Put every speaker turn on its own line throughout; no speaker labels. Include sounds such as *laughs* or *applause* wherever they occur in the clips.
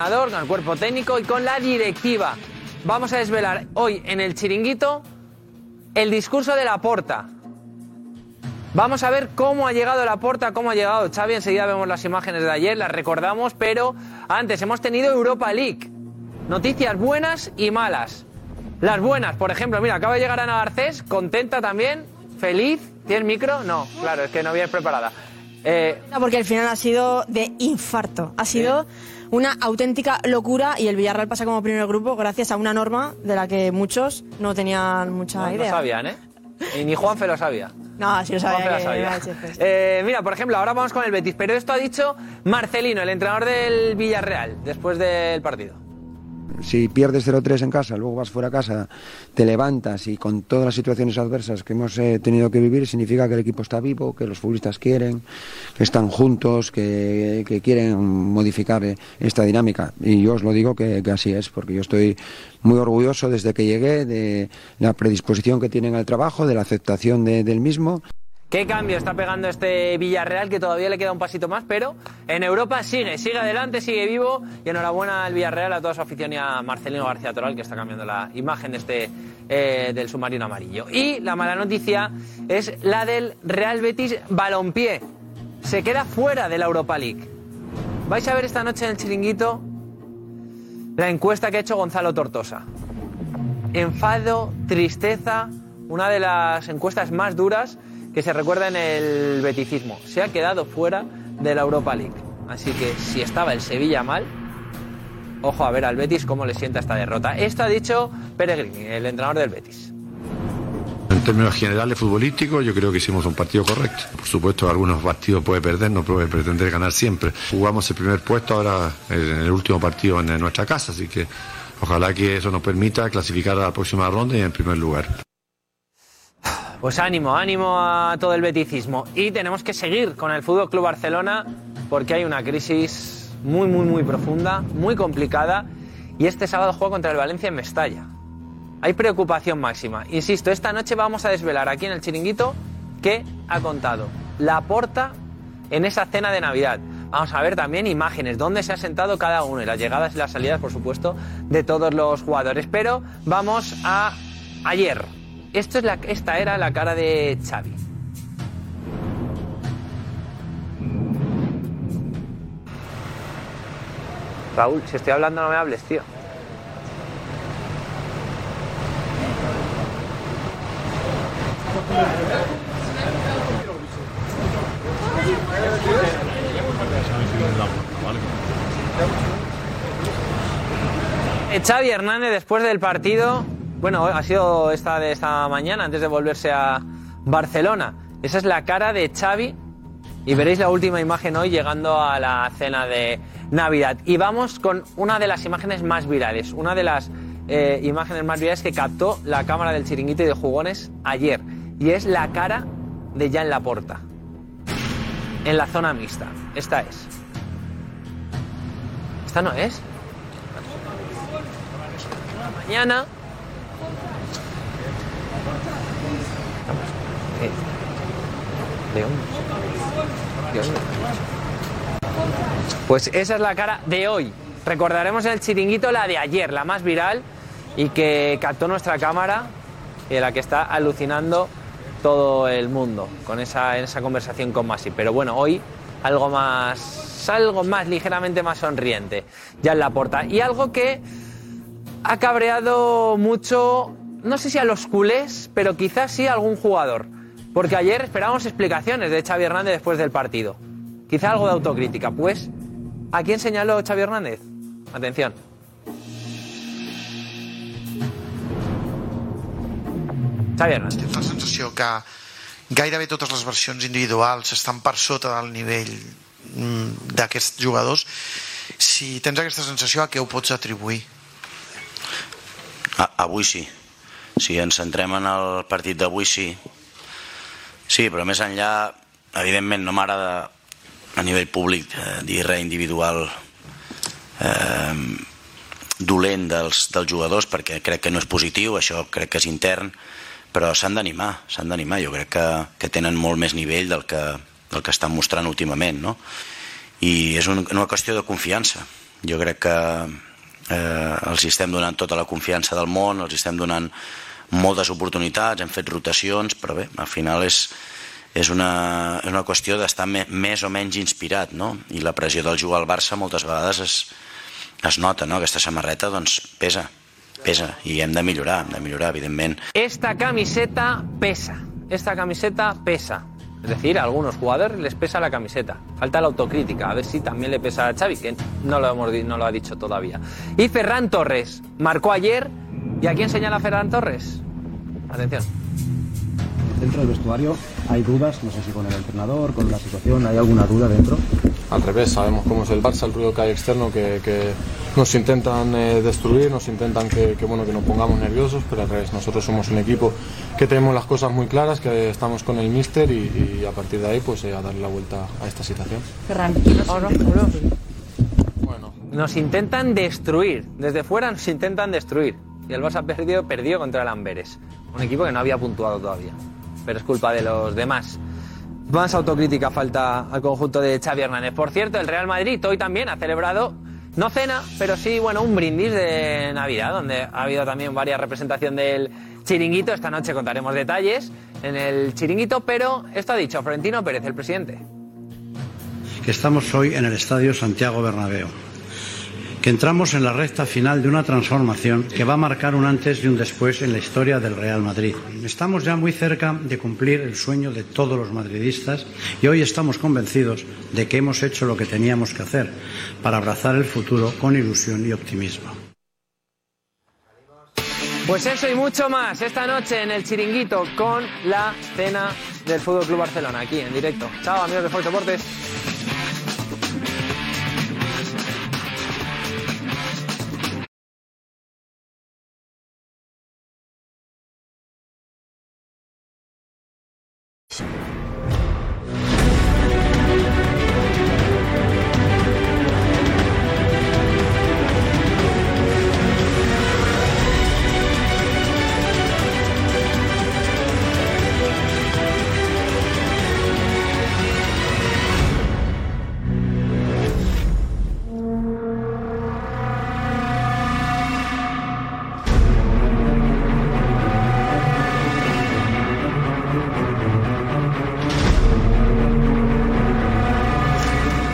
Con el cuerpo técnico y con la directiva. Vamos a desvelar hoy en el chiringuito el discurso de la porta. Vamos a ver cómo ha llegado la porta, cómo ha llegado Xavi. Enseguida vemos las imágenes de ayer, las recordamos, pero antes hemos tenido Europa League. Noticias buenas y malas. Las buenas, por ejemplo, mira, acaba de llegar Ana Garcés, contenta también, feliz. ¿Tiene micro? No, claro, es que no habías preparada.
Eh... No, porque el final ha sido de infarto. Ha sido ¿Eh? una auténtica locura y el Villarreal pasa como primer grupo gracias a una norma de la que muchos no tenían mucha
no,
idea.
No sabían, ¿eh? Y ni Juanfe lo sabía.
No, sí lo sabía.
Que sabía. Eh, mira, por ejemplo, ahora vamos con el Betis, pero esto ha dicho Marcelino, el entrenador del Villarreal, después del partido.
Si pierdes 0-3 en casa, luego vas fuera a casa, te levantas y con todas las situaciones adversas que hemos eh, tenido que vivir, significa que el equipo está vivo, que los futbolistas quieren, que están juntos, que, que quieren modificar eh, esta dinámica. Y yo os lo digo que, que, así es, porque yo estoy muy orgulloso desde que llegué de la predisposición que tienen al trabajo, de la aceptación de, del mismo.
¿Qué cambio está pegando este Villarreal que todavía le queda un pasito más? Pero en Europa sigue, sigue adelante, sigue vivo. Y enhorabuena al Villarreal, a toda su afición y a Marcelino García Toral que está cambiando la imagen de este, eh, del submarino amarillo. Y la mala noticia es la del Real Betis Balompié. Se queda fuera de la Europa League. Vais a ver esta noche en el chiringuito la encuesta que ha hecho Gonzalo Tortosa. Enfado, tristeza, una de las encuestas más duras que se recuerda en el beticismo. Se ha quedado fuera de la Europa League. Así que si estaba el Sevilla mal, ojo a ver al Betis cómo le sienta esta derrota. Esto ha dicho Peregrini, el entrenador del Betis.
En términos generales futbolísticos, yo creo que hicimos un partido correcto. Por supuesto, algunos partidos puede perder, no puede pretender ganar siempre. Jugamos el primer puesto ahora en el último partido en nuestra casa, así que ojalá que eso nos permita clasificar a la próxima ronda y en primer lugar.
Pues ánimo, ánimo a todo el beticismo. Y tenemos que seguir con el Fútbol Club Barcelona porque hay una crisis muy, muy, muy profunda, muy complicada. Y este sábado juega contra el Valencia en Mestalla. Hay preocupación máxima. Insisto, esta noche vamos a desvelar aquí en el chiringuito qué ha contado la porta en esa cena de Navidad. Vamos a ver también imágenes, dónde se ha sentado cada uno y las llegadas y las salidas, por supuesto, de todos los jugadores. Pero vamos a ayer. Esto es la, esta era la cara de Xavi. Raúl, si estoy hablando no me hables, tío. Eh, Xavi Hernández después del partido bueno, ha sido esta de esta mañana, antes de volverse a Barcelona. Esa es la cara de Xavi y veréis la última imagen hoy llegando a la cena de Navidad. Y vamos con una de las imágenes más virales, una de las eh, imágenes más virales que captó la cámara del chiringuito y de jugones ayer. Y es la cara de Jan Laporta, en la zona mixta. Esta es. ¿Esta no es? Mañana De hombres. De hombres. Pues esa es la cara de hoy. Recordaremos en el chiringuito la de ayer, la más viral y que captó nuestra cámara y de la que está alucinando todo el mundo con esa, esa conversación con Masi. Pero bueno, hoy algo más, algo más ligeramente más sonriente ya en la porta. Y algo que ha cabreado mucho no sé si a los culés, pero quizás sí a algún jugador. Porque ayer esperábamos explicaciones de Xavi Hernández después del partido. Quizá algo de autocrítica. Pues, ¿a quién señaló Xavi Hernández? Atención. Xavi Hernández.
Fa la sensació que gairebé totes les versions individuals estan per sota del nivell d'aquests jugadors
mm, Si tens aquesta sensació, a què ho pots atribuir?
A, Ah, avui sí. Si ens centrem en el partit d'avui, sí. Sí, però més enllà, evidentment, no m'agrada a nivell públic eh, dir res individual eh, dolent dels, dels jugadors perquè crec que no és positiu, això crec que és intern, però s'han d'animar, s'han d'animar. Jo crec que, que tenen molt més nivell del que, del que estan mostrant últimament, no? I és un, una qüestió de confiança. Jo crec que eh, els estem donant tota la confiança del món, els estem donant moltes oportunitats, hem fet rotacions, però bé, al final és, és una, és una qüestió d'estar me, més o menys inspirat, no? I la pressió del jugar al Barça moltes vegades es, es nota, no? Aquesta samarreta, doncs, pesa, pesa, i hem de millorar, hem de millorar, evidentment.
Esta camiseta pesa, esta camiseta pesa. Es decir, a algunos jugadores les pesa la camiseta. Falta la autocrítica, a ver si también le pesa a Xavi, que no lo, hemos, di- no lo ha dicho todavía. Y Ferran Torres marcó ayer, ¿y a quién señala Ferran Torres? Atención.
Dentro del vestuario hay dudas, no sé si con el entrenador, con la situación, ¿hay alguna duda dentro?
Al revés, sabemos cómo es el Barça, el ruido que hay externo, que, que nos intentan eh, destruir, nos intentan que, que, bueno, que nos pongamos nerviosos, pero al revés, nosotros somos un equipo que tenemos las cosas muy claras, que estamos con el míster y, y a partir de ahí pues eh, a darle la vuelta a esta situación.
Nos intentan destruir. Desde fuera nos intentan destruir. Y el Barça perdió, perdió contra el Amberes. Un equipo que no había puntuado todavía. Pero es culpa de los demás. Más autocrítica falta al conjunto de Xavi Hernández. Por cierto, el Real Madrid hoy también ha celebrado, no cena, pero sí, bueno, un brindis de Navidad, donde ha habido también varias representación del chiringuito. Esta noche contaremos detalles en el chiringuito, pero esto ha dicho Florentino Pérez, el presidente.
que estamos hoy en el Estadio Santiago Bernabéu, que entramos en la recta final de una transformación que va a marcar un antes y un después en la historia del Real Madrid. Estamos ya muy cerca de cumplir el sueño de todos los madridistas y hoy estamos convencidos de que hemos hecho lo que teníamos que hacer para abrazar el futuro con ilusión y optimismo.
Pues eso y mucho más esta noche en el Chiringuito con la cena del Fútbol Club Barcelona aquí en directo. Chao amigos de Fox Deportes.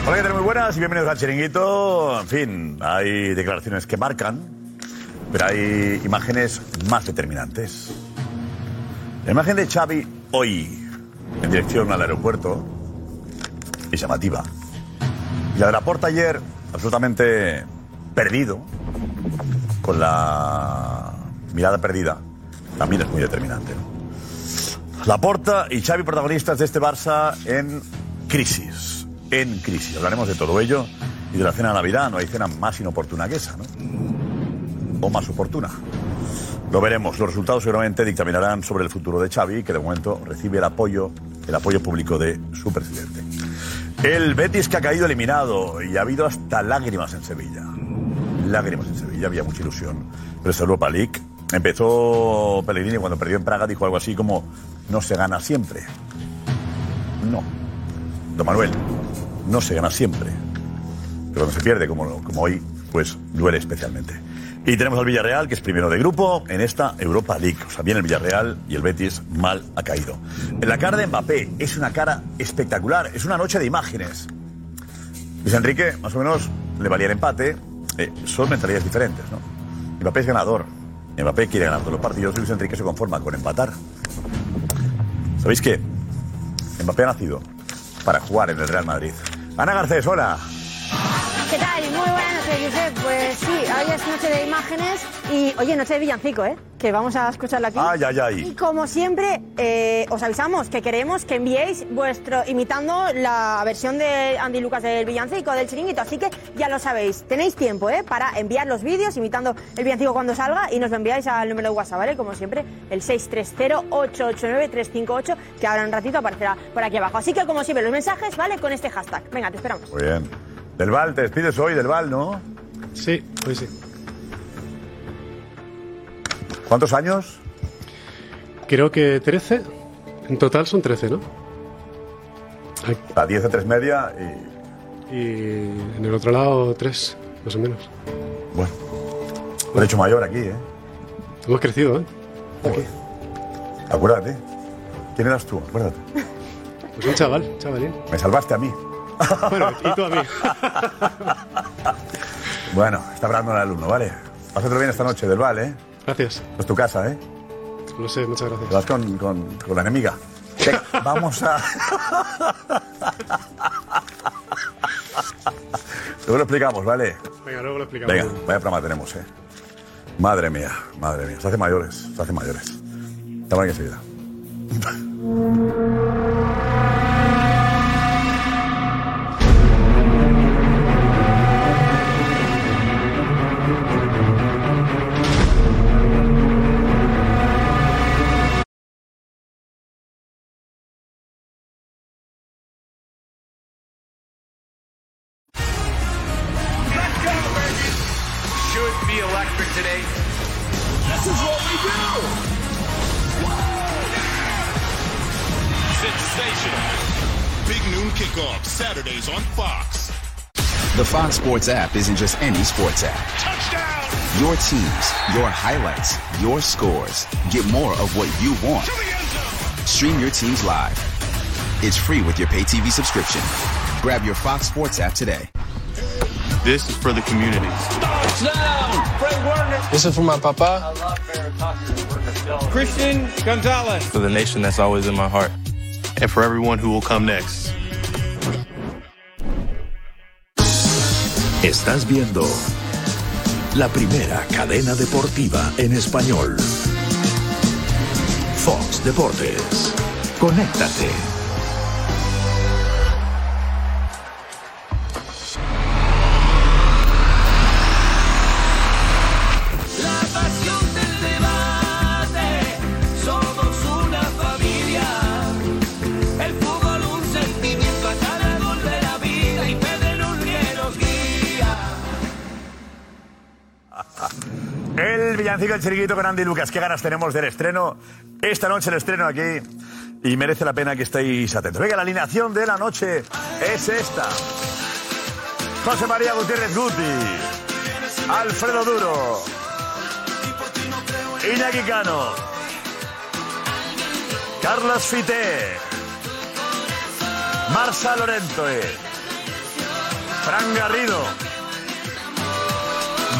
Hola, ¿qué tal? Muy buenas y bienvenidos al Chiringuito. En fin, hay declaraciones que marcan, pero hay imágenes más determinantes. La imagen de Xavi hoy, en dirección al aeropuerto, es llamativa. Y la de Laporta ayer, absolutamente perdido, con la mirada perdida, también es muy determinante. ¿no? Laporta y Xavi protagonistas de este Barça en crisis, en crisis. Hablaremos de todo ello y de la cena de Navidad. No hay cena más inoportuna que esa, ¿no? O más oportuna. Lo veremos. Los resultados seguramente dictaminarán sobre el futuro de Xavi, que de momento recibe el apoyo, el apoyo público de su presidente. El Betis que ha caído eliminado y ha habido hasta lágrimas en Sevilla. Lágrimas en Sevilla, había mucha ilusión. Pero esta Europa League empezó Pellegrini cuando perdió en Praga, dijo algo así como no se gana siempre. No. Don Manuel, no se gana siempre. Pero cuando se pierde, como, como hoy, pues duele especialmente. Y tenemos al Villarreal, que es primero de grupo en esta Europa League. O sea, bien el Villarreal y el Betis mal ha caído. La cara de Mbappé es una cara espectacular. Es una noche de imágenes. Luis Enrique, más o menos, le valía el empate. Eh, son mentalidades diferentes, ¿no? Mbappé es ganador. Mbappé quiere ganar todos los partidos y Luis Enrique se conforma con empatar. ¿Sabéis qué? Mbappé ha nacido para jugar en el Real Madrid. Ana Garcés, hola.
¿Qué tal? Muy buenas noches, Josep. Pues sí, ha hoy es noche de imágenes y, oye, noche de villancico, ¿eh? Que vamos a escucharla aquí.
Ay, ay, ay.
Y como siempre, eh, os avisamos que queremos que enviéis vuestro, imitando la versión de Andy Lucas del villancico, del chiringuito. Así que ya lo sabéis. Tenéis tiempo, ¿eh? Para enviar los vídeos imitando el villancico cuando salga y nos lo enviáis al número de WhatsApp, ¿vale? Como siempre, el 630-889-358, que ahora en un ratito aparecerá por aquí abajo. Así que, como siempre, los mensajes, ¿vale? Con este hashtag. Venga, te esperamos.
Muy bien. Del Val, te despides hoy, Del Val, ¿no?
Sí, hoy sí.
¿Cuántos años?
Creo que 13. En total son 13, ¿no?
A 10 a 3 media y...
Y en el otro lado 3, más o menos.
Bueno. Me he hecho mayor aquí, ¿eh?
Hemos crecido, ¿eh?
Acuérdate. ¿Quién eras tú? Acuérdate.
Pues un chaval, un chavalín.
Me salvaste a mí.
Bueno, y tú a mí.
Bueno, está hablando el alumno, ¿vale? Pásatelo bien esta noche, Del Val, ¿eh?
Gracias.
Es tu casa, ¿eh?
Lo sé, muchas gracias.
Te vas con, con- con la enemiga.
*laughs*
Vamos a... Luego lo explicamos, ¿vale?
Venga, luego lo explicamos.
Venga, vaya programa tenemos, ¿eh? Madre mía, madre mía. Se hace mayores, se hace mayores. Te van enseguida.
Should be electric today. This is what we do.
Sensational. Big noon kickoff, Saturdays on Fox.
The Fox Sports app isn't just any sports app. Your teams, your highlights, your scores. Get more of what you want. Stream your teams live. It's free with your pay TV subscription. Grab your Fox Sports app today. This is for the community.
Touchdown. Fred Warner.
This is for my papa,
Christian Gonzalez.
for the nation that's always in my heart, and for everyone who will come next.
Estás viendo la primera cadena deportiva en español. Fox Deportes. Conéctate.
La pasión del debate, somos una familia. El fútbol un sentimiento, a cada gol de la vida y Pedro en un que nos guía.
El villancico El Chiringuito con Andy Lucas. ¿Qué ganas tenemos del estreno? Esta noche el estreno aquí. Y merece la pena que estéis atentos. Venga, la alineación de la noche es esta. José María Gutiérrez Guti. Alfredo Duro. Iñaki Cano. Carlos Fité. Marsa Lorente. Fran Garrido.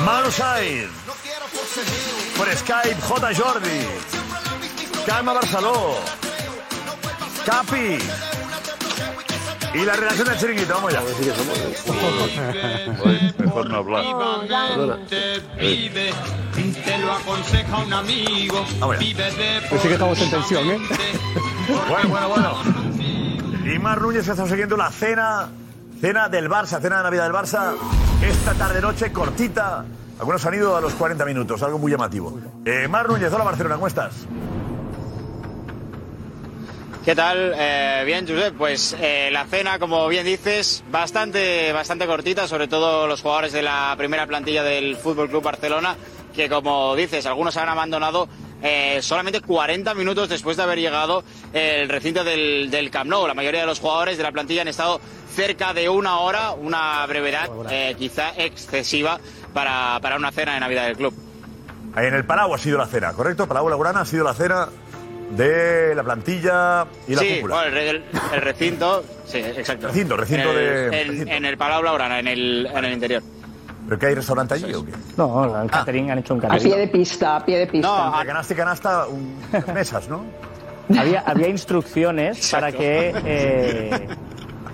Manu Sainz. Por Skype, J. Jordi. Calma Barceló. Capi. Y la relación del chiringuito, vamos ya.
Mejor no hablar.
Vive, te lo aconseja un amigo. Vive de
Pues sí que estamos en tensión, ¿eh? Bueno, bueno, bueno. Y Mar Núñez que está siguiendo la cena, cena del Barça, cena de Navidad del Barça, esta tarde-noche cortita. Algunos han ido a los 40 minutos, algo muy llamativo. Eh, Mar Núñez, hola Barcelona, ¿cómo estás?
¿Qué tal? Eh, bien, Josep. Pues eh, la cena, como bien dices, bastante, bastante cortita, sobre todo los jugadores de la primera plantilla del Fútbol Club Barcelona, que como dices, algunos han abandonado eh, solamente 40 minutos después de haber llegado el recinto del, del Camp Nou. La mayoría de los jugadores de la plantilla han estado cerca de una hora, una brevedad eh, quizá excesiva para, para una cena de Navidad del club.
Ahí en el Palau ha sisido la cena, ¿correcto? Palau Laurana ha sido la cena de la plantilla y la
sí,
cúpula.
bueno, el, el- el recinto, sí, exacto.
Recinto, recinto
en el,
de-
En, en el Palau Blaugrana, en el, en el interior.
¿Pero que hay restaurante allí o qué?
No, la- el catering han hecho un catering.
pista, a pie de pista.
No, a canasta y canasta, un- mesas, ¿no?
Había, había instrucciones para que eh,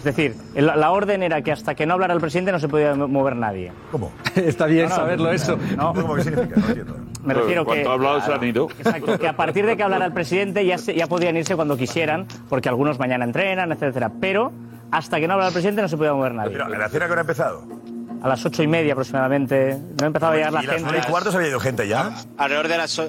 decir, el- la orden era que hasta que no hablara el presidente no se podía mo- mover nadie.
¿Cómo?
Está
bien saberlo eso.
No,
¿Cómo que significa? No entiendo.
Me refiero que-
Cuando ha hablado se
claro.
han ido.
Exacto, que a partir de que hablara el presidente ya, se- ya podían irse cuando quisieran, porque algunos mañana entrenan, etcétera. Pero hasta que no hablara el presidente no se podía mover nadie.
Pero, *laughs* ¿La cena que hora ha empezado?
A las ocho y media aproximadamente. No empezaba a llegar la
¿Y las
gente.
nueve y cuarto se había ido gente ya?
Alrededor de las. o-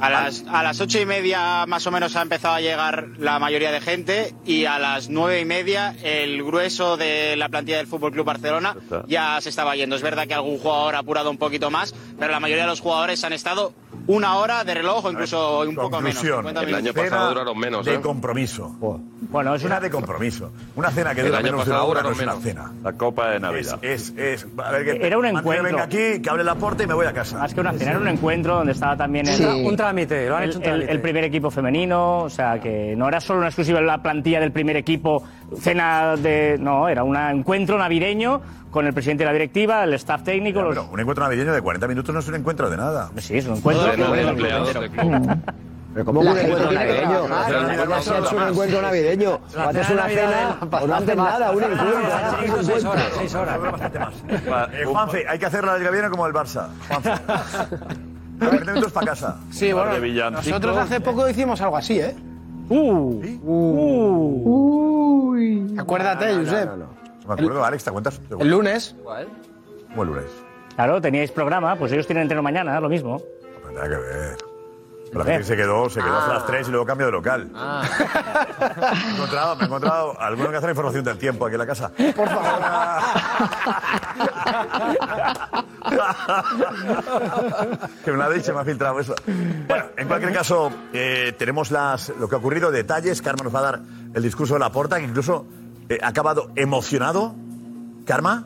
A las, a las ocho y media más o menos ha empezado a llegar la mayoría de gente y a las nueve y media el grueso de la plantilla del Fútbol Club Barcelona ya se estaba yendo. Es verdad que algún jugador ha apurado un poquito más, pero la mayoría de los jugadores han estado una hora de reloj o incluso un poco menos.
Conclusión.
50
El
minutos.
año pasado duraron menos. De compromiso.
Bueno, es
una de compromiso. Una cena que
El
dura
año
menos de una
pasado
hora no
duraron
es una
menos.
cena.
La copa de
Es,
Navidad.
es, es- a ver, que-
Era un
Antes de que
encuentro.
venga aquí, que hable la puerta y me voy a casa.
Más que una cena, era un encuentro donde estaba también el,
Sí. Un trámite, lo han
el-
hecho un
el-
trámite.
el primer equipo femenino, o sea, que no era solo una exclusiva la plantilla del primer equipo, cena de... No, era un encuentro navideño con el presidente de la directiva, el staff técnico, los...
Un encuentro navideño de 40 minutos no es un encuentro de nada.
Sí, es un encuentro.
de
Bueno,
Pero ¿cómo
La
un
gente
encuentro
tiene que
navideño?
trabajar.
Pero
La
¿cómo
Navidad
se
no
ha hecho un
más.
encuentro navideño?
La
O haces
cena
una
de Navidad
cena
la-
o no haces nada, un encuentro. haces un
Seis horas,
encuentro.
seis horas.
Eh, Juanfe, hay que hacer la del Gaviano como el Barça. Juanfe. 40 minutos para casa.
Sí, bueno, nosotros hace poco hicimos algo así, ¿eh?
Uh,
Uy. Acuérdate,
No, no, no,
Josep.
no, no. Me acuerdo, Alex, ¿te cuentas?
El lunes.
¿Cómo el lunes?
Claro, teníais programa, pues ellos tienen entreno mañana, lo mismo.
Nada que ver. Pero
Eh.
La gente se quedó, se quedó hasta las 3 y luego cambio de local. Me he encontrado, me he encontrado alguno que hace la información del tiempo aquí en la casa. Por favor. que me la ha dicho, me ha filtrado eso. Bueno, en cualquier caso, eh, tenemos las, lo que ha ocurrido, detalles. Karma nos va a dar el discurso de la porta, que incluso eh, ha acabado emocionado. Karma.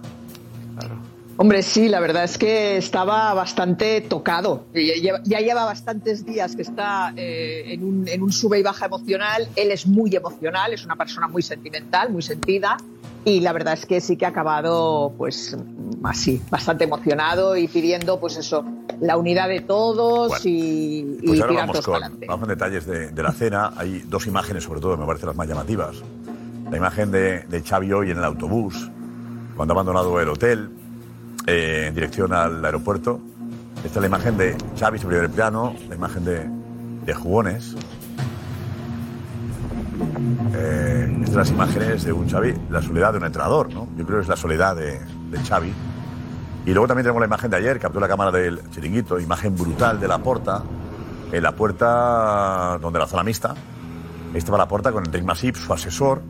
Hombre, sí, la verdad es que estaba bastante tocado. Eh, Ya lleva, ya lleva bastantes días que está eh, en, un, en un sube y baja emocional. Él es muy emocional, es una persona muy sentimental, muy sentida. Y la verdad es que sí que ha acabado, pues, así, bastante emocionado y pidiendo, pues eso, la unidad de todos
Bueno,
y, y
Pues ahora
tirar
vamos
todos
con,
para adelante.
vamos con detalles de, de la cena. Hay dos imágenes, sobre todo, me parecen las más llamativas. La imagen de, de Xavi hoy en el autobús, cuando ha abandonado el hotel eh, en dirección al aeropuerto. Esta es la imagen de Xavi sobre el plano, la imagen de, de Jugones. Eh, estas son las imágenes de un Xavi, la soledad de un entrenador, ¿no? Yo creo que es la soledad de, de Xavi. Y luego también tenemos la imagen de ayer, captó la cámara del chiringuito, imagen brutal de la porta, en la puerta donde la zona mixta. Ahí Estaba la puerta con Enrique Masip, su asesor.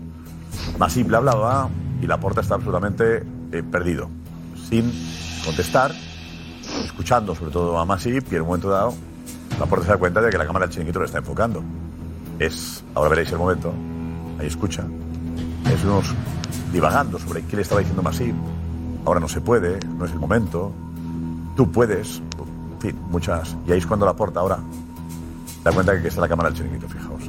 Masip le hablaba y la puerta está absolutamente eh, perdido, sin contestar, escuchando sobre todo a Masip y en un momento dado la puerta se da cuenta de que la cámara del chiringuito le está enfocando. Es, ahora veréis el momento, ahí escucha, es unos divagando sobre qué le estaba diciendo Masip, ahora no se puede, no es el momento, tú puedes, en fin, muchas. Y ahí es cuando la porta ahora se da cuenta que aquí está la cámara del chiringuito, fijaos.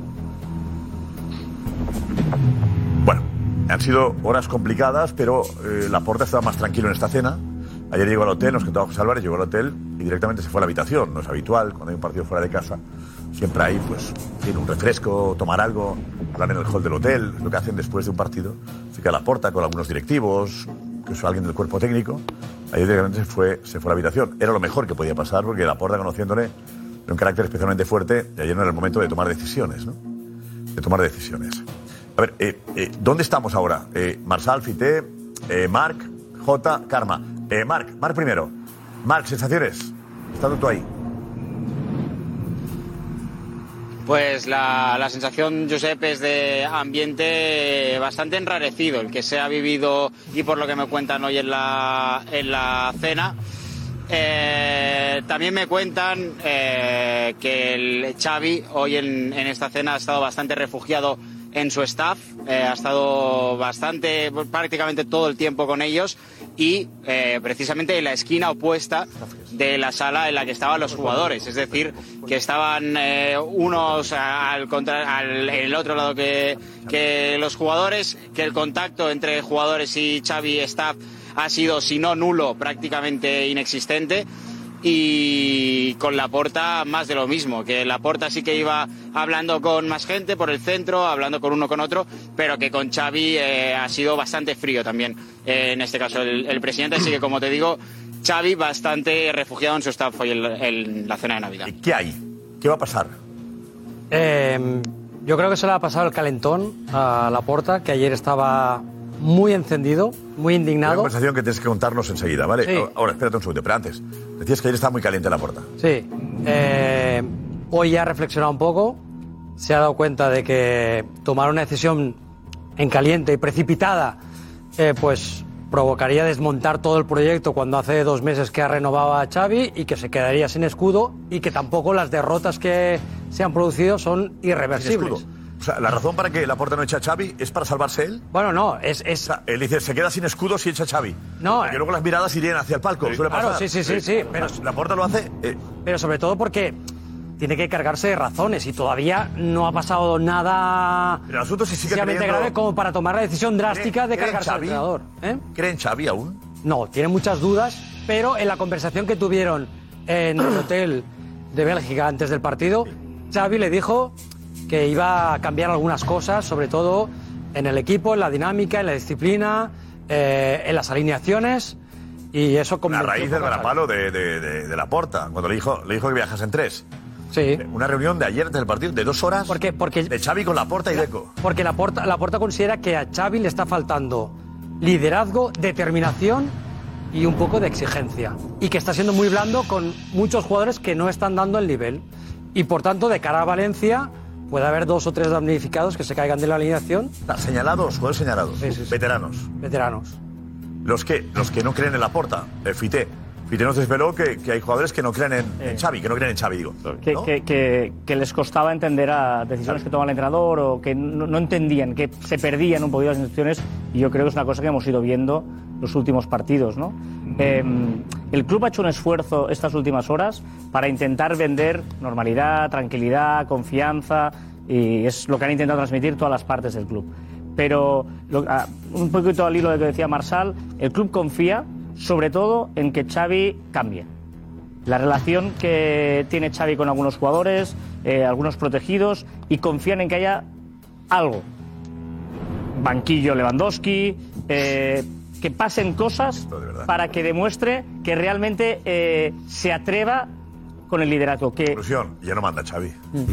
Bueno, han sido horas complicadas, pero eh, la porta estaba más tranquilo en esta cena. Ayer llegó al hotel, nos contaba José Álvarez, llegó al hotel y directamente se fue a la habitación. No es habitual, cuando hay un partido fuera de casa, siempre hay, pues, en fin, un refresco, tomar algo, hablar en el hall del hotel, lo que hacen después de un partido. Se queda la porta con algunos directivos, que es alguien del cuerpo técnico. Ayer directamente se fue, se fue a la habitación. Era lo mejor que podía pasar porque la porta, conociéndole, era un carácter especialmente fuerte y ayer no era el momento de tomar decisiones, ¿no? De tomar decisiones. A ver, eh, eh, ¿dónde estamos ahora? Eh, Marsal, Fité, eh, Marc, J, Karma. Eh, Marc, Marc primero. Marc, sensaciones. Estando tú ahí.
Pues la, la sensación, Josep, es de ambiente bastante enrarecido, el que se ha vivido y por lo que me cuentan hoy en la, en la cena. Eh, también me cuentan eh, que el Xavi hoy en, en esta cena ha estado bastante refugiado en su staff, eh, ha estado bastante, prácticamente todo el tiempo con ellos y eh, precisamente en la esquina opuesta de la sala en la que estaban los jugadores, es decir, que estaban eh, unos al, contra, al en el otro lado que, que los jugadores, que el contacto entre jugadores y Xavi staff ha sido, si no nulo, prácticamente inexistente y con la porta más de lo mismo, que la porta sí que iba hablando con más gente por el centro, hablando con uno con otro, pero que con Xavi eh, ha sido bastante frío también, eh, en este caso el, el presidente, así que como te digo, Xavi bastante refugiado en su staff hoy en la- en la cena de Navidad.
¿Qué hay? ¿Qué va a pasar?
Eh, yo creo que se le ha pasado el calentón a Laporta, que ayer estaba muy encendido, muy
Una
indignado.
conversación que tienes que contarnos enseguida, ¿vale?
Sí.
Ahora, espérate un segundo, pero antes. Decías que ayer estaba muy caliente la puerta.
Sí. eh, hoy ya ha reflexionado un poco, se ha dado cuenta de que tomar una decisión en caliente y precipitada, eh, pues provocaría desmontar todo el proyecto cuando hace dos meses que ha renovado a Xavi y que se quedaría sin escudo y que tampoco las derrotas que se han producido son
Sin
irreversibles.
escudo. O sea, la razón para que la puerta no echa a Xavi es para salvarse él.
Bueno, no, es.
él dice, se queda sin escudo si echa a Xavi.
No,
Porque luego las miradas irían hacia el palco. suele
claro,
pasar. Eh,
sí, sí, sí, sí, pero-
la puerta lo hace. eh,
Pero sobre todo porque tiene que cargarse de razones y todavía no ha pasado nada
el asunto es si sigue
especialmente
creyendo-
grave como para tomar la decisión drástica de
¿Cree- cree en
cargarse al
Xavi?
entrenador. ¿eh?
¿Cree en Xavi aún?
No, tiene muchas dudas, pero en la conversación que tuvieron en el hotel de Bélgica antes del partido, Xavi le dijo que iba a cambiar algunas cosas, sobre todo en el equipo, en la dinámica, en la disciplina, eh, en las alineaciones y eso
A
convenció
raíz
poco a
del
Xavi.
varapalo de, de, de- de la puerta, cuando le dijo, le dijo que viajasen tres. Eh,
Sí.
Una reunión de ayer antes del partido de dos horas. ¿Por qué?
Porque
de Xavi con la puerta y Deco.
Porque la porta, considera que a Xavi le está faltando liderazgo, determinación y un poco de exigencia. Y que está siendo muy blando con muchos jugadores que no están dando el nivel. Y por tanto, de cara a Valencia, puede haber dos o tres damnificados que se caigan de la alineación.
Señalados, jugadores señalados. Veteranos.
Veteranos.
Los que, los que no creen en la puerta. Fite. Fite nos desveló que, que hay jugadores que no creen en, en Xavi, que no creen en Xavi, digo.
que,
¿no?
que- que- que les costaba entender a decisiones que tomaba el entrenador o que no, no entendían, que se perdían un poco las instrucciones y yo creo que es una cosa que hemos ido viendo los últimos partidos. ¿no? Eh, el club ha hecho un esfuerzo estas últimas horas para intentar vender normalidad, tranquilidad, confianza y es lo que han intentado transmitir todas las partes del club. Pero lo- ah, un poquito al hilo de lo que decía Marsal, el club confía sobre todo en que Xavi cambie la relación que tiene Xavi con algunos jugadores, eh, algunos protegidos, y confían en que haya algo. Banquillo Lewandowski, eh, que pasen cosas para que demuestre que realmente eh, se atreva con el liderazgo. Que,
Ya no manda Xavi. *laughs*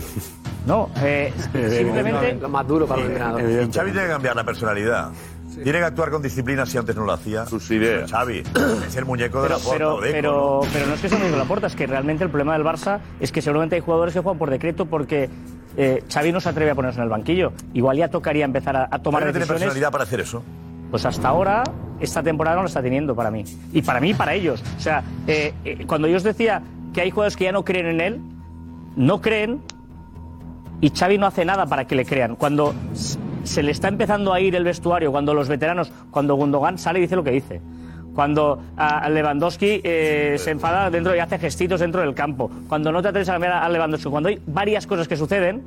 no, eh, simplemente...
Lo
más duro
para el entrenador.
Xavi tiene que cambiar la personalidad. Tiene que actuar con disciplina si antes no lo hacía. Sus ideas. Xavi es el muñeco de la puerta.
pero,
o de Deco,
pero,
¿no?
pero no es que sea muy de la puerta, es que realmente el problema del Barça es que seguramente hay jugadores que juegan por decreto porque eh, Xavi no se atreve a ponerse en el banquillo. Igual ya tocaría empezar a, a tomar
Xavi no tiene
decisiones.
personalidad para hacer eso.
Pues hasta ahora, esta temporada no la está teniendo para mí. Y para mí y para ellos. O sea, eh, eh, cuando yo os decía que hay jugadores que ya no creen en él, no creen y Xavi no hace nada para que le crean. Cuando s- se le está empezando a ir el vestuario, cuando los veteranos, cuando Gundogan sale y dice lo que dice. Cuando a a Lewandowski eh, se enfada dentro y hace gestitos dentro del campo. Cuando no te atreves a cambiar a a Lewandowski. Cuando hay varias cosas que suceden,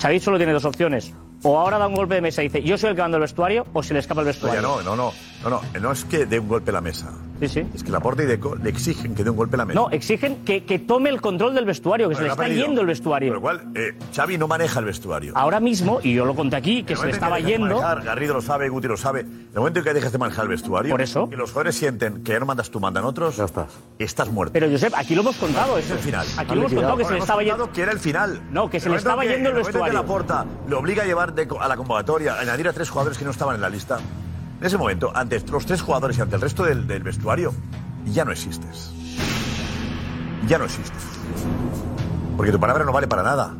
Xavi solo tiene dos opciones. O ahora da un golpe de mesa y dice, yo soy el que mando el vestuario, o se le escapa el
Oye,
vestuario.
no, no, no, no, no, no es que dé un golpe a la mesa.
Sí, sí.
Es que Laporta y Deco le exigen que dé un golpe a la mesa.
No, exigen que, que tome el control del vestuario, que se le
Bueno, lo ha
está
perdido.
yendo el vestuario.
Por lo cual, eh, Xavi no maneja el vestuario.
Ahora mismo, y yo lo conté aquí, que
El
se le
momento en
estaba
dejas de
yendo.
manejar, Garrido lo sabe, Guti lo sabe. El momento en que dejas de manejar el vestuario. Por eso. Que los jugadores sienten que ya no mandas tú, mandan otros. Ya estás. Estás muerto.
Pero Josep, aquí lo hemos contado.
Es el final.
Aquí lo hemos contado que se le estaba yendo.
Que era el final.
No, que se le
momento
estaba
en
yendo el
momento en
vestuario.
que Laporta lo obliga a llevar de co- a la convocatoria, a añadir a tres jugadores que no estaban en la lista. En ese momento, ante los tres jugadores y ante el resto del, del vestuario, ya no existes. Ya no existes. Porque tu palabra no vale para nada.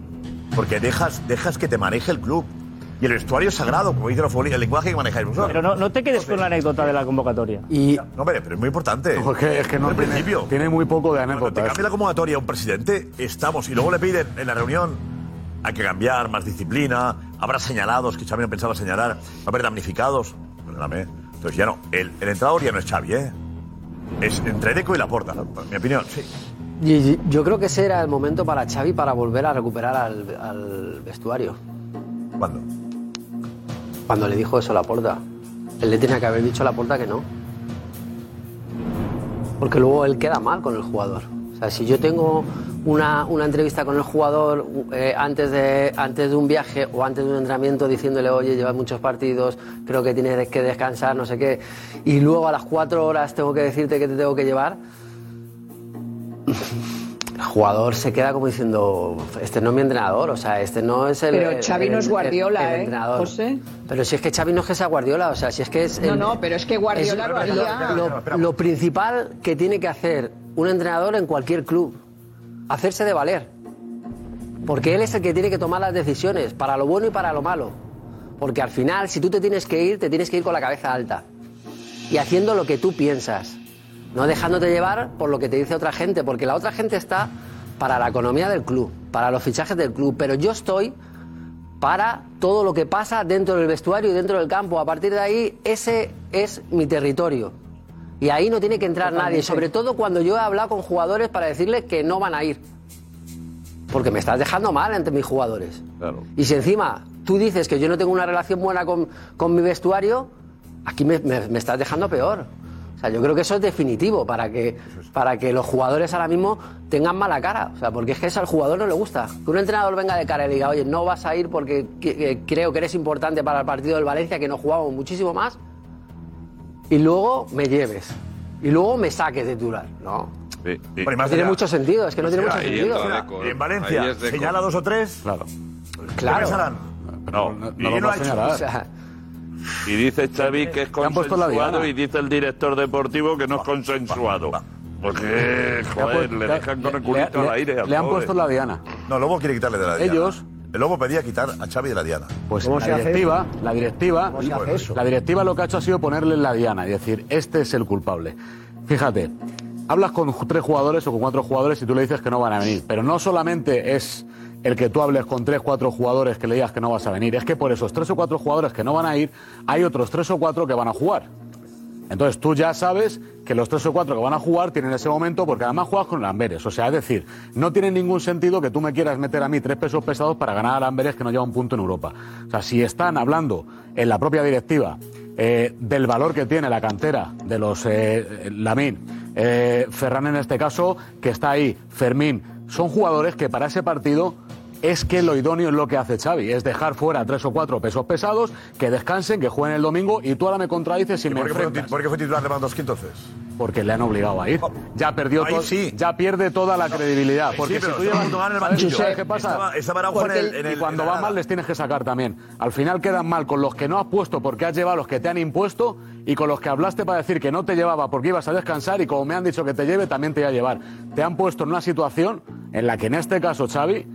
Porque dejas, dejas que te maneje el club. Y el vestuario es sagrado, como dice la futbolista, el lenguaje que manejáis vosotros.
Pero no, no te quedes con la anécdota de la convocatoria.
Y... No, hombre, pero es muy importante.
No, es que- es que no
Al
tiene-
principio.
Tiene muy poco de
Cuando te
anécdotas.
cambia la convocatoria a un presidente, estamos. Y luego le piden en la reunión, hay que cambiar, más disciplina, habrá señalados que Xavi no pensaba señalar, va a haber damnificados. Perdóname. Entonces ya no, el, el entrenador ya no es Xavi, ¿eh? Es entre Deco y Laporta, en mi opinión, sí.
Y yo creo que ese era el momento para Xavi para volver a recuperar al, al vestuario.
¿Cuándo?
Cuando le dijo eso a la puerta. Él le tenía que haber dicho a la puerta que no. porque luego él queda mal con el jugador. O sea, si yo tengo una, una entrevista con el jugador eh, antes, de, antes de un viaje o antes de un entrenamiento diciéndole, oye, llevas muchos partidos, creo que tienes que descansar, no sé qué, y luego a las cuatro horas tengo que decirte que te tengo que llevar, el jugador se queda como diciendo, este no es mi entrenador, o sea, este no es el...
Pero
el-
Xavi
el-
no es
el-
Guardiola,
el
¿eh,
entrenador.
José?
Pero si es que Xavi no es que sea Guardiola, o sea, si es que es...
No,
el-
no, pero es que Guardiola lo haría.
lo- lo principal que tiene que hacer un entrenador en cualquier club, hacerse de valer. Porque él es el que tiene que tomar las decisiones, para lo bueno y para lo malo. Porque al final, si tú te tienes que ir, te tienes que ir con la cabeza alta. Y haciendo lo que tú piensas. No dejándote llevar por lo que te dice otra gente. Porque la otra gente está para la economía del club, para los fichajes del club. Pero yo estoy para todo lo que pasa dentro del vestuario y dentro del campo. A partir de ahí, ese es mi territorio. Y ahí no tiene que entrar nadie. Sobre todo cuando yo he hablado con jugadores para decirles que no van a ir. Porque me estás dejando mal ante mis jugadores. Y si encima tú dices que yo no tengo una relación buena con, con mi vestuario, aquí me, me- me estás dejando peor. O sea, yo creo que eso es definitivo para que, para que los jugadores ahora mismo tengan mala cara. O sea, porque es que eso al jugador no le gusta. Que un entrenador venga de cara y le diga, oye, no vas a ir porque que- que creo que eres importante para el partido del Valencia, que nos jugamos muchísimo más, y luego me lleves. Y luego me saques de Tural. No.
Pues
Bueno, y
No
más
tiene
allá.
mucho sentido, es que no tiene mucho
Ahí
sentido.
entra Deco, ¿eh? En Valencia, Ahí es Deco. señala dos o tres.
Claro.
¿Qué pensarán?
No, no,
Y no
lo va
ha
a
hecho.
señalar.
O sea-
Y dice Xavi que es
han puesto la
consensuado
diana.
y dice el director deportivo que no es consensuado. Porque,
Eh, Le han
joder,
puesto-
le dejan con el
le-
culito
le-
al aire. al
le han
pobre.
puesto
la diana.
No, Lobo quiere quitarle de la diana.
Ellos-
El Lobo pedía quitar a Xavi de la diana.
Pues la directiva, la directiva,
¿Cómo se hace eso?
la directiva lo que ha hecho ha sido ponerle la diana y decir, este es el culpable. Fíjate, hablas con ju- tres jugadores o con cuatro jugadores y tú le dices que no van a venir, pero no solamente es el que tú hables con tres, cuatro jugadores que le digas que no vas a venir, es que por esos tres o cuatro jugadores que no van a ir, hay otros tres o cuatro que van a jugar. Entonces tú ya sabes que los tres o cuatro que van a jugar tienen ese momento porque además juegas con el Amberes. O sea, es decir, no tiene ningún sentido que tú me quieras meter a mí tres pesos pesados para ganar al Amberes que no lleva un punto en Europa. O sea, si están hablando en la propia directiva eh, del valor que tiene la cantera de los eh, Lamín, eh, Ferran en este caso, que está ahí, Fermín, son jugadores que para ese partido es que lo idóneo es lo que hace Xavi, es dejar fuera tres o cuatro pesos pesados, que descansen, que jueguen el domingo y tú ahora me contradices y, me
¿Por qué, fue,
enfrentas.
¿Por qué fue titular Lewandowski entonces?
Porque le han obligado a ir. Ya perdió
Ahí
todo,
sí.
ya pierde toda la credibilidad.
Sí,
Porque si
pero
tú
estaba
llevas
Gundogan en el
¿sabes-
banquillo.
¿sabes qué pasa?
Estaba- estaba Araujo
Porque-
en el- en el-
y cuando
en la
vas mal les tienes que sacar también. Al final quedan mal con los que no has puesto porque has llevado a los que te han impuesto y con los que hablaste para decir que no te llevaba porque ibas a descansar y como me han dicho que te lleve, también te iba a llevar. Te han puesto en una situación en la que en este caso Xavi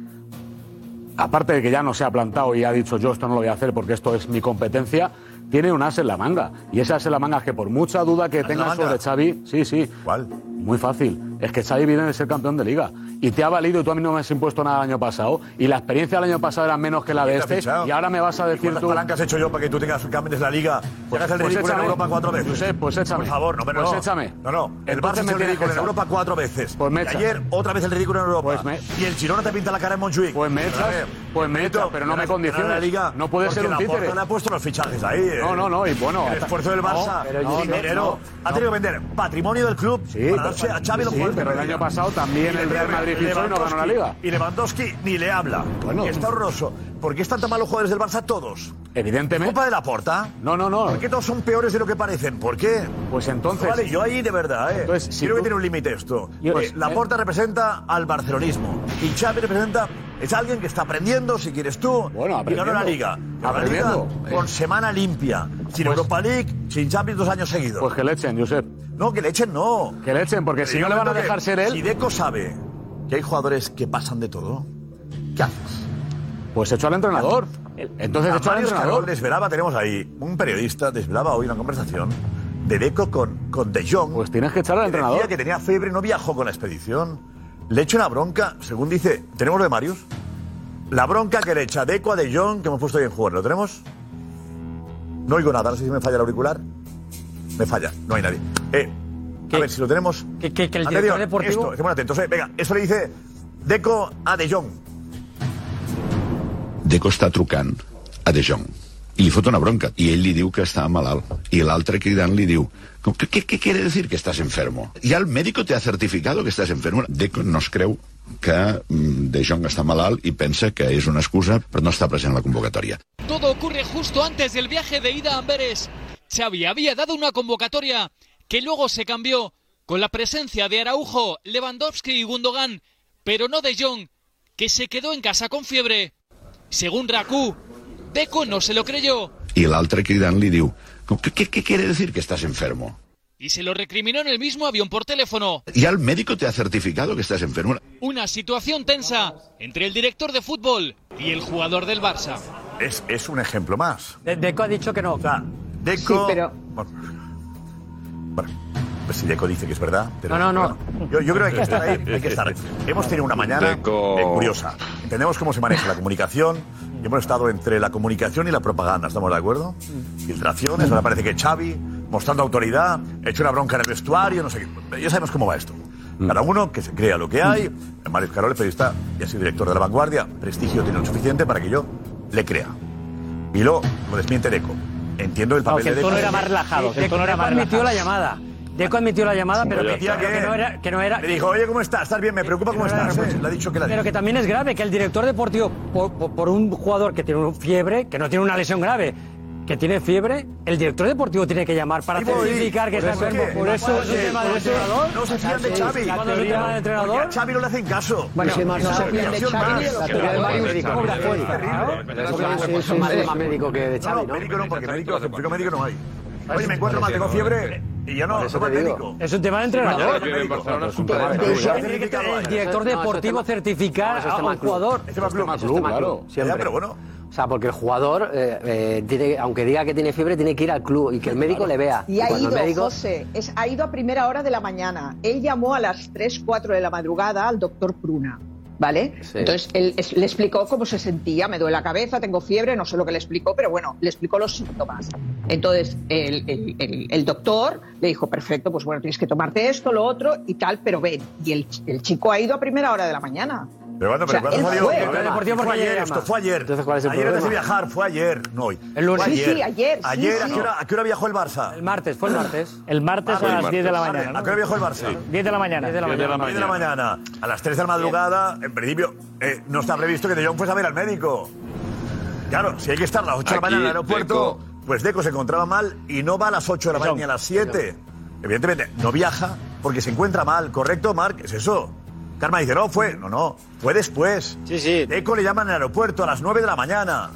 aparte de que ya no se ha plantado y ha dicho yo esto no lo voy a hacer porque esto es mi competencia, tiene un as en la manga. Y ese as en la manga es que por mucha duda que
en la
tengas
manga?
sobre Xavi, sí, sí. Muy fácil. Es que Xavi viene de ser campeón de liga. Y te ha valido y tú a mí no me has impuesto nada el año pasado. Y la experiencia del año pasado era menos que la de
¿Quién te ha
este.
fichado?
Y ahora me vas a decir
¿Cuántas
tú...
palancas he hecho yo para que tú tengas cambios de la liga? Pues, hagas el
pues
ridículo
échame.
en Europa cuatro veces.
Josep, pues échame.
Por favor, no, pero
Pues
no.
échame.
No, no. El Barça
Entonces me
hizo el
tienes que
ridículo en
echar.
Europa cuatro veces.
Pues me
Y
echas.
ayer otra vez el ridículo en Europa.
Pues me-
Y el Girona te pinta la cara en Montjuic.
Pues me echas, pues me echas, pero no me condiciones.
La liga
No puede ser
porque
un títere.
Laporta le ha puesto los fichajes ahí. eh.
No, no, no, y bueno,
El
hasta-
esfuerzo del
No,
Barça.
pero
sin
yo-
dinero.
no,
Ha
no.
tenido que vender patrimonio del club
Sí,
para
pero-
darse a Xavi los
sí,
jugadores de
pero el
la
año
liga.
pasado también
Y
el Real Madrid fichó y no ganó
Lewandowski-
la liga.
Y Lewandowski ni le habla. Está horroroso. ¿Por qué están tan malos jugadores del Barça todos?
Evidentemente.
¿Culpa de la porta?
No, no, no.
¿Por qué todos son peores de lo que parecen? ¿Por qué?
Pues entonces-
Vale, yo ahí de verdad, ¿eh?
Entonces, si
Creo que
tú-
tiene un límite esto.
Yo-
Pues,
eh,
la porta representa al barcelonismo. Y Xavi representa. Es alguien que está aprendiendo, si quieres tú. Bueno, Y ganó la
aprendiendo.
liga. Ganó la liga
Aprendiendo, eh.
con semana limpia. Sin Europa League, sin Champions dos años seguidos.
Pues que le echen, Josep.
No, que le echen no. Eh,
Que le echen, porque si no le van a dejar ser él...
Si Deco sabe que hay jugadores que pasan de todo, ¿qué haces?
Pues echó al entrenador. Entonces
A
echó al
Mario Escarol
entrenador.
desvelaba, tenemos ahí, un periodista desvelaba hoy una conversación de Deco con, con De Jong. Pues
tienes que echar al entrenador.
Decía que tenía fiebre y no viajó con la expedición. Le echa una bronca, según dice, ¿tenemos lo de Marius? La bronca que le echa Deco a De Jong, que hemos puesto hoy en jugar, ¿lo tenemos? No oigo nada, no sé si me falla el auricular. Me falla, no hay nadie. Eh, a ver si lo tenemos. Que,
el director deportivo-
Esto, estemos atentos. eh, venga, eso le dice Deco a De Jong.
Deco està trucant a De Jong. i li fot una bronca i ell li diu que està malalt i l'altre cridant li diu com, ¿qué, qué quiere decir que estás enfermo? Ya el médico te ha certificado que estás enfermo. Deco no es creu que mm, De Jong està malalt i pensa que és una excusa, però no està present a la convocatòria.
Todo ocurre justo antes del viaje de ida a Amberes. Xavi había dado una convocatoria que luego se cambió con la presencia de Araujo, Lewandowski y Gundogan, pero no de Jong, que se quedó en casa con fiebre. Según Rakú, Deco no se lo creyó
I l'altre cridant li diu com, ¿qué, qué quiere decir que estás enfermo?
y se lo recriminó en el mismo avión por teléfono.
Ya el médico te ha certificado que estás enfermo.
Una situación tensa entre el director de fútbol y el jugador del Barça.
Es, es un ejemplo más.
Deco ha dicho que no.
Deco. Bueno, bueno, pues si Deco dice que es verdad. pero-
No, no, no.
bueno, Yo, yo creo que hay que estar ahí, hay que estar. Hemos tenido una mañana
Deco.
eh, curiosa. Entendemos cómo se maneja la comunicación. y Hemos estado entre la comunicación y la propaganda, ¿estamos de acuerdo? Filtraciones, ahora parece que Xavi, mostrando autoridad, hecho una bronca en el vestuario, no sé qué. Ya sabemos cómo va esto. Cada uno que se crea lo que hay. Mario Carole, periodista y así director de La Vanguardia, prestigio tiene lo suficiente para que yo le crea. Y lo desmiente Deco. Entiendo el papel
que el
de Deco.
tono era más relajado, que el tono era más relajado. Deco admitió la llamada, pero que,
Decía
que no era... Que no era
Le dijo, oye, ¿cómo estás? ¿Estás bien? Me preocupa cómo estás. ¿eh?". Le ha dicho que la
Pero que también es grave que el director deportivo, por, por- por un jugador que tiene una fiebre, que no tiene una lesión grave, que tiene fiebre, el director deportivo tiene que llamar para
Y voy.
certificar que
Por
está
eso es
enfermo.
que- por
es un
eso-
tema de
por eso-
entrenador.
no se fían de Xavi.
Cuando es un tema de entrenador.
Porque a Xavi no le hacen caso.
Bueno, Sí, más, no se fían de
Opción
Xavi,
más.
la teoría de Mario
Es
Rico.
terrible.
Cobra fuera.
Terrible.
Pero eso es- eso es
Sí,
más
sí.
tema médico que de
No,
Xavi, ¿no?
médico no, porque médico, certificado médico no hay. Oye, me encuentro mal, tengo fiebre y ya no,
Por eso
no va
te digo.
médico.
Es un tema de entrenador.
Mañana tiene médico.
El director deportivo certificar a un jugador.
Siempre.
O sea, porque el jugador,
eh, eh, tiene- aunque diga que tiene fiebre, tiene que ir al club y que el médico le vea.
Y ha
cuando
ido,
el médico,
José, es, ha ido a primera hora de la mañana. Él llamó a las 3, 4 de la madrugada al doctor Pruna, ¿vale?
Sí.
Entonces, él es- le explicó cómo se sentía, me duele la cabeza, tengo fiebre, no sé lo que le explicó, pero bueno, le explicó los síntomas. Entonces, el, el- el- el doctor le dijo, perfecto, pues bueno, tienes que tomarte esto, lo otro y tal, pero ven. Y el, ch- el chico ha ido a primera hora de la mañana.
Pero bueno,
O sea,
pero cuando
él
salió
fue.
el
Pero deportivo,
fue
¿por qué
ayer,
llama?
esto fue ayer.
Entonces, ¿cuál es el
ayer antes de
problema?
viajar, fue ayer, no hoy.
El lunes.
Fue
Sí, sí, ayer, sí,
ayer, ¿a,
sí.
qué hora, a qué hora viajó el Barça? El
martes, fue el martes.
El martes
Martes,
a las 10 de la
martes.
mañana. ¿no?
¿A qué hora viajó el Barça?
10 de la mañana.
10 de la mañana. A las 3 de la madrugada, en principio, eh, no está previsto que De Jong fuese a ver al médico. Claro, si hay que estar a las 8 de la
Aquí,
mañana en el aeropuerto,
Deco.
pues Deco se encontraba mal y no va a las 8 de la mañana ni a las 7. Evidentemente, no viaja porque se encuentra mal, ¿correcto, Marc? ¿Es eso? Karma dice, no, fue. No, no, fue después. Sí, sí. Deco le llaman al aeropuerto a las 9 de la mañana.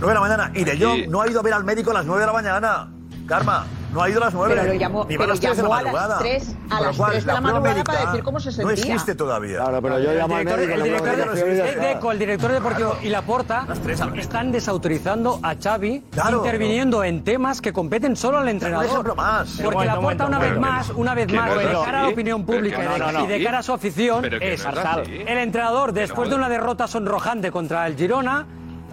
9 de la mañana. Y De
Aquí.
Jong no ha ido a ver al médico a las 9 de la mañana. Karma, no ha ido a las 9.
Pero lo llamó-
ni va a
pero
las 3 de la
llamó a las
madrugada.
3 a
Con lo
las
cual,
3 de la
prueba
madrugada para
médica
decir cómo se
No
sentía.
existe todavía.
Claro, pero yo
el
llamo al
director,
médico,
el
le pongo
director
la fiebre y ya
eh,
está.
Deco, el director deportivo y Laporta están desautorizando a Xavi interviniendo en temas que competen solo al entrenador.
Un ejemplo más.
Porque
Bueno,
Laporta
bueno,
una vez
bueno.
más, una vez
Que no
más,
es
de
así.
cara a la
Pero
opinión
que
pública
no
y de-
es así.
y de cara a su afición
Pero que
es
no es así.
el entrenador después de una derrota sonrojante contra el Girona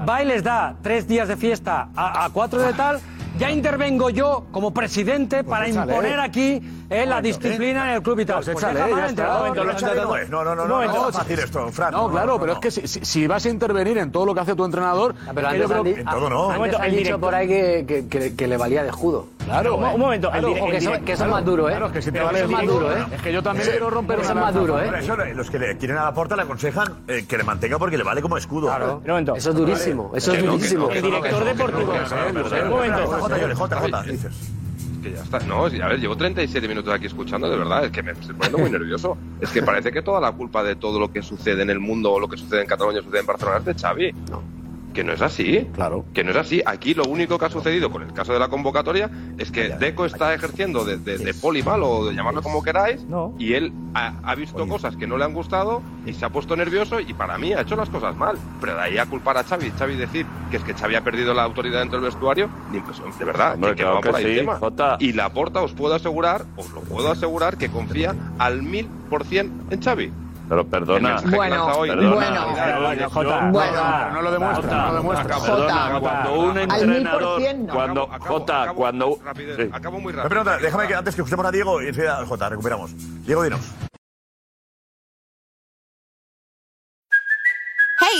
va y les da tres días de fiesta a, a cuatro de tal. Ya intervengo yo como presidente para
échale.
imponer aquí eh, la disciplina en el club y tal. Pues
échale,
deja mal
ya
al
está.
entrenador.
Momento,
Pero Xavi no es, no, no, no,
Un
no,
momento.
no es fácil esto, Fran,
No,
no,
claro,
no,
pero
no.
es que si, si- si vas a intervenir en todo lo que hace tu entrenador...
Ah, Pero
que
antes
yo
han,
creo-
di- antes han dicho por ahí que, que- que- que le valía de escudo.
Claro,
Un,
eh.
un momento. el
Claro,
dire-
o
que,
que
eso,
son-
que eso es
claro,
más duro, ¿eh?
claro, es que si te
Eso
vale
es
el
más
directo,
duro, ¿eh?
es que yo también
Sí.
quiero romper
Por
una
eso,
lanza.
por eso, los que le quieren a la puerta le aconsejan eh, que le mantenga porque le vale como escudo. Claro.
Eso es durísimo, eso es durísimo.
El director deportivo.
Un momento.
Que ya está. No, sí, a ver, llevo 37 minutos aquí escuchando, de verdad, es que me estoy poniendo muy nervioso. Es que parece que toda la culpa de todo lo que sucede en el mundo, o lo que sucede en Cataluña, sucede en Barcelona, es de Xavi. Que no es así.
Claro.
Que no es así. Aquí lo único que ha sucedido con el caso de la convocatoria es que Deco está ejerciendo de, de, de poli malo, o de llamarlo como queráis, y él ha, ha visto cosas que no le han gustado y se ha puesto nervioso y para mí ha hecho las cosas mal. Pero de ahí a culpar a Xavi, Xavi decir que es que Xavi ha perdido la autoridad dentro del vestuario, ni impresión, de verdad,
Hombre,
que, que
claro
no va
que
por ahí el
sí,
tema.
Jota.
Y la porta os puedo asegurar, os lo puedo asegurar, que confía al mil por cien en Xavi.
Pero perdona.
El mensaje que Bueno, lanza hoy. bueno.
Perdona,
Jota,
bueno.
no lo demuestra, no lo demuestra.
Jota,
Jota,
perdona, cuando un
al mil por
entrenador,
cien, no.
cuando Jota, cuando sí.
Acabo muy
Una pregunta, déjame que antes que escuchemos a Diego y enseguida, Jota, recuperamos. Diego, dinos.
Hey,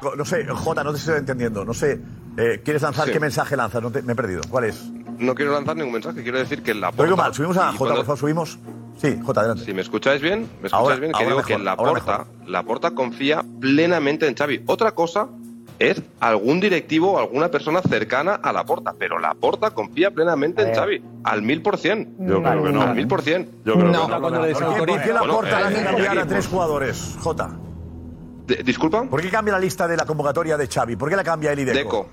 No sé, Jota, no te estoy entendiendo. No sé, eh, ¿quieres lanzar?
Sí.
¿Qué mensaje lanzas? No te- me he perdido. ¿Cuál es?
No quiero lanzar ningún mensaje, quiero decir que la
Lo digo mal. Subimos a
y
Jota,
cuando-
por favor, subimos. Sí, Jota, adelante.
Si me escucháis bien, me escucháis
Ahora-
bien, que
ahora
digo
mejor,
que
ahora
Laporta, Laporta confía plenamente en Xavi. Otra cosa es algún directivo o alguna persona cercana a Laporta, pero Laporta confía plenamente en Xavi, al mil por cien.
Yo creo que no.
Al mil por cien. eh,
Yo creo que No, no. eh, cuando le
¿Por qué, por qué la porta le hace cambiar a tres jugadores, Jota?
¿Disculpa?
¿Por qué cambia la lista de la convocatoria de Xavi? ¿Por qué la cambia él y Deco?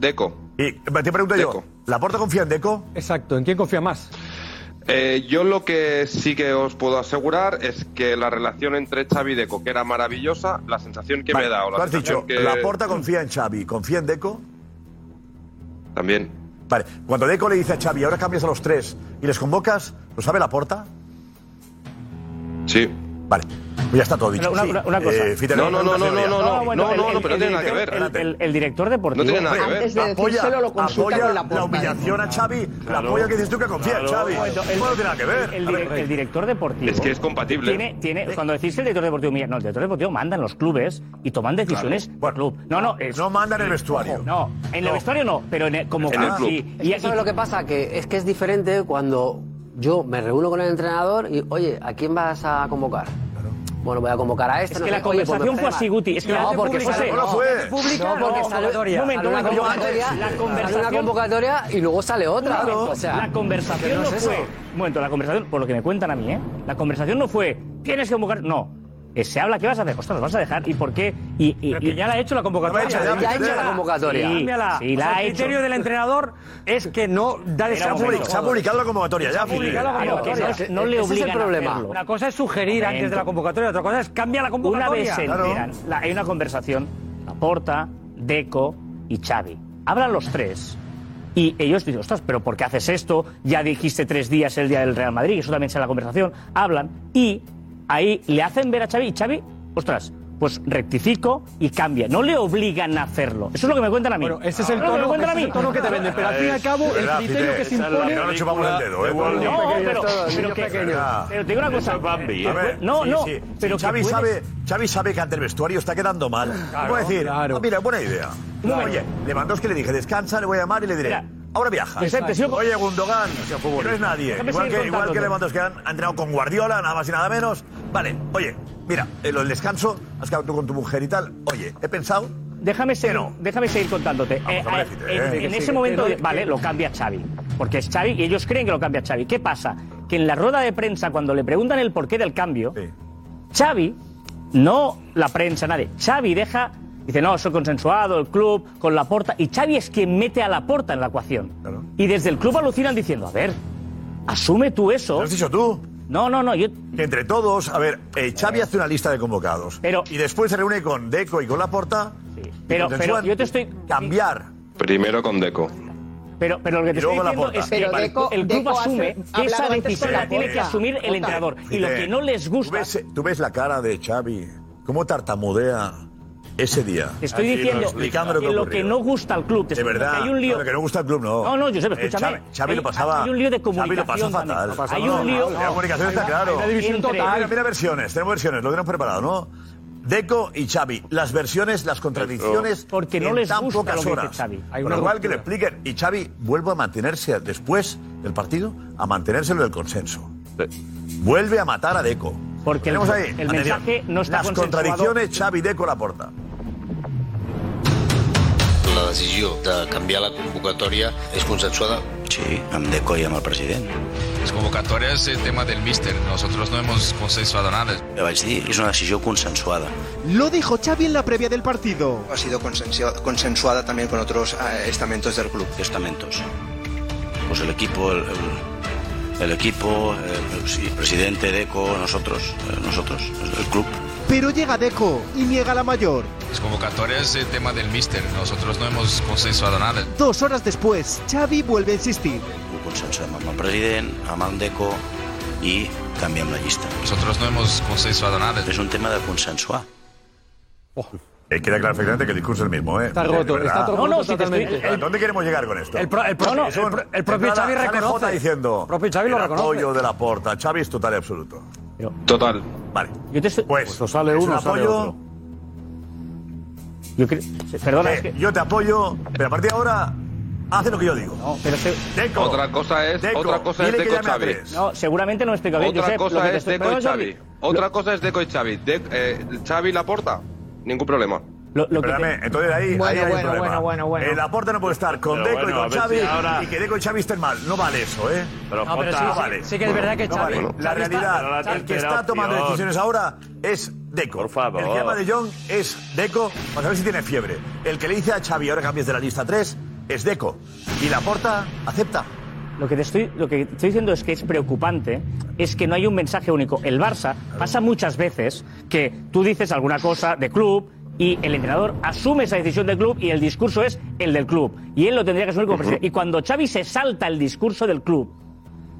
Deco.
Y eh, te pregunto yo,
Deco.
¿la porta confía en Deco?
Exacto, ¿en quién confía más?
Eh, yo lo que sí que os puedo asegurar es que la relación entre Xavi y Deco, que era maravillosa, la sensación que me da... O la
Tú has
sensación
dicho,
que...
la porta confía en Xavi, confía en Deco.
También.
Vale, cuando Deco le dice a Xavi, ahora cambias a los tres y les convocas, ¿lo sabe la porta?
Sí.
Vale, pues ya está todo dicho.
Una,
Sí.
una- una cosa.
Eh, Fite, tengo una teoría.
Ah, bueno, el- el- el
director-
director- el-
espérate.
El, el director deportivo.
apoya, apoya la humillación a Xavi,
Claro.
la apoya que dices tú que confía en
Claro.
Xavi.
Bueno, el-
no tiene nada que ver.
el
A ver,
direc- el director deportivo.
Es que es compatible.
Tiene, tiene, cuando decís el director deportivo, mira, no, el director deportivo manda en los clubes y toman decisiones por club. No, no, es-
no manda en el vestuario.
Ojo, no, en el
No.
vestuario no, pero en el- como
En el club.
sí,
Es que ¿sabes lo que pasa? Que es que es diferente cuando yo me reúno con el entrenador y, oye, ¿a quién vas a convocar? Bueno, voy a convocar a este.
Es
no
que
sé
la
qué. Oye, pues
conversación
me
fue
parece
así,
mal.
Guti. Es que la
no,
hace
porque
pública,
sale-
no lo fue.
No,
No, no,
porque sale
convocatoria.
sale
Momento,
una
momento,
convocatoria,
la
sale una
conversación-
convocatoria y luego sale otra.
Un momento,
O sea,
la conversación
que
no,
no es eso.
fue. Un momento, la conversación, por lo que me cuentan a mí, ¿eh? La conversación no fue. Tienes que convocar. No. Eh, se habla, ¿qué vas a hacer? Ostras, ¿vas a dejar? ¿Y por qué? Y, y- y ya la ha hecho la convocatoria.
ha hecho
Sí, sí, la ha
el
hecho.
criterio del entrenador es que no da
Pero
descanso.
un momento. Se ha publicado la convocatoria, ya,
Se ha publicado la
Filipe.
convocatoria.
Claro, que no- no le
Ese es el
obligan a
problema.
hacerlo.
Una cosa es sugerir
Momento.
antes de la convocatoria, otra cosa es cambia la
Una
convocatoria.
vez se enteran, la- hay una conversación, Laporta, Deco y Xavi. Hablan los tres. Y ellos dicen, ostras, pero ¿por qué haces esto? Ya dijiste tres días el día del Real Madrid, eso también sea la conversación. Hablan y ahí le hacen ver a Xavi y Xavi, ostras, pues rectifico y cambia. No le obligan a hacerlo. Eso es lo que me cuentan a mí. Bueno,
ese es el
lo que
tono-
me cuentan a
ese es
mí.
el tono que te venden, pero al fin y al cabo, el
Es verdad,
criterio
Fidel,
que
esa
se
es la
impone-
película
No chupamos el dedo, ¿eh?
de Walt Disney. No, pero- pero que-
Ah.
pero te digo una cosa.
A ver,
No,
¿eh? sí,
no,
sí.
pero
Si Xavi,
que puedes-
sabe, Xavi sabe que ante el vestuario está quedando mal.
Claro,
Puede decir,
claro.
"Ah, mira, buena idea.
Claro.
Oye, le mandó que le dije, descansa, le voy a llamar y le diré.
Mira,
Ahora viaja.
Vicente, Exacto. sigo-
Oye, Gundogan, que no es nadie.
Déjame
Igual
seguir
que, igual que
contándote.
Lewandowski han- ha entrenado con Guardiola, nada más y nada menos. Vale, oye, mira, el, el descanso, has quedado tú con tu mujer y tal. Oye, he pensado.
Déjame seguir, déjame seguir contándote. Eh,
hombre,
eh,
Fite,
en-
eh.
en
Que
ese
sí,
momento,
pero-
vale, lo cambia Xavi. Porque es Xavi y ellos creen que lo cambia Xavi. ¿Qué pasa? Que en la rueda de prensa, cuando le preguntan el porqué del cambio, Xavi, no la prensa, nadie, Xavi deja, dice, no, soy consensuado, el club, con la porta. Y Xavi es quien mete a la porta en la ecuación. Y desde el club alucinan diciendo, a ver, asume tú eso. ¿Lo has
dicho tú?
No, no, no, yo...
Entre todos, a ver, eh, Xavi hace una lista de convocados. Pero, y después se reúne con Deco y con Laporta. Sí,
Pero, pero yo te estoy...
Cambiar.
Primero con Deco.
Pero, pero lo que te
Y
estoy
luego la
diciendo
porta.
es que
Pero
el-
Deco-
el club
Deco hace-
asume
ha
que
hablado
esa
antes
decisión
con la
la tiene que
porta.
asumir el entrenador. Y lo que no les gusta.
Tú ves, tú ves la cara de Xavi, cómo tartamudea ese día.
Te estoy diciendo
explicando
que lo que no gusta al club. Te
De
estoy diciendo
verdad,
que hay un lío.
no, lo que no gusta al club no.
No, no, Josep,
Eh,
escúchame.
Xavi, Xavi lo
Hay-
pasaba.
hay un lío de
Xavi lo
comunicación
pasa
también.
fatal.
Hay un lío-
La comunicación está
Hay una-
claro.
hay una división
Entre-
total.
Mira, mira versiones, tenemos versiones, lo tenemos preparado, ¿no? Deco y Xavi, las versiones, las contradicciones
Porque no
en
les
tan
gusta
pocas
lo que dice
horas.
Xavi. Hay
Con
una
lo cual que lo
ruptura.
expliquen. Y Xavi vuelve a mantenerse después del partido, a mantenerse lo del consenso. Vuelve a matar a Deco.
Porque el-
Tenemos ahí,
el
atención,
mensaje no está
Las
consensuado.
contradicciones, Xavi, Deco, la porta.
La decisió de canviar la convocatòria és consensuada? Sí, amb Deco i amb el president.
Las convocatorias es tema del míster. Nosotros no hemos consensuado nada.
Li vaig dir, és una decisió consensuada.
Lo dijo Xavi en la previa del partido.
Ha sido consensuada también con otros eh, estamentos del club. ¿Qué estamentos? Pues el equipo, el, el- el equipo, el, el presidente, Deco, nosotros, eh, nosotros, el club.
Pero llega Deco y niega la mayor.
Las convocatorias es tema del míster. Nosotros no hemos consensuado nada.
Dos horas después, Xavi vuelve a insistir.
Un consenso amb el president, amb el DECO i també amb la llista.
Nosotros no hemos consensuado nada.
És un tema de consensuar.
Eh, queda claro perfectamente que el discurso es el mismo, ¿eh?
Está
De
roto,
verdad.
está todo No, no, roto sí, te totalmente. estoy-
¿A ¿Dónde queremos llegar con esto?
El pro- el pro- el pro- el propio
entrada,
Xavi
sale
reconoce.
Jota diciendo.
propio Xavi lo
el
reconoce.
apoyo de la porta. Xavi es total y absoluto.
Total.
Vale. Pues,
sale
es un
uno, sale
apoyo.
otro. Yo creo- perdona,
Eh,
es que-
Yo te apoyo, pero a partir de ahora, haz lo que yo digo. Deco.
Otra cosa es-
otra cosa es
dile que
Deco
llame a
Xavi.
tres.
No, seguramente no me explico bien,
Otra
Josep, lo
cosa
que te
es
estoy-
Deco y
perdona,
Xavi.
Jordi.
Otra cosa es Deco y Xavi. De, eh, Xavi la porta. Ningún problema.
Espérame, entonces ahí, ahí hay un problema. Eh, la porta no puede estar con
Pero
Deco
bueno,
y
a
con
ver
Xavi
si ahora-
y que Deco y Xavi estén mal. No vale eso, ¿eh?
Pero, No, pero Jota, sí,
no
sí,
vale.
sí que es verdad que
No
Xavi-
vale.
Xavi
La
está-
realidad,
Pero la
el que
tercera
está tomando
opción.
decisiones ahora es Deco. Por favor. El que llama de Jong es Deco para saber si tiene fiebre. El que le dice a Xavi ahora cambies de la lista 3 es Deco. Y la porta acepta.
Lo que, te estoy, lo que te estoy diciendo es que es preocupante, es que no hay un mensaje único. El Barça pasa muchas veces que tú dices alguna cosa de club y el entrenador asume esa decisión del club y el discurso es el del club. Y él lo tendría que asumir como presidente. Y cuando Xavi se salta el discurso del club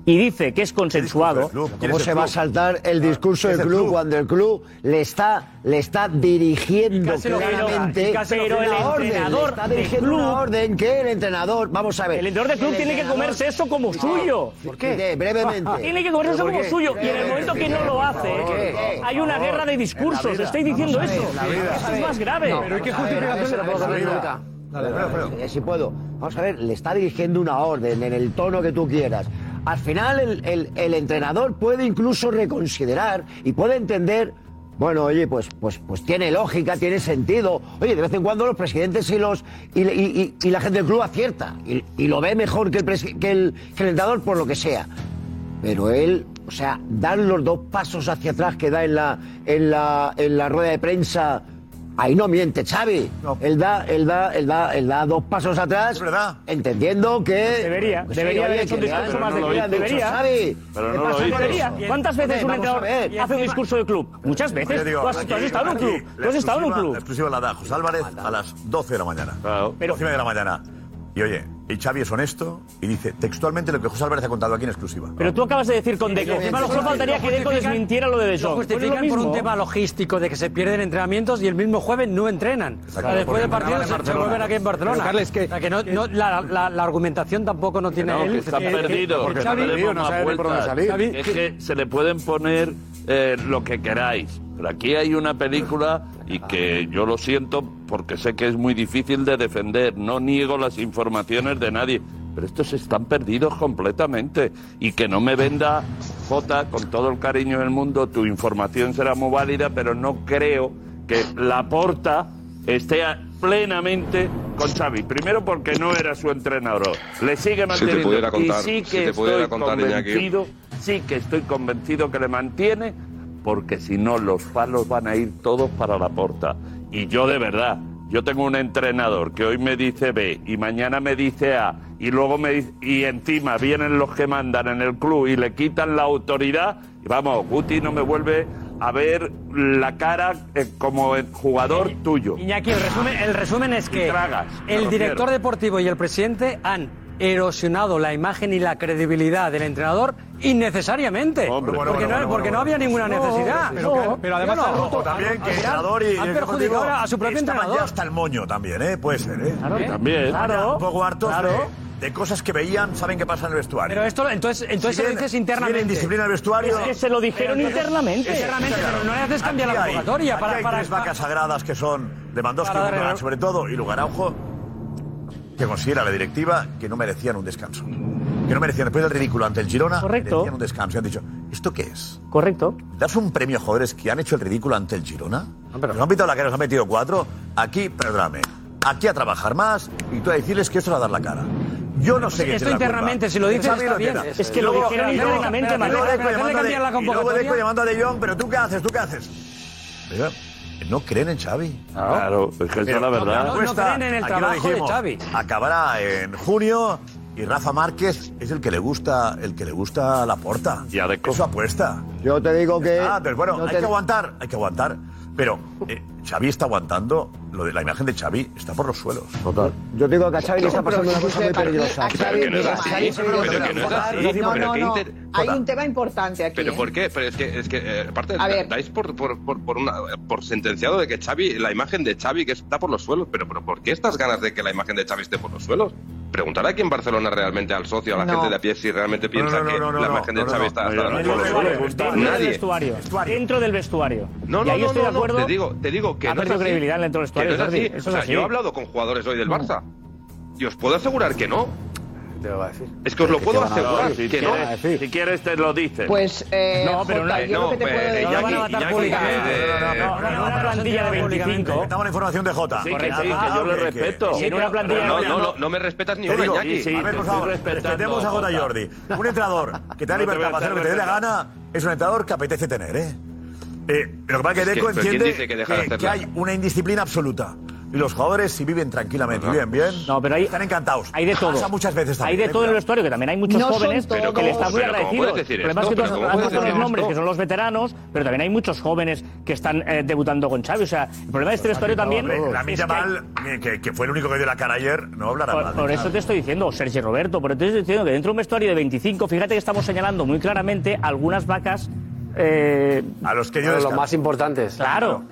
y dice que es consensuado...
¿Cómo se va a saltar el discurso del club, cuando el club le está, le está dirigiendo
casi lo firma,
claramente
y casi lo
pero
firma.
una
El
orden?
entrenador
le está
del
dirigiendo
club-
una orden que el entrenador, vamos a ver.
El entrenador del club tiene que comerse eso como suyo.
¿Por qué? Mire, brevemente.
Tiene que comerse eso
¿Pero por
como
qué?
suyo. Y en el
Brevemente,
momento que no lo
por
hace,
favor, ¿qué?
hay una
Por favor.
guerra de
En la
discursos.
vida.
Estoy diciendo
Vamos a ver,
eso.
en la vida.
Eso es más grave.
No, vamos a ver, a ver si lo puedo comer nunca. Dale, eh, Si puedo. Vamos a ver, le está dirigiendo una orden en el tono que tú quieras. Al final, el, el- el entrenador puede incluso reconsiderar y puede entender. Bueno, oye, pues, pues, pues tiene lógica, tiene sentido. Oye, de vez en cuando los presidentes y los y, y- y- y la gente del club acierta y, y lo ve mejor que el, presi- que el- que el entrenador por lo que sea. Pero él, o sea, dan los dos pasos hacia atrás que da en la, en la, en la rueda de prensa. Ahí no miente, Xavi. Él, da, él, da, él, da, él da dos pasos atrás. Entendiendo que.
Pues Debería,
que sí,
debería haber
oye,
hecho un
que le
discurso
han-
más de
que le
club.
han dicho,
Debería.
Xavi, ¿qué pasa con
Debería.
eso?
¿Cuántas veces un
Hombre, vamos
entrenador
a ver.
hace un discurso de club? Muchas veces.
Yo digo,
Tú has, tú has
aquí,
estado en un
aquí,
club.
la
Tú has estado en un
exclusiva-
club.
La exclusiva la da José Álvarez a las 12 de la mañana. Pero, 12 de la mañana. Y oye, y Xavi es honesto y dice textualmente lo que José Álvarez ha contado aquí en exclusiva.
Pero tú acabas de decir con Deco. Encima, solo faltaría que Deco desmintiera lo de De
Lo
Jong. Pues es lo
justifican por un
mismo.
tema logístico de que se pierden entrenamientos y el mismo jueves no entrenan. O sea,
claro,
después
porque
del partido
entrenaban en
se, se
Barcelona.
vuelven aquí en Barcelona.
Pero, Carles, que-
O sea, que no- no- la, la- la argumentación tampoco no tiene
No,
él. Eh,
que está
Que- que-
perdido.
que
que
Xavi-
no tenemos más vueltas.
Xavi-
Es que se le pueden poner eh, lo que queráis. Pero aquí hay una película y que yo lo siento porque sé que es muy difícil de defender. No niego las informaciones de nadie. Pero estos están perdidos completamente. Y que no me venda, Jota, con todo el cariño del mundo, tu información será muy válida, pero no creo que la porta esté a- plenamente con Xavi. Primero porque no era su entrenador. Le sigue
Si te
manteniendo.
pudiera contar,
y sí que
si te pudiera
estoy
contar, Iñaki.
convencido, sí que estoy convencido que le mantiene, porque si no los palos van a ir todos para la porta. Y yo de verdad, yo tengo un entrenador que hoy me dice B y mañana me dice A y luego me dice- y encima vienen los que mandan en el club y le quitan la autoridad. Y vamos, Guti no me vuelve a ver la cara eh, como el jugador tuyo.
Iñaki, el resumen, el resumen es
me
que el
refiero.
director deportivo y el presidente han erosionado la imagen y la credibilidad del entrenador innecesariamente. porque no, porque no había ninguna necesidad.
Pero,
No,
pero además
no, no.
ojo, también que
Al
el
final,
entrenador y
han perjudicado a su propio
estaban
entrenador.
ya hasta el moño también, ¿eh? Puede ser, ¿eh?
Claro. También.
Estaban ya
Claro.
Un poco hartos
Claro.
de, de cosas que veían, saben que pasa en el vestuario.
Pero esto, entonces, entonces
Si
se lo
bien-
dices
si bien
internamente.
indisciplina al vestuario.
Es que se lo dijeron
Pero entonces-
internamente. Internamente, pero no le haces cambiar la
Aquí hay-
convocatoria
aquí
para-
hay
para-
tres vacas sagradas que son Lewandowski,
Para dar
Gundogan
el-
sobre todo, y Lugaraujo, que considera la directiva que no merecían un descanso. Que no merecían, después del ridículo ante el Girona, merecían un descanso. Y han dicho, ¿esto qué es?
Correcto.
¿Das un premio a jugadores que han hecho el ridículo ante el Girona? Nos han pitado la cara, nos han metido cuatro. Aquí, perdóname, aquí a trabajar más y tú a decirles que esto es a dar la cara. Yo no sé qué
esto internamente, si lo dices, está bien. Es que lo dijeron internamente, Manuel. Espérate, espérate, cambiar la
Y luego
convocatoria.
Deco llamando a De Jong, pero tú qué haces, tú qué haces. Oiga, No creen en Xavi.
Claro, es que esa es la verdad.
La encuesta, aquí lo dijimos, Acabará en junio y Rafa Márquez es el que le gusta, el que le gusta la porta. Ya de Es su apuesta.
Yo te digo que.
Ah, pero bueno,
yo
hay
te-
que aguantar, hay que aguantar. Pero eh, Xavi está aguantando, lo de, la imagen de Xavi está por los suelos.
Total.
Yo digo que a Xavi le está pasando una cosa muy
Josep, aquí-
peligrosa.
a Xavi-
Pero que no es
mira,
así,
Xavi-
pero que no es así,
No,
pero
no,
que
no.
inter-
Hay un tema importante aquí.
¿Pero
¿eh?
por qué? Pero es que, es que eh, aparte,
A ver.
dais por, por, por, por una, por sentenciado de que Xavi, la imagen de Xavi que está por los suelos. Pero, pero ¿por qué estas ganas de que la imagen de Xavi esté por los suelos? Preguntar aquí en Barcelona realmente al socio, a la
No.
gente de a pie, si realmente piensa
no, no,
que
no, no,
la
no,
imagen de
no, no,
Xavi
no,
está,
no,
está
no,
por
no,
los
no, no,
suelos.
no,
Dentro del
Nadie.
vestuario. Dentro del vestuario.
No,
y
no,
ahí
no,
estoy
no,
de
no,
acuerdo.
Te digo, te digo que
ha
no es
perdido
así.
credibilidad dentro del
Que
vestuario.
no es
Jordi.
así.
Eso es
O sea,
así.
yo he hablado con jugadores hoy del Barça y os puedo asegurar que no.
Te lo va a decir.
Es que os lo
¿Qué
puedo
te van a
asegurar
decir?
que
¿Qué
no.
van a decir? Si quieres te lo dices.
Pues, eh,
No, pero
Jota,
no,
yo lo que te
no,
puedo
pero
decir-
ya van a matar públicamente.
una plantilla de 25.
Damos la información de Jota.
Sí, que sí, que yo
lo
ok, que-
respeto.
Si en una plantilla-
No, no, no, no me respetas ni
Te
una,
digo,
Iñaki.
a ver, por favor, respetemos a Jota Jordi. Un entrenador que te da
No te voy a
libertad para hacer
hacer
lo que te dé la
respetar.
gana es un entrenador que apetece tener, ¿eh? Eh, lo que pasa es que
Es que,
Deco
pero ¿quién
entiende
dice que deja de
que,
hacerla?
que hay una indisciplina absoluta. Y los jugadores, si viven tranquilamente y viven bien, no, pero están encantados.
Hay de todo.
Pasa muchas veces
Hay
también.
de
¿eh?
todo en el vestuario, que también hay muchos
No son
jóvenes
todos.
que le están muy
Pero ¿cómo
agradecidos.
puedes decir
el problema es
esto?
que tú has-
¿Pero cómo
has,
puedes
puesto
decir
los nombres,
esto?
que son los veteranos, pero también hay muchos jóvenes que están eh, debutando con Xavi. O sea, el problema de
Pues
este vestuario también.
Hombre, Lamine
es que hay-
Yamal, eh, que, que fue el único que dio la cara ayer, no hablará mal
Por,
de
por eso
Xavi.
te estoy diciendo, o Sergio Roberto, por eso te estoy diciendo que dentro de un vestuario de 25, fíjate que estamos señalando muy claramente algunas vacas. eh,
a los que
yo
Claro, los descarto. más importantes.
Claro.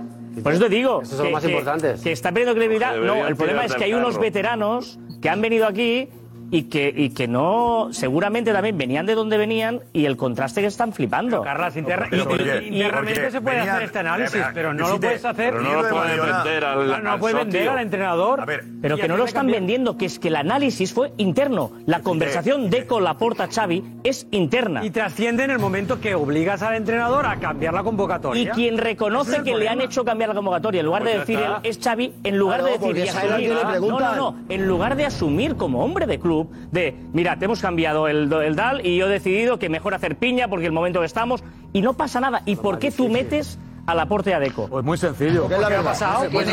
Por eso te digo.
Esos son
que-
los más
que-
importantes.
Que está perdiendo credibilidad.
Oye,
No,
deberían
el problema es
tirarte
que hay
al
unos
carro.
veteranos que han venido aquí y que, y que no. Seguramente también venían de donde venían y el contraste que están flipando.
Carlas, interna-
Pero,
y-
¿por
y-
qué?
y- internamente
Porque
se puede
venían-
hacer este análisis,
Mira,
pero no
visite-
lo puedes hacer.
pero no lo puedes
Guardiola.
vender al-
Claro, no
al
puedes vender
socio.
al entrenador.
Pero
Y
que no
hacerle
lo están
cambiar.
vendiendo, que es que el análisis fue interno. La conversación de con la porta Xavi es interna.
Y trasciende en el momento que obligas al entrenador a cambiar la
Y
convocatoria.
quien
Ese
reconoce
es el
que le han
problema.
hecho cambiar la convocatoria, en lugar
Pues
de
ya
decir
está.
es Xavi, en lugar
Claro,
de decir
porque
y
esa es la
asumir,
que le
no,
preguntan.
no, no, en lugar de asumir como hombre de club, de mira, te hemos cambiado el, do- el DAL y yo he decidido que mejor hacer piña porque el momento que estamos y no pasa nada. ¿Y por qué tú metes a la porte a Deco? Pues
muy sencillo.
¿Qué ha pasado?
Pues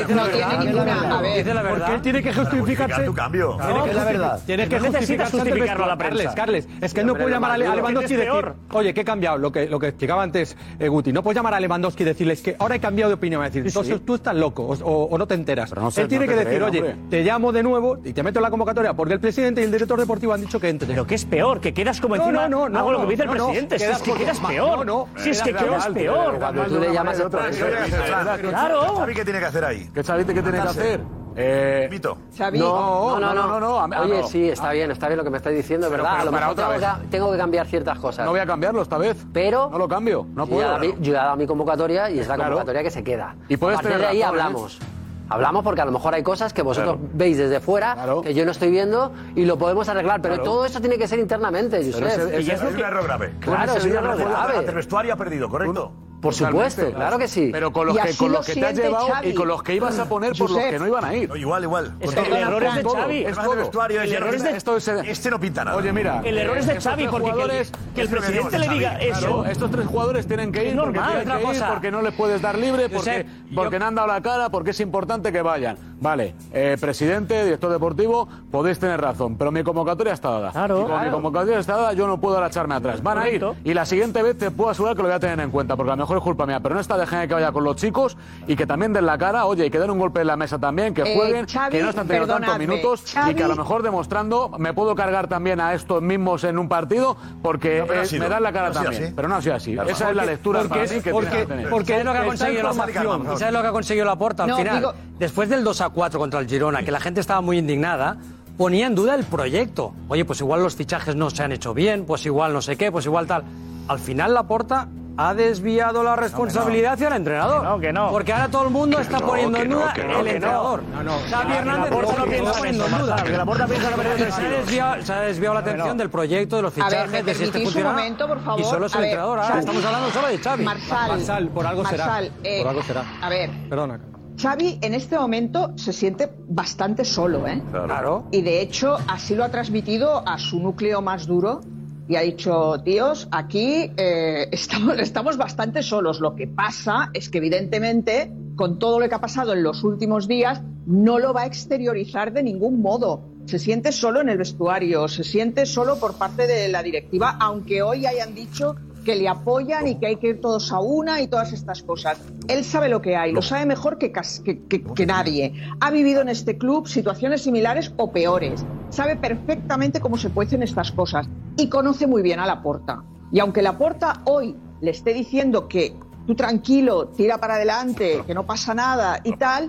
Porque él tiene que justificarse.
cambio.
Tiene que
Es la verdad.
Tienes que
No necesitas
justificarse antes de
justificarlo a la
Carles,
prensa.
Carles, es que él
Ya,
no
pero
puede llamar a Le- a Lewandowski
Lewandowski
y
es
decir,
peor.
oye, que he cambiado, lo que, lo que explicaba antes eh, Guti. No puedes llamar a Lewandowski y decirles que ahora he cambiado de opinión. Va a decir,
Sí, sí.
"Entonces tú estás loco o, o- o no te enteras.
sé,
él tiene
no te
que decir,
creen,
oye,
hombre.
te llamo de nuevo y te meto en la convocatoria porque el presidente y el director deportivo han dicho que entre. Pero
que es peor, que quedas como encima-
No, no, no.
hago lo
no,
que me dice el
no, no,
presidente, si es que
como-
quedas
ma-
peor.
No, eh, no.
Si es que
Quedas
quedas
mal,
peor.
pero
Cuando
mal
tú
de
le
una
llamas
manera u otra.
otra
Eso es,
vez.
eso es.
Claro. Claro.
¿Xavi qué tiene que hacer ahí?
¿Qué Xavi qué tiene que
Matarse.
hacer? Eh,
Mito.
Xavi.
No, no, no, no, no. a- a-
Oye,
no. Ah.
sí, está bien, está bien lo que me estáis diciendo, es
Pero-
verdad.
pero
a lo
para
mejor
otra
tengo
vez.
que, tengo que cambiar ciertas cosas.
No voy a cambiarlo esta vez.
Pero
No lo cambio. No
yo
puedo.
ya la vi- yo ya he dado mi convocatoria y es la
Claro.
convocatoria que se queda.
Y puedes
a partir
tener
de ahí
razón, ¿eh?
hablamos. Hablamos porque a lo mejor hay cosas que vosotros veis desde fuera, que yo no estoy viendo, y lo podemos arreglar. Pero
Claro.
todo eso tiene que ser internamente,
Pero
Josep.
ese- ese- hay un error grave.
Claro,
Ese
es un
error
error grave.
Ante el vestuario ha perdido, ¿correcto?
Por supuesto,
Totalmente.
claro que sí.
Pero con los
Y
que,
así
con
lo
los que te has
siente
llevado
Xavi.
y con los que ibas a poner por los
Josep.
que no iban a ir.
No, igual, igual.
Es
Con
que
todo.
el error es de
Todo.
Xavi.
El
Es
error
todo.
del vestuario.
El
ese
error
no
es
pinta-
de- esto es-
Este no pinta nada.
Oye, mira.
Eh,
El error es de
estos
Xavi,
tres
porque que el-
jugadores-
que el
estos tres
presidente le
jugadores,
diga
Xavi, claro,
eso.
estos tres jugadores tienen que
Es
ir
normal,
porque
otra
tienen que ir,
cosa.
porque no les puedes dar libre, porque,
Josep,
porque no han dado la cara, porque es importante que vayan. Vale, eh, presidente, director deportivo, podéis tener razón, pero mi convocatoria está dada. Claro. Como mi convocatoria está dada, yo no puedo ahora echarme atrás. Van a ir.
Correcto.
Y la siguiente vez te puedo asegurar que lo voy a tener en cuenta, porque a lo mejor es culpa mía, pero no está dejen que vaya con los chicos y que también den la cara, oye, y que den un golpe en la mesa también, que
Eh,
jueguen,
Xavi,
que no están teniendo tantos
perdonadme,
minutos y
Xavi-
que a lo mejor demostrando me puedo cargar también a estos mismos en un partido porque
No, pero ha
eh,
sido.
me dan la cara
No ha sido
también.
así.
Pero no ha sido así.
Claro.
Esa es la
Porque-
lectura
porque-
para mí que
porque-
tiene que tener.
porque-
¿Sabes lo que ha
Está
conseguido la
informática,
afición?
vamos.
¿Sabes lo que ha conseguido la Porta al
No,
final?
digo-
Después del 2 a 4 contra el Girona, que la gente estaba muy indignada, ponía en duda el proyecto. Oye, pues igual los fichajes no se han hecho bien, pues igual no sé qué, pues igual tal. Al final la Porta ha desviado la responsabilidad hacia el entrenador.
No, que no.
Porque ahora todo el mundo está
no,
poniendo
que
en
no,
duda
que no,
el
que no.
entrenador.
No, no,
Xavi
que la-
Hernández
la Porta
lo
no piensa en
está poniendo
eso,
en duda.
Marta, que la Porta piensa en perder
Se ha
partidos.
desviado- Se ha desviado la atención del proyecto, de los
A
fichajes,
ver, me
de si este
permitís un
funciona.
momento, por favor.
Y solo es
A
el
ver,
entrenador. Ahora
Xavi.
estamos hablando solo de Xavi.
Marsal.
Marsal, por algo
Marsal,
será.
eh,
por algo será.
A ver,
Perdona.
Xavi en este momento se siente bastante solo, ¿eh?
Claro.
Y de hecho así lo ha transmitido a su núcleo más duro y ha dicho, tíos, aquí eh, *laughs* estamos, estamos bastante solos. Lo que pasa es que evidentemente con todo lo que ha pasado en los últimos días no lo va a exteriorizar de ningún modo. Se siente solo en el vestuario, se siente solo por parte de la directiva, aunque hoy hayan dicho que le apoyan y que hay que ir todos a una y todas estas cosas. Él sabe lo que hay, lo sabe mejor que, cas- que- que- que nadie. Ha vivido en este club situaciones similares o peores. Sabe perfectamente cómo se cuecen estas cosas y conoce muy bien a la porta. Y aunque la porta hoy le esté diciendo que tú tranquilo, tira para adelante, que no pasa nada y tal,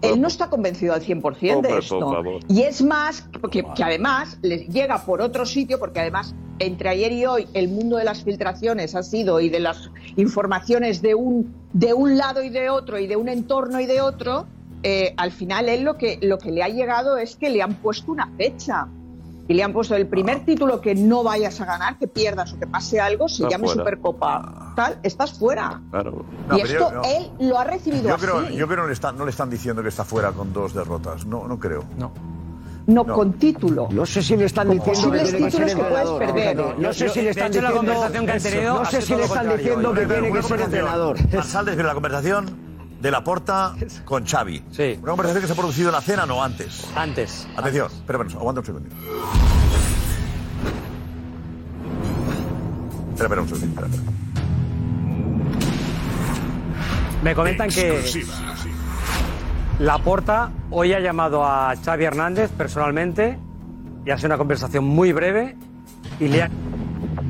él no está convencido al 100% de
Hombre,
esto.
por favor.
Y es más, que, que además les llega por otro sitio, porque además entre ayer y hoy el mundo de las filtraciones ha sido y de las informaciones de un, de un lado y de otro y de un entorno y de otro, eh, al final él lo que, lo que le ha llegado es que le han puesto una fecha. Y le han puesto el
Ah.
primer título que no vayas a ganar, que pierdas o que pase algo, se
Está
llame
fuera.
Supercopa. Tal, estás fuera.
Claro.
y esto él lo ha recibido
Yo
así.
creo, yo creo que le están- no le están diciendo que está fuera con dos derrotas. No, no creo. No.
No, con título.
No sé si le están diciendo
posibles
tiene ser
títulos que puedes
entrenador.
perder.
No, no, no sé
Yo-
si
de
le están
hecho, la
diciendo.
conversación que han tenido
no
ha sido
sé si
todo
le
lo
están
contrario.
diciendo que
Una
tiene que ser
conversación.
entrenador.
Ansaldes, pero la conversación de la porta con Xavi. Sí. Una conversación que se ha producido en la cena, no antes.
Antes.
Atención, espera, bueno, aguanta un segundo. Espera, espera un segundo.
Me comentan que Laporta hoy ha llamado a Xavi Hernández personalmente y hace una conversación muy breve y le ha-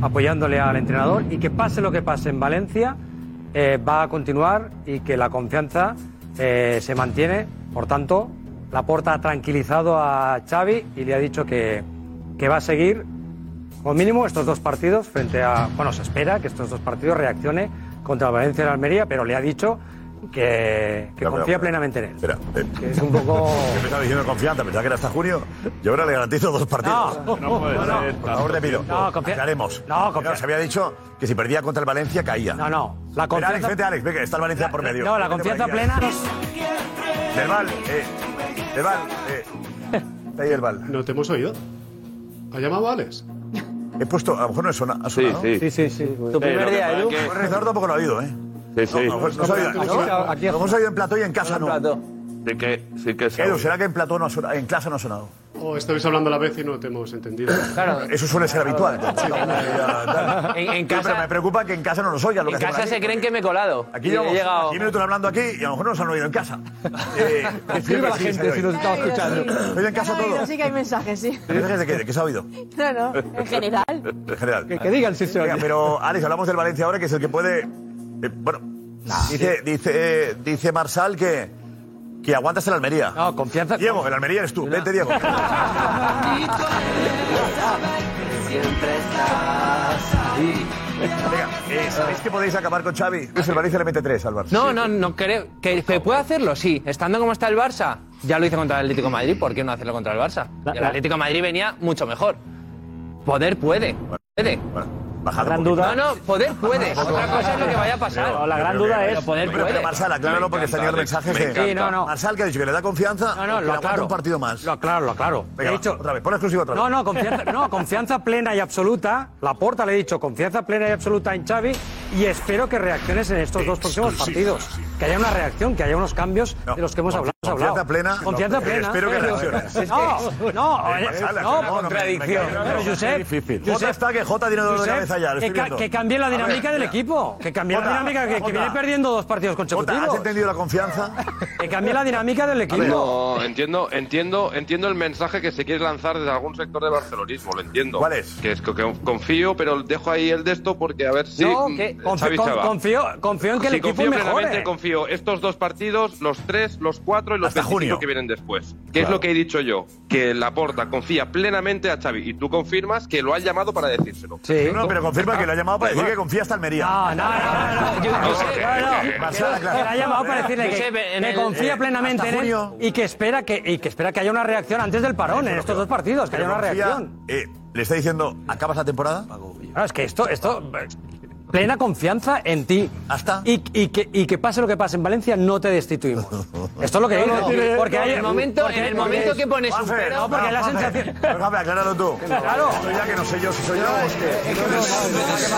apoyándole al entrenador y que pase lo que pase en Valencia eh, va a continuar y que la confianza eh, se mantiene. Por tanto, Laporta ha tranquilizado a Xavi y le ha dicho que, que va a seguir como mínimo estos dos partidos frente a. Bueno, se espera que estos dos partidos reaccione contra Valencia y la Almería, pero le ha dicho que, que
Espera,
confía
espera.
plenamente en él.
Espera, eh.
Que es
*laughs*
un poco.
Yo pensaba diciendo confianza, pensaba que era hasta junio. Yo ahora le garantizo dos partidos.
No,
*laughs*
no puede ser
Por favor,
tanto
le pido.
tiempo. No, confia-
Aclaremos. No, Se había dicho que si perdía contra el Valencia caía. No,
no. La
Vete,
confianza-
Alex, vete, Alex, venga, está el Valencia por medio.
No,
Vete
la
por
confianza
aquí,
plena.
Alex. Del Val, eh. Del Val, eh. Está ahí el Val.
No te hemos oído. ¿Ha llamado Alex?
He puesto, a lo mejor no suena. ¿Ha
Sí,
sonado?
sí. Sí, sí,
sí.
Tu primer día, Edu.
Pues Ricardo tampoco lo ha oído, ¿eh?
Sí, sí.
No, a lo mejor no se ha oído. A lo mejor se ha oído en plató y en casa no.
Sí que, sí que se
Edu,
oye.
¿será que en plató no ha sonado? En clase no ha sonado.
O estabais hablando a la vez y no te hemos entendido.
Eso suele ser habitual.
En- en
Sí, pero
casa-
me preocupa que en casa no nos oigan. lo
En
que hacemos
casa
aquí,
se creen
porque-
que me he colado.
Aquí
Y he
llevamos
llegado.
10 minutos hablando aquí y a lo mejor no nos han oído en casa. Eh,
Escribe la gente si nos
estaba
estaba escuchando.
Oye, en casa
Ya lo he oído,
todo.
Sí que hay mensajes, sí.
¿Qué mensajes de qué? ¿De qué se ha oído?
No, no, en general.
En general.
Que- que digan si se
Venga,
oye.
Pero, Alex, hablamos del Valencia ahora, que es el que puede... eh, bueno, dice, dice, eh, dice Marsal que, que aguantas el Almería. No,
confianza...
Diego, el Almería eres tú. Vente,
*laughs*
Diego. Venga, eh, ¿sabéis que podéis acabar con Xavi? Pues el Valencia le mete 3 al Barça.
No, no, no creo. ¿Que, que puede hacerlo? Sí. Estando como está el Barça, ya lo hizo contra el Atlético de Madrid. ¿Por qué no hacerlo contra el Barça? Y el
la-
Atlético de Madrid venía mucho mejor. Poder puede. Puede.
La
gran duda.
No, no, poder puede. Otra cosa es lo que vaya a pasar.
No, la gran duda es.
Poder
Pero,
puede.
pero Marsal, acláralo porque está llegando mensajes de.
Sí, no, no.
Marsal que ha dicho que le da confianza.
No, no,
que
lo
aguanta
aclaro.
un partido más. Lo
aclaro, lo aclaro.
Venga,
He
va,
dicho-
otra vez, pon exclusiva otra vez.
No, no, confianza, no, confianza plena y absoluta. La porta le he dicho confianza plena y absoluta en Xavi y espero que reacciones en estos dos próximos partidos. Que haya una reacción, que haya unos cambios de los que hemos hablado. hemos
confianza
hablado.
plena, no,
Confianza
eh,
plena.
espero que
Pero-
reacciones.
*laughs* Es que- no,
Eh,
eh,
Marsal,
no,
acláralo, no, me-
contradicción.
me cae-
Pero,
no,
Josep,
qué difícil.
Josep,
Jota está que Jota tiene dolor de
Josep,
cabeza ya, lo estoy
que, ca-
viendo.
que cambie
A
la
ver,
dinámica del
mira.
equipo. Que cambie
Jota,
la dinámica que- que,
Jota.
viene perdiendo dos partidos consecutivos.
¿has entendido la confianza?
Que cambie la dinámica del equipo.
No, entiendo, entiendo, entiendo el mensaje que se quiere lanzar desde algún sector del barcelonismo, lo entiendo. ¿Cuál es? Que es que que confío, pero dejo ahí el de esto porque a ver si
No,
mm,
que
Xavi
confi-
se
con-
va.
confío, confío en que el
Sí,
equipo
confío plenamente,
mejore.
confío. Estos dos partidos, los tres, los cuatro y los 25 que vienen después. ¿Qué es lo que he dicho yo? Que Laporta confía plenamente a Xavi y tú confirmas que lo ha llamado para decírselo.
No, no, pero confirma que lo ha llamado para decir que confía hasta Almería. No,
no, no. no,
Marsal,
Que la pues ha
aclara.
llamado para decirle que,
Josep, en
que
el-
confía
eh,
plenamente en
hasta
él y que espera que y que espera que haya una reacción antes del parón en estos dos partidos, que haya
Pero
una
confía,
reacción.
eh, le está diciendo, ¿acabas la temporada?
Claro, es que esto esto eh, plena confianza en ti. Hasta y, y que y que pase lo que pase en Valencia no
*laughs*
te destituimos. Esto es lo que
No,
digo.
no, tiene-
porque
no,
hay
en el momento- en el momento que pones un
Juanfe,
pero-
No, porque
no,
la
Juanfe.
sensación
Déjame, acláralo tú. Claro. ya que no sé yo si soy yo o es que...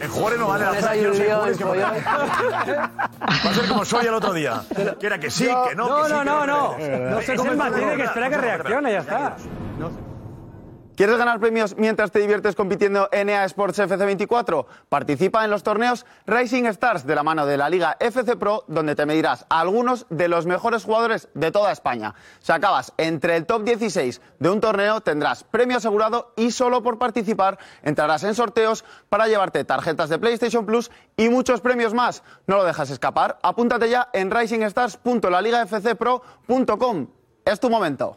En Juárez no vale la
Pones ahí
frase, yo no
un
sé en
lío,
Juárez qué
un
vale. Va a ser como soy el otro día. Que era que sí, que no,
No,
que sí,
no,
que
no, no.
Eh,
No sé,
eh,
es el
eh,
matiz de que
eh,
espera que
eh,
reaccione, ya está.
¿Quieres ganar premios mientras te diviertes compitiendo en EA Sports FC24? Participa en los torneos Rising Stars de la mano de la Liga FC Pro, donde te medirás a algunos de los mejores jugadores de toda España. Si acabas entre el top 16 de un torneo, tendrás premio asegurado y solo por participar entrarás en sorteos para llevarte tarjetas de PlayStation Plus y muchos premios más. No lo dejas escapar. Apúntate ya en risingstars.laligafcpro.com. Es tu momento.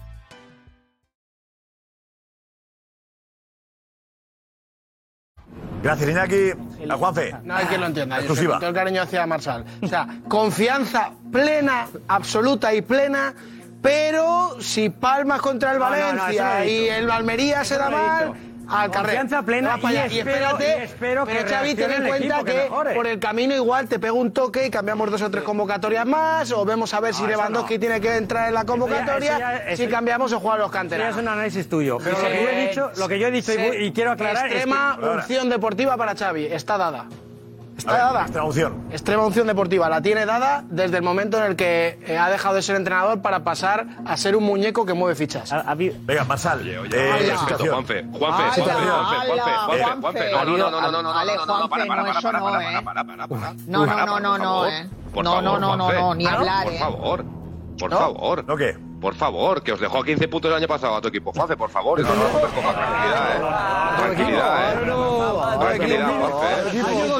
Gracias, Iñaki. A Juanfe.
Nada que lo entienda. Yo
Exclusiva.
soy- todo el cariño hacia Marsal. O sea, confianza plena, absoluta y plena. Pero si palmas contra el
No, no, no,
Valencia
eso no lo he
y
dicho.
el Almería se
Eso
da
no lo he
mal,
dicho.
al carrer.
Confianza plena
Va para
y
allá.
espero- y espero que
pero Xavi, ten
reaccione
en
el
cuenta
equipo, que
que,
mejore.
por el camino igual te pega un toque y cambiamos dos o tres convocatorias más, o vemos a ver si
eso
Lewandowski
no.
tiene que entrar en la
Eso ya-
convocatoria,
eso ya-
si
eso-
cambiamos o jugar los
Eso ya
canteranos.
es un análisis tuyo. Pero lo que yo he dicho, lo que yo he dicho y,
Sí.
y quiero aclarar es que-
eh, Extrema
Ahora.
unción deportiva para Xavi. Está dada. Está dada.
Extrema unción.
Extrema unción deportiva. La tiene dada desde el momento en el que eh, ha dejado de ser entrenador para pasar a ser un muñeco que mueve fichas.
Venga, Marsal.
Eh,
Oye,
situación.
respeto, Juanfe, Juanfe, Juanfe,
Ala,
Juanfe, Juanfe,
ala,
Juanfe,
Juanfe.
Juanfe. No, no, no, no, no, no,
Ale,
no, no, no, para,
Juanfe,
para,
no,
para,
eso
para,
no,
para, para,
¿eh?
para, para.
No,
Para,
no, no,
por
no, no,
favor,
¿eh?
por
No, no,
favor,
no, no,
Juanfe.
no, ni hablar,
Por
¿eh?
favor. Por favor.
¿No qué?
Por favor, que os dejó a 15 puntos el año pasado a tu equipo. Juanfe, por favor. No, no, Supercopa, tranquilidad, ¿eh? Tranquilidad, ¿eh? Tranquilidad,
¿eh?
Juanfe.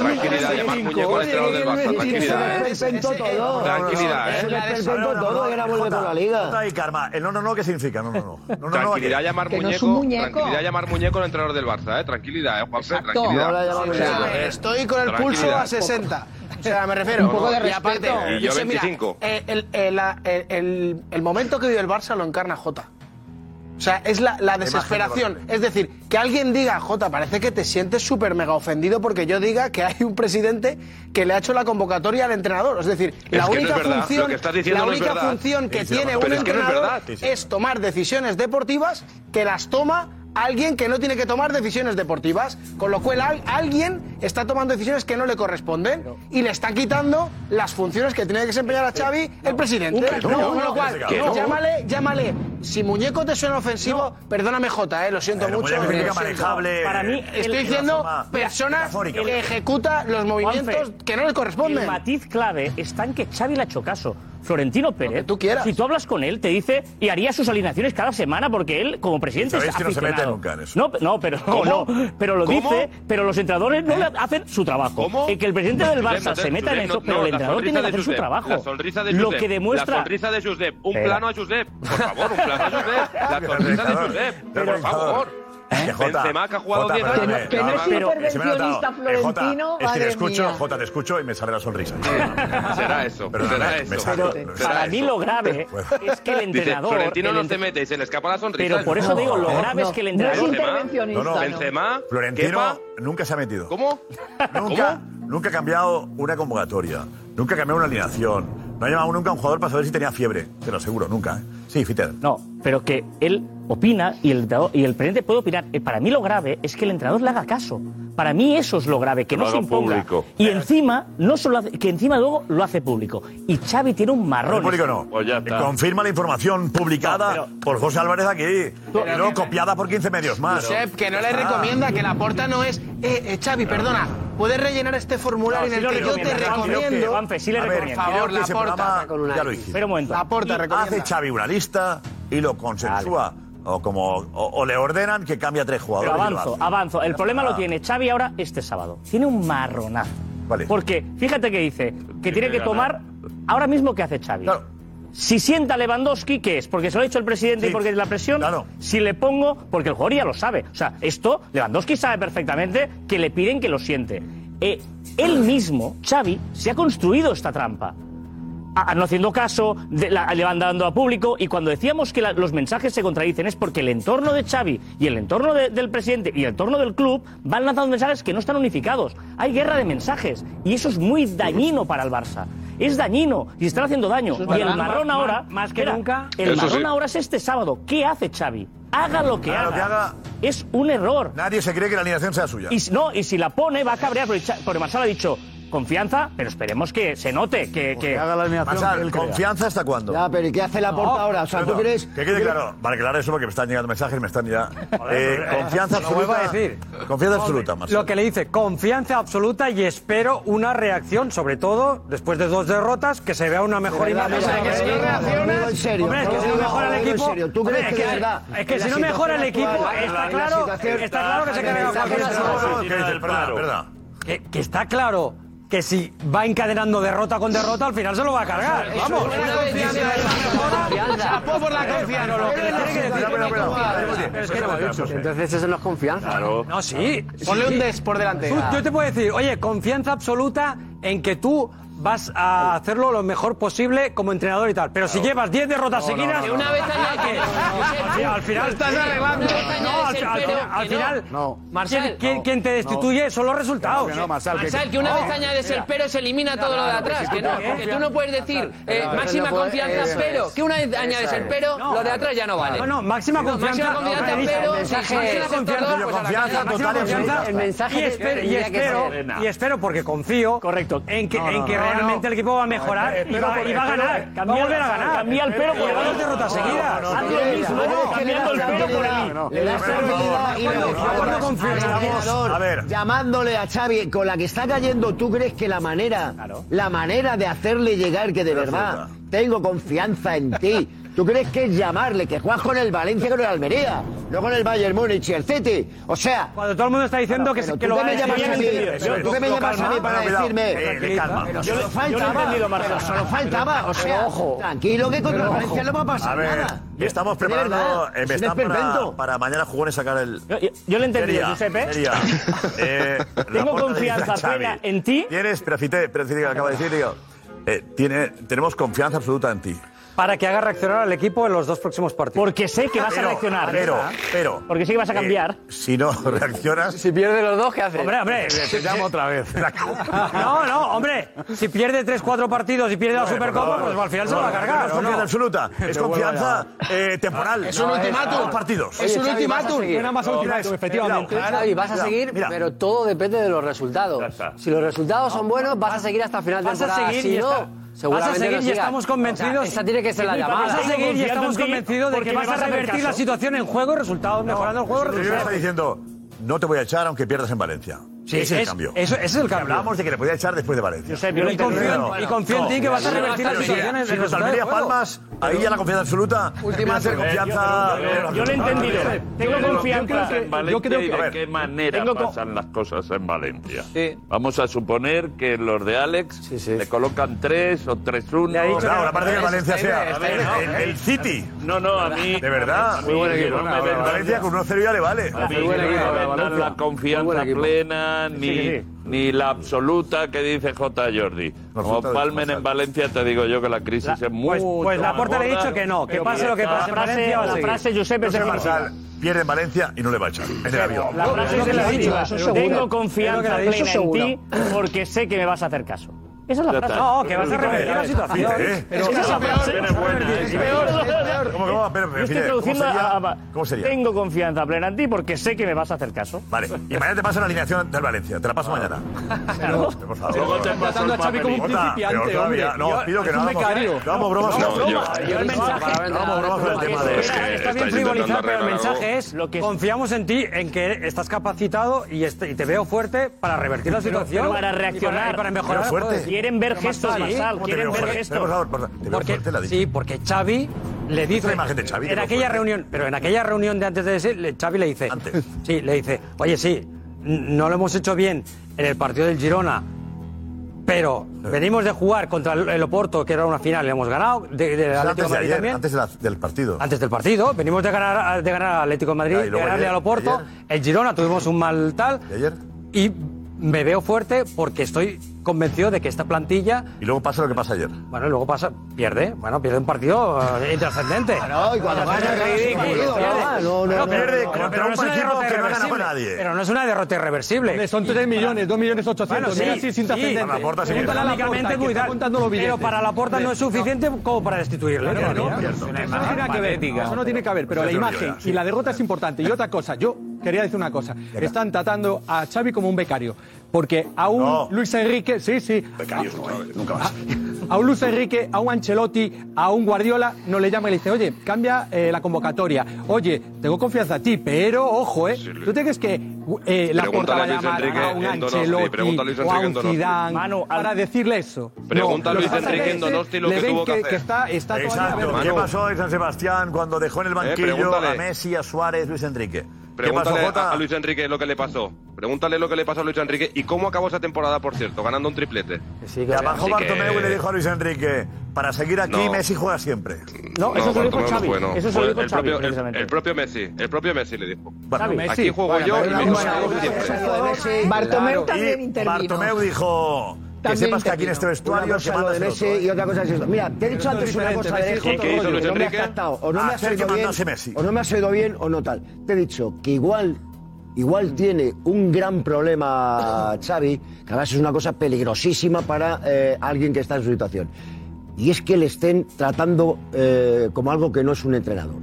Tranquilidad, llamar muñeco al entrenador del Barça. Tranquilidad, ¿eh? Tranquilidad, ¿eh?
Nota y karma. El no, no, no, ¿qué significa? No, no, no. No, no, no,
Tranquilidad
¿qué?
llamar muñeco, tranquilidad llamar muñeco al entrenador del Barça, eh, tranquilidad, eh, Juanfe,
No la
tranquilidad. eh.
llamamos ya. eh, Estoy con el pulso
Tranquilidad.
a 60. O sea, me refiero.
Un poco de
Y aparte,
respeto. Y yo
o sea, mira,
25.
eh, el, el- la- el- el- el momento que vive el Barça lo encarna Jota. O sea, es la, la
imagen de
desesperación.
Barcelona.
Es decir, que alguien diga, Jota, parece que te sientes súper mega ofendido porque yo diga que hay un presidente que le ha hecho la convocatoria al entrenador. Es decir,
Es que
la
no
única
es verdad,
función,
lo que estás diciendo
la
no es
única
verdad.
función que
Sí, sí,
tiene
pero
un
es que no es
entrenador
verdad.
es, tomar decisiones deportivas que las toma alguien que no tiene que tomar decisiones deportivas. Con lo cual, al- alguien está tomando decisiones que no le corresponden y le está quitando las funciones que tiene que desempeñar a Xavi el presidente.
que no,
con lo
no,
cual,
que no.
llámale, llámale. Si muñeco te suena ofensivo, perdóname, Jota, eh, lo siento
Pero
mucho.
muñeco
lo
significa
siento.
manejable,
Para mí,
eh,
estoy
de
diciendo
una forma
persona
metafórica.
que ejecuta los movimientos
Juanfe,
que no le corresponden.
El matiz clave está en que Xavi le ha hecho caso. Florentino Pérez,
tú quieras.
si tú hablas con él, te dice y haría sus alineaciones cada semana porque él, como presidente,
Sabéis
es
que no se
aficionado.
mete nunca en eso.
No, pe- no, pero, *laughs* no, pero lo
¿Cómo?
dice, pero los entrenadores no le hacen su trabajo.
¿Cómo?
El que el presidente del Barça se meta en
Josep,
eso,
no,
pero
no,
el
la
entrenador
sonrisa
tiene que
de
hacer su
Josep,
trabajo.
La sonrisa de
lo
Josep,
que demuestra...
La sonrisa de Josep. Un
Espera.
plano a Josep. Por favor, un plano a Josep. La sonrisa de Josep. Por favor.
¿Eh?
Benzema, que ha jugado 10 años.
Florentino. Es que te escucho, Eh, Jota, te escucho y me sale la sonrisa.
*laughs* Será eso, será eso.
Para mí lo grave es que el entrenador...
Dice, Florentino
el
no se mete y se le escapa la sonrisa.
Pero por eso digo, lo
No,
grave es que el
no es
entrenador...
intervencionista, No, no. Benzema,
Florentino
Kepa.
nunca se ha metido.
¿Cómo?
Nunca, nunca ha cambiado una convocatoria. Nunca ha cambiado una alineación. No ha llamado nunca a un jugador para saber si tenía fiebre. Te lo aseguro, nunca. ¿eh? Sí, Fiter.
No, pero que él opina y el, entrenador- y el presidente puede opinar. Eh, Para mí lo grave es que el entrenador le haga caso. Para mí eso es lo grave, que
Lo
no se
haga
imponga.
público.
Y encima, no solo hace- que encima luego lo hace público. Y Xavi tiene un marrón.
El público no.
Pues
Confirma la información publicada por José Álvarez aquí. y luego copiada por 15 medios más.
Josep, que no le
Ah.
recomienda, que la porta no es. Eh, eh, Xavi, perdona, puedes rellenar este formulario
No, sí
en el
lo
que yo te
recomienda, Juanfe, creo que-
recomiendo.
Juanfe, sí le
A ver,
Por
recomiendo.
favor,
creo que
la
ese
porta.
programa
*laughs*
ya lo hicimos.
Espera un momento.
La porta
Hace Xavi una lista y lo consensúa. O, como, o, o le ordenan que cambie a tres
Pero
jugadores. y lo
avanzo,
hace. Ah.
avanzo. El
Ya
problema
está.
lo tiene Xavi ahora este sábado. Tiene un marronazo. Porque fíjate que dice que tiene
que
que
ganar.
tomar ahora mismo que hace Xavi. Si sienta Lewandowski, ¿qué es? Porque se lo ha dicho el presidente y porque es la presión. Si le pongo, porque el jugador ya lo sabe. O sea, esto Lewandowski sabe perfectamente que le piden que lo siente. Eh, él mismo, Xavi, se ha construido esta trampa. a- no haciendo caso, de- la- le van dando a público. Y cuando decíamos que la- los mensajes se contradicen es porque el entorno de Xavi y el entorno de- del presidente y el entorno del club van lanzando mensajes que no están unificados. Hay guerra de mensajes y eso es muy dañino para el Barça. Es dañino y están haciendo daño.
Eso es
Y el
verdad.
marrón
Más-
ahora,
más que
espera,
nunca.
el
Eso sí.
marrón ahora es este sábado. ¿Qué hace Xavi? Haga lo que,
Haga
haga,
lo que haga.
Es un error.
Nadie se cree que la alineación sea suya.
Y si, no, y si la pone, va a cabrear. Porque, Cha- porque Marsal ha dicho confianza, pero esperemos que se note. Que, Pues que... haga la
Marsal, ¿confianza hasta cuándo?
Ya, pero ¿y qué hace la Laporta porta ahora? O sea, ¿tú crees-
Que quede claro, para aclarar eso, porque me están llegando mensajes, me están ya. Eh, confianza
Lo vuelvo
absoluta.
a decir.
Confianza
Hombre,
absoluta, Marsal.
Lo que le dice, confianza absoluta y espero una reacción, sobre todo después de dos derrotas, que se vea una mejor
De verdad,
imagen.
mira,
Hombre,
que si no reaccionas-
en serio. Hombre, es que
No,
si no
no,
mejora el
no, en
equipo.
serio, ¿tú
hombre,
crees
es
que de verdad,
Es que
la
si no mejora el
situación
equipo,
actual, la-
está
la
claro.
situación-
Está claro que se
el
carga
mensaje
cualquier
no es
cosa.
solo- ¿Qué dices? Perdona, perdona.
Que, que está claro que si va encadenando derrota con derrota, al final se lo va a cargar.
Eso,
Vamos.
eso, una vez ya se
Confianza.
Chapó por la confianza.
Pero lo que le tiene que decir-
Entonces eso no es confianza.
No, sí.
Ponle
Sí.
un des por delante.
Tú- Yo te puedo decir, oye, confianza absoluta en que tú vas a hacerlo lo mejor posible como entrenador y tal. Pero si llevas 10 derrotas
No, no,
seguidas...
no, no. Una vez
*laughs*
añade-
¿qué? Al fi- Al final...
Lo estás arreglando.
No,
Una
al,
vez añades el
al-
pero,
al
que no.
final...
No.
¿quién,
Marcel,
quién-
no,
quién te destituye son los resultados.
Que no, Marcel, que- Marcel, que una vez añades el
pero se elimina todo lo de atrás, que no, que tú no puedes decir eh, máxima confianza, pero, que una vez añades el pero, lo de atrás ya no vale.
No, no, máxima
No,
confianza.
máxima confianza,
no,
pero
el
si
mensaje-
Jorge
máxima
Laporta no, pues a la
confianza,
calle.
confianza, máxima
Máxima
confianza,
confianza.
el mensaje
Y
que
espero-
tendría
y
que
espero-
ser. y espero porque confío correcto en que,
No, no,
en que
no,
realmente
no.
el equipo va a
No,
mejorar
espero-
y, va,
espero-
y va a
espero-
ganar
espero-
va a volver a
espero-
ganar
cambia el pero por
lleva
el-
dos derrotas
no, no, no,
seguidas
no,
Haz
no,
lo
no,
mismo,
no, no,
no, cambiando el
no,
pero por
no,
el
no,
i.
le das
Yo cuando-
seguridad y
yo cuando-
le
yo cuando
das
confío en el
al
entrenador,
entrenador, Llamándole a Xavi, con la que está cayendo, ¿tú crees que la manera, la manera de hacerle llegar que de verdad tengo confianza en ti? ¿Tú crees que es llamarle, que juegas con el Valencia, con el Almería, no con el Bayern Múnich y el City? O sea...
Cuando todo el mundo está diciendo que,
tú
que lo
qué
va a
me llamas
decidir
a mí?
el
Pero
entrenador.
tú qué me
Lo
llamas a
calma,
mí para
pero cuidado,
decirme?
eh, le calma.
Pero solo faltaba, pero solo faltaba, o sea,
Pero
tranquilo que contra el
Pero
Valencia no va a pasar
A ver,
nada.
estamos
De
preparando.
verdad,
eh, me
si no
están
es perfecto.
para, para mañana jugones sacar el.
Yo, yo lo he entendido,
Sería,
Giuseppe.
sería, eh,
Tengo
Laporta
confianza
dice a Xavi,
plena en ti.
Tienes, pero Fite, pero Fite que acaba de decir, digo, eh, tiene, tenemos confianza absoluta en ti.
Para que haga reaccionar al equipo en los dos próximos partidos.
Porque sé que vas a reaccionar.
Pero, pero.
Porque sí que vas a cambiar.
Si no *laughs* reaccionas.
Si pierde los dos, ¿qué haces?
Hombre, hombre.
Te llamo otra vez.
*laughs* No, no, hombre. Si pierde 3-4 partidos y pierde la Supercopa, pues al final se lo va a cargar.
Es
¿o no?
confianza absoluta. Es
Me vuelvo a
confianza eh, temporal.
Es un
No,
ultimátum.
Dos partidos.
Es un Oye, Xavi, ultimátum. vas a seguir.
Suena más a ultimátum, efectivamente.
Xavi, vas a seguir, pero todo depende de los resultados. Si los resultados son buenos, vas a seguir hasta final de
Vas a
temporada.
seguir y
si
está-
no, seguramente
vas a seguir
no
y
sigas.
estamos
O sea,
convencidos.
esa tiene que ser la llamada.
Vas a seguir y estamos convencidos de que vas a revertir la situación en juego, resultados, mejorando el juego,
Yo está
resultados.
diciendo, no te voy a echar aunque pierdas en Valencia.
Sí,
ese es el
es-
cambio.
eso- ese es el
Que
cambio.
Hablábamos de que le podía echar después de Valencia.
Josep, yo lo Y confío en-
Pero
y confío en ti que vas a
no,
revertir
pero
las
sí,
situaciones
Si
del
los
resultado
Almería
del juego.
Palmas, ahí ya la confianza absoluta.
Ultimátum.
pierde Confianza.
Eh, yo- yo lo he entendido. Pero Yo creo que, en Valencia y de qué manera tengo co-
pasan
las cosas en Valencia. Vamos a suponer que los de Alex le colocan 3 o 3-1.
dicho No, que- ahora parece que el Valencia sea-
A ver,
el-
no.
el City.
No, no, a mí.
De verdad.
a mí
Muy buen equipo.
no me
Ahora,
vendan-
Valencia con 1-0 ya le vale.
A mí
Muy
no
buen
me
equipo,
vendan
Valencia.
la confianza plena ni, ni la absoluta que dice J. Jordi. Como
Resultado
palmen en Valencia, te digo yo que la crisis es muy.
Pues, pues la puerta le he dicho que no, que pase lo que pase. en Valencia va a seguir.
Josep Marsal pierde en Valencia y no le va a echar. En el avión.
La frase es definitiva. Tengo confianza
Eso
plena en
seguro.
ti porque sé que me vas a hacer caso. Esa es la
Ya
frase.
está. No, que vas a revertir la situación.
Es que
¿eh? Pero
esa es la
es
frase.
peor, es buena, es peor. ¿Cómo, cómo? Espera,
Yo estoy
Fidel, ¿cómo
traduciendo
sería?
a- a-
¿Cómo sería?
Tengo confianza plena en ti porque sé que me vas a hacer caso.
Vale, y mañana te paso la alineación del Valencia, te la paso mañana. Por favor.
Luego te
Jota,
paso el papelito.
Jota, pero
hombre.
todavía- No,
Yo-
pido que
es
no
un
hagamos
becario.
no hagamos bromas.
No,
con-
yo-
No,
yo el mensaje-
No hagamos bromas con el tema de...
Espera, está bien frivolizar, pero el mensaje es: confiamos en ti, en que estás capacitado y, est- y te veo fuerte para revertir la
Pero-
situación.
pero para
y
reaccionar.
y para, mejorar.
Pero fuerte. Quieren ver gestos, Marsal,
¿cómo te
quieren
veo
ver
fuerte?
gestos.
Pero, por favor, por-
te veo
porque-
fuerte, la ha dicho.
Sí, porque Xavi le dice.
la imagen de Xavi, te
En
veo
aquella
fuerte.
reunión, pero en aquella reunión de antes de decir, le- Xavi le dice. Antes. Sí, le dice: Oye, sí, n- no lo hemos hecho bien en el partido del Girona. Pero venimos de jugar contra el el Oporto, que era una final, le hemos ganado. De, del Atlético
Antes de
de Madrid
ayer,
también.
antes de la- del partido.
Antes del partido, venimos de ganar, a- de ganar al Atlético de Madrid,
Ya, y
de
luego
ganarle
ayer,
al Oporto, el Girona tuvimos un mal tal. ¿Y
ayer?
me veo fuerte porque estoy convencido de que esta plantilla.
Y luego pasa lo que pasa ayer.
Bueno, y luego pasa. Pierde. Bueno, pierde un partido eh, intrascendente. Claro,
y cuando gana, gana su partido, no, no, no, no, no, no. Pero no es una derrota irreversible.
Pero no es una derrota irreversible.
Son 3 millones, 2 millones 800.
Bueno,
mil,
sí,
así,
sí,
sin trascendente.
Para la porta sí.
Pregúntale a la Porta,
Económicamente
que
muy
está
tal.
contando los
Pero
billetes.
para la porta no es suficiente como para destituirle.
Claro, no, no, eso no tiene nada que ver. Eso no tiene que ver, pero la imagen y la derrota es importante. Y otra cosa, yo quería decir una cosa. Están tratando a Xavi como un becario. Porque a un Luis Enrique, sí, sí. Becarios
eh,
nunca más.
A un Luis Enrique, a un Ancelotti, a un Guardiola, no le llama y le dice, oye, cambia eh, la convocatoria. Oye, tengo confianza en ti, pero ojo, ¿eh? ¿Tú te crees que eh, la porta
Pregúntale
va
a
a
Luis
llamar
Enrique
a un
en Donosti,
Ancelotti
pregúntale a Luis
o a
Enrique en
un
Donosti.
Zidane para decirle eso?
Pregunta a
No,
Luis
lo que pasa
Enrique
es
en
que
Donosti lo
le
que
ven
tuvo que hacer.
que está, está todavía
Exacto.
verde.
¿Qué pasó en San Sebastián cuando dejó en el banquillo
Eh, pregúntale.
a Messi, a Suárez, Luis Enrique? ¿Qué pasó,
Pregúntale
Jota?
a, a Luis Enrique lo que le pasó. Pregúntale lo que le pasó a Luis Enrique y cómo acabó esa temporada, por cierto, ganando un triplete.
Que Bajó
Así que-
Bartomeu y le dijo a Luis Enrique, para seguir aquí
No.
Messi juega siempre.
No, Bartomeu no fue, no. Fue Pues el propio- el- El propio Messi, el propio Messi le dijo.
Xavi.
Aquí juego
Bueno,
yo y
pero
me
no,
juego
no,
siempre.
no, no, no, no, no.
Bartomeu
Y
también intervino.
Bartomeu dijo que
También
sepas que aquí en
intervino.
este
Una
vestuario
cosa
se
lo
manda
de
el
Messi
otro, ¿eh?
y otra cosa es esto. Mira, te he dicho antes una cosa de Jota Rollo, que no me has captado, o no me has
Hacer que
oído bien,
mandase Messi.
o no me has oído bien o no tal. Te he dicho que igual
Mm.
igual tiene un gran problema Xavi, que además es una cosa peligrosísima para eh, alguien que está en su situación. Y es que le estén tratando eh, como algo que no es un entrenador.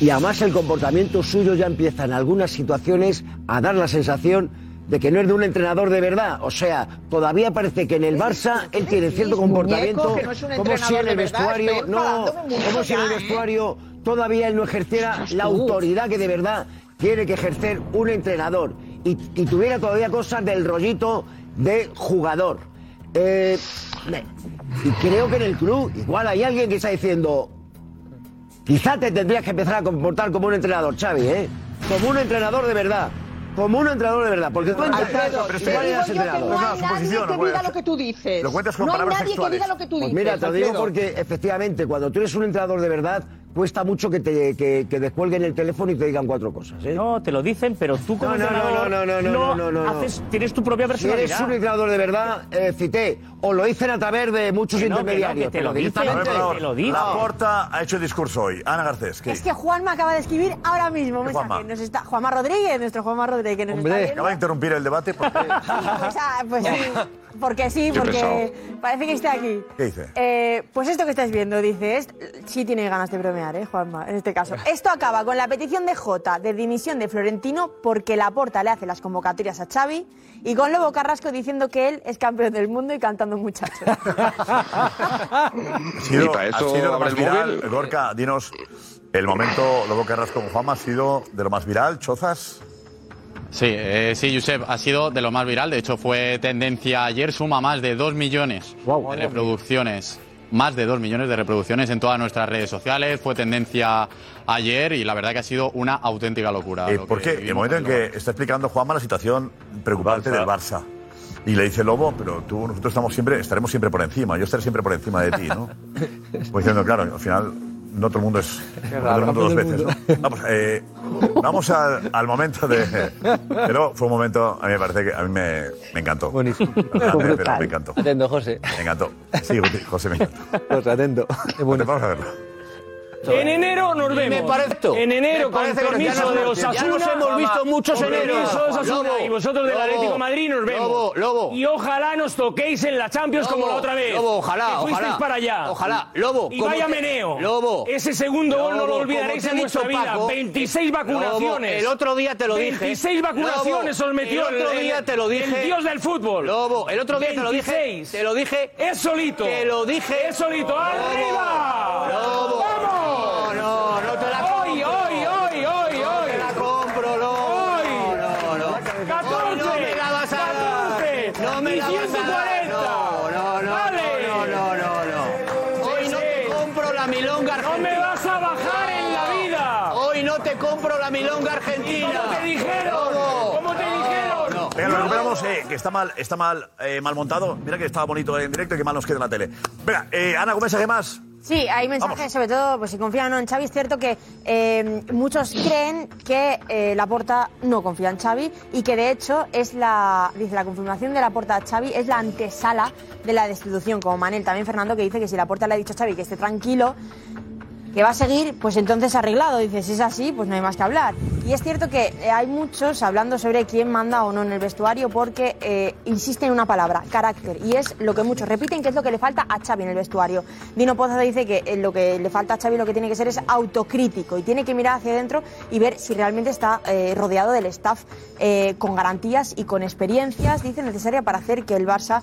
Y además el comportamiento suyo ya empieza en algunas situaciones a dar la sensación de que no es de un entrenador de verdad. O sea, todavía parece que en el Barça él tiene cierto
muñeco,
comportamiento
que no es un
como si en
entrenador
el
de verdad,
vestuario,
estoy
no,
enfadándome mucho
como si en el
ya, ¿eh?
vestuario todavía él no ejerciera la autoridad que de verdad tiene que ejercer un entrenador y, y tuviera todavía cosas del rollito de jugador. Eh, me- y creo que en el club igual hay alguien que está diciendo, Quizá te tendrías que empezar a comportar como un entrenador, Xavi, ¿eh? Como un entrenador de verdad. Como un entrenador de verdad. Porque tú entrenador,
Alfredo, te digo yo que no hay nadie que diga lo que tú dices.
lo cuentas
No hay nadie que diga lo que tú dices.
Pues mira, te lo digo
Alfredo.
porque efectivamente, cuando tú eres un entrenador de verdad, cuesta mucho que te que, que descuelguen el teléfono y te digan cuatro cosas. ¿eh?
No, te lo dicen, pero tú como
No, no, no,
entrenador
no, no, no, no, no, no, no.
haces- tienes tu propia
Si
personalidad.
eres un entrenador de verdad, eh, cité, o lo dicen a través de muchos
Que no, que no, que
intermediarios.
te lo
pero
dicen,
directamente-
te lo dicen.
La Porta ha hecho el discurso hoy. Ana Garcés, ¿qué?
Es que Juanma acaba de escribir ahora mismo un mensaje.
Juanma?
Nos está, Juanma Rodríguez, nuestro Juanma Rodríguez, que nos
Hombre,
está
acaba de
viendo.
interrumpir el debate. Porque...
*laughs*
Pues, ah,
*laughs*
pues sí, porque sí,
Yo he
porque parece que está aquí.
¿Qué dice?
Eh, pues esto que estáis viendo, dice, es, sí tiene ganas de bromear, ¿eh, Juanma? En este
*laughs*
caso. Esto acaba con la petición de Jota de dimisión de Florentino porque Laporta le hace las convocatorias a Xavi y con Lobo Carrasco diciendo que él es campeón del mundo y
*laughs*
cantando muchachos.
Ha sido,
Y para eso
ha sido lo
abre
más
el
viral.
móvil.
Gorka, dinos, el momento Lobo Carrasco con Juanma ha sido de lo más viral, Chozas.
Sí, eh, sí, Josep, ha sido de lo más viral. De hecho, fue tendencia ayer, suma más de 2 millones de reproducciones. Más de 2 millones de reproducciones en todas nuestras redes sociales. Fue tendencia ayer y la verdad que ha sido una auténtica locura.
Eh,
lo que
porque el
vivimos
momento en
en el
que está explicando Juanma la situación preocupante del Barça. Y le dice Lobo, pero tú, nosotros estamos siempre, estaremos siempre por encima, yo estaré siempre por encima de ti, *laughs* ¿no? Pues diciendo, claro, al final no todo el mundo es no todo el
raro,
mundo dos
campeón
veces,
del
¿no? Vamos, eh, vamos al, al momento *laughs* de. Pero fue un momento, a mí me parece que a mí me, me encantó. Buenísimo. pero me encantó.
Atento, José.
Me encantó. Sí, José, me encantó. Pues
José, atento.
Vamos a verlo.
En enero nos vemos.
Me parece esto.
En enero,
Me
con
parece que ya
permiso
nos-
de
ya
Osasuna.
nos hemos visto muchos
Con
eneros.
permiso de Osasuna.
Lobo,
y vosotros del
Lobo,
Atlético de Madrid nos vemos.
Lobo, Lobo.
Y ojalá nos toquéis en la Champions
Lobo,
como la otra vez.
Lobo, ojalá,
Que fuisteis
ojalá.
para allá.
Ojalá. Lobo,
Y
como
vaya
te-
meneo.
Lobo.
Ese segundo gol no
Lobo,
lo
como
olvidaréis
te ha
en vuestra
dicho
vida.
Paco,
26 vacunaciones.
Lobo, el otro día te lo dije.
26 vacunaciones
Lobo,
os metió.
el otro día te lo dije.
El dios del fútbol.
Lobo, el otro día te lo dije.
26.
Te lo dije.
Es solito.
Te lo dije.
Es solito. ¡Arriba!
Lobo.
¡Vamos!
No, no te la
¡Hoy, hoy, hoy, hoy, hoy!
te la compro, Lobo.
¡Hoy!
No, no, no.
14,
No me la vas a dar.
14,
No me la vas a dar.
140.
No, no, no,
Vale.
no, no, no, no. Hoy no te compro la milonga
No
argentina.
me vas a bajar en la vida.
Hoy no te compro la milonga argentina.
¿Cómo te dijeron? ¿Cómo te dijeron?
Venga, lo recuperamos, eh, que está mal, está mal, eh, mal montado. Mira que estaba bonito en directo y que mal nos queda en la tele. Venga, eh, Ana Gómez, ¿qué más?
Sí, hay mensajes, sobre todo, pues si confían o no en Xavi, es cierto que eh, muchos creen que eh, Laporta no confía en Xavi y que de hecho es la, dice, la confirmación de Laporta a Xavi es la antesala de la destitución, como Manel, también Fernando, que dice que si Laporta le ha dicho a Xavi que esté tranquilo, que va a seguir, pues entonces arreglado. Dice, si es así, pues no hay más que hablar. Y es cierto que eh, hay muchos hablando sobre quién manda o no en el vestuario porque eh, insisten en una palabra, carácter. Y es lo que muchos repiten, que es lo que le falta a Xavi en el vestuario. Dino Pozo dice que eh, lo que le falta a Xavi lo que tiene que ser es autocrítico y tiene que mirar hacia adentro y ver si realmente está eh, rodeado del staff eh, con garantías y con experiencias, dice, necesaria para hacer que el Barça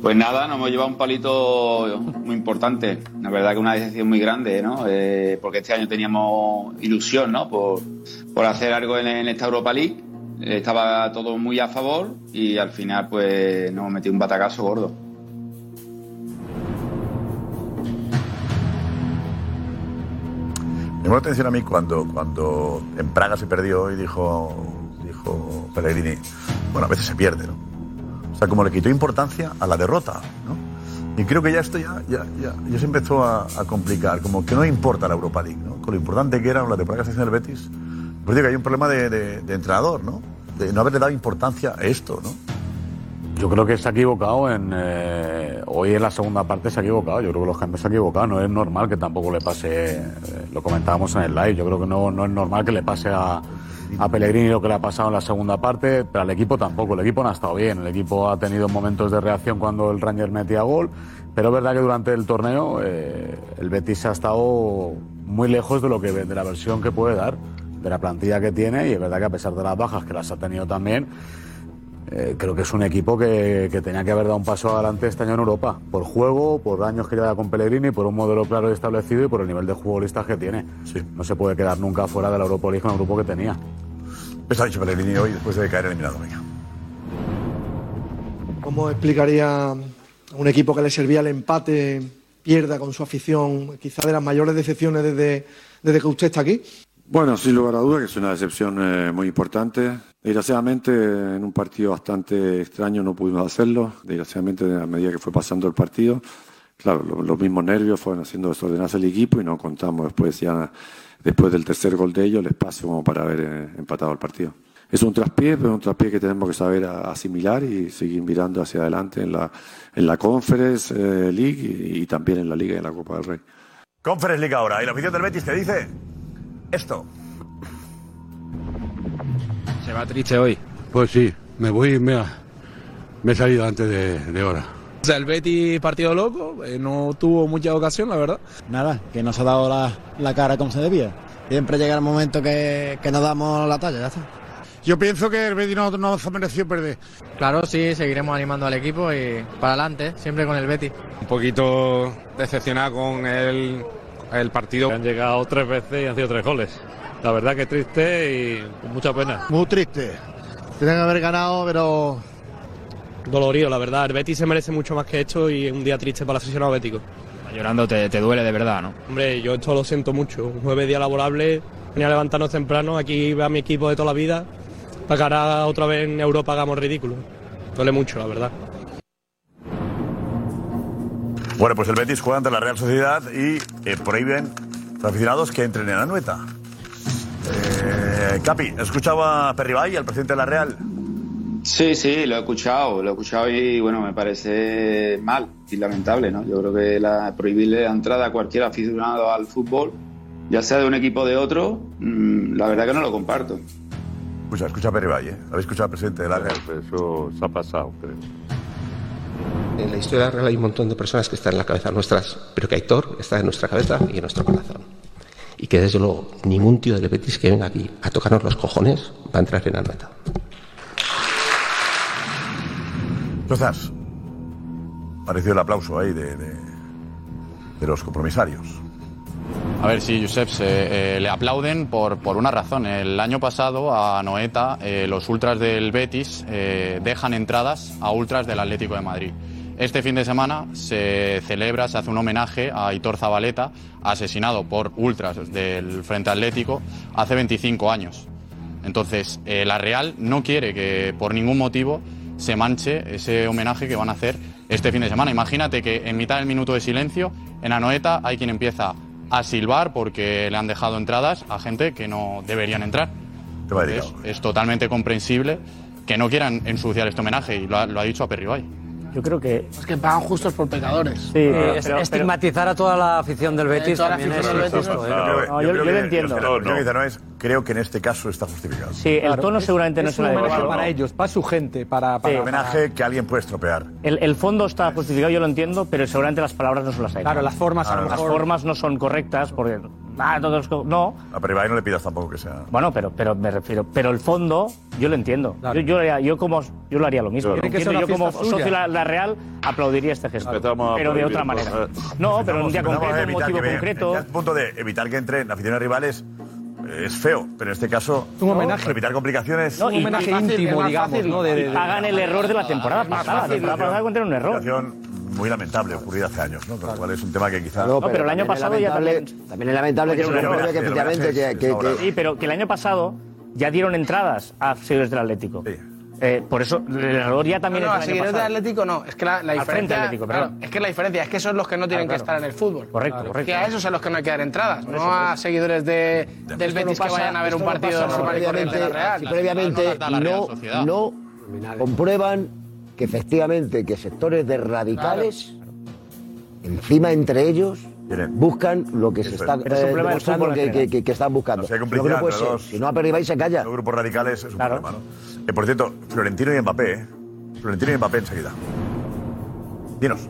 Pues nada, nos hemos llevado un palito muy importante. La verdad que una decepción muy grande, ¿no? Eh, porque este año teníamos ilusión, ¿no? Por, por hacer algo en, en esta Europa League. Eh, Estaba todo muy a favor y al final, pues, nos metió un batacazo gordo.
Me llamó la atención a mí cuando, cuando en Praga se perdió y dijo, dijo Pellegrini, bueno, a veces se pierde, ¿no? O sea, como le quitó importancia a la derrota, ¿no? Y creo que ya esto ya, ya, ya, ya se empezó a, a complicar, como que no importa la Europa League, ¿no? Con lo importante que era la temporada que se hizo en el Betis, pues digo que hay un problema de, de- de entrenador, ¿no? De no haberle dado importancia a esto, ¿no?
Yo creo que se ha equivocado en eh, hoy en la segunda parte se ha equivocado. Yo creo que los cambios se han equivocado. No es normal que tampoco le pase. eh, lo comentábamos en el live. Yo creo que no, no es normal que le pase a, a Pellegrini lo que le ha pasado en la segunda parte, pero al equipo tampoco. El equipo no ha estado bien. El equipo ha tenido momentos de reacción cuando el Ranger metía gol, pero es verdad que durante el torneo eh, el Betis ha estado muy lejos de lo que de la versión que puede dar, de la plantilla que tiene y es verdad que a pesar de las bajas que las ha tenido también. Eh, creo que es un equipo que, que tenía que haber dado un paso adelante este año en Europa, por juego, por años que lleva con Pellegrini, por un modelo claro y establecido y por el nivel de futbolistas que tiene. No se puede quedar nunca fuera de la Europa League con el grupo que tenía.
Pues ha dicho Pellegrini hoy después de caer eliminado. Venga.
¿Cómo explicaría a un equipo que le servía el empate, pierda con su afición, quizá de las mayores decepciones desde, desde que usted está aquí?
Bueno, sin lugar a dudas que es una decepción eh, muy importante. Desgraciadamente, en un partido bastante extraño no pudimos hacerlo. Desgraciadamente, a medida que fue pasando el partido, claro, lo- los mismos nervios fueron haciendo desordenarse el equipo y no contamos después ya, después del tercer gol de ellos, el espacio como para haber eh, empatado el partido. Es un traspié, pero un traspié que tenemos que saber a- asimilar y seguir mirando hacia adelante en la, en la Conference eh, League y, y también en la Liga y en la Copa del Rey.
Conference League ahora. Y la afición del Betis te dice esto.
¿Se va triste hoy? Pues sí, me voy, me, ha- me he salido antes de, de hora.
O sea, el Betty partido loco, eh, no tuvo mucha ocasión, la verdad.
Nada, que no se ha dado la, la cara como se debía. Siempre llega el momento que, que nos damos la talla, ya está.
Yo pienso que el Betis no, no se mereció perder.
Claro, sí, seguiremos animando al equipo y para adelante, ¿eh? siempre con el Betis.
Un poquito decepcionado con el, el partido. Han llegado tres veces y han sido tres goles. La verdad que triste y con mucha pena.
Muy triste. Tienen que haber ganado, pero
Dolorido, la verdad. El Betis se merece mucho más que esto y es un día triste para el aficionado bético.
Llorando te, te duele de verdad, ¿no?
Hombre, yo esto lo siento mucho. Un jueves día laborable, venía a levantarnos temprano, aquí ve a mi equipo de toda la vida, para que ahora otra vez en Europa hagamos ridículo. Duele mucho, la verdad.
Bueno, pues el Betis juega ante la Real Sociedad y eh, prohíben a los aficionados que entren en Anoeta. Eh, Capi, escuchaba a Perribay, al presidente de la Real,
Sí, sí, lo he escuchado, lo he escuchado y bueno, me parece mal y lamentable, ¿no? Yo creo que la, prohibirle la entrada a cualquier aficionado al fútbol, ya sea de un equipo o de otro, mm, la verdad que no lo comparto.
Escucha, escucha a Pere Valle. ¿Habéis escuchado al presidente del área? Pues Eso se ha pasado, creo.
En la historia real hay un montón de personas que están en la cabeza nuestras, pero que Aitor está en nuestra cabeza y en nuestro corazón. Y que desde luego ningún tío del Betis que venga aquí a tocarnos los cojones va a entrar en Anoeta.
Rozas, pareció el aplauso ahí de, de, de los compromisarios.
A ver, sí, Josep, se, eh, le aplauden por, por una razón. El año pasado a Noeta eh, los ultras del Betis eh, dejan entradas a ultras del Atlético de Madrid. Este fin de semana se celebra, se hace un homenaje a Hitor Zabaleta, asesinado por ultras del Frente Atlético hace 25 años. Entonces, eh, la Real no quiere que por ningún motivo se manche ese homenaje que van a hacer este fin de semana. Imagínate que en mitad del minuto de silencio, en Anoeta, hay quien empieza a silbar porque le han dejado entradas a gente que no deberían entrar. Entonces, es totalmente comprensible que no quieran ensuciar este homenaje y lo ha, lo ha dicho a Perribay.
Yo creo que. Eh,
Es que pagan justos por pecadores. Ah, Sí,
Estigmatizar a toda la afición del Betis
toda la
también es
afición del Betis,
injusto, ¿eh?
No, yo, creo
lo
que- Yo, creo que, no es- creo que en este caso está justificado.
Sí, el tono seguramente no es el adecuado.
ellos, para su gente, para,
para-
el homenaje que alguien puede estropear.
El, el fondo está justificado, yo lo entiendo, pero seguramente las palabras no son las adecuadas.
Claro, las formas, a lo
Las
mejor.
formas no son correctas porque. Ah, todos los co- no.
A Peribay no le pidas tampoco que sea.
Bueno, pero, pero me refiero. Pero el fondo, yo lo entiendo. Yo, yo, lo haría- yo como, yo lo haría lo mismo.
Tiene que
Entiendo,
ser una
yo como
fiesta suya.
socio de la, la Real aplaudiría este gesto.
Empezamos a
pero de
prohibir
otra
cosas.
manera. No, pero en un día
Empezamos Eh, a
concreto, un
evitar
motivo
que ve-
concreto.
ya el punto de evitar que entren aficiones rivales eh, es feo, pero en este caso.
Un homenaje.
para evitar complicaciones.
No, y- y- y- y pagan el error de la temporada
Es más
pasada. La
fácil,
temporada pasada cometieron un error.
Situación muy lamentable ocurrida hace años, ¿no? Con lo cual es un tema que quizás.
No, No, pero pero el año también es pasado ya lamentable- también-
También es lamentable que se
Pero el
compruebe
homenaje,
que
el
efectivamente
homenaje
que,
es-
que-
es
que-
ahora. Sí, pero que el año pasado ya dieron entradas a seguidores del Atlético. Eh, por eso el error ya también
no, no,
es
a
del año
seguidores del
pasado.
Atlético no. Es que la, la
Al frente
diferencia.
Atlético,
claro,
perdón.
es que la diferencia es que esos son los que no tienen
Claro,
que estar en el fútbol.
Correcto,
Claro.
correcto.
Que a esos son los que no hay que dar entradas,
eso,
no
por
a seguidores de, del
Esto no
Betis
pasa-
que vayan a ver
esto
un
no
partido
pasa
normal y corriente de la
previamente-
Real.
si previamente no, no comprueban que efectivamente que sectores de radicales encima entre ellos buscan lo que se
es.
está
Pero es un
eh,
problema del
demostrando
fútbol en
que, que-
general.
que- que están buscando.
No, si hay
Lo que
complicidad
no puede
entre
ser.
los-
Si no aperribáis se calla.
Los grupos radicales es un problema, ¿no? Eh, por cierto, Florentino y Mbappé, ¿eh? Florentino y Mbappé enseguida. Dinos.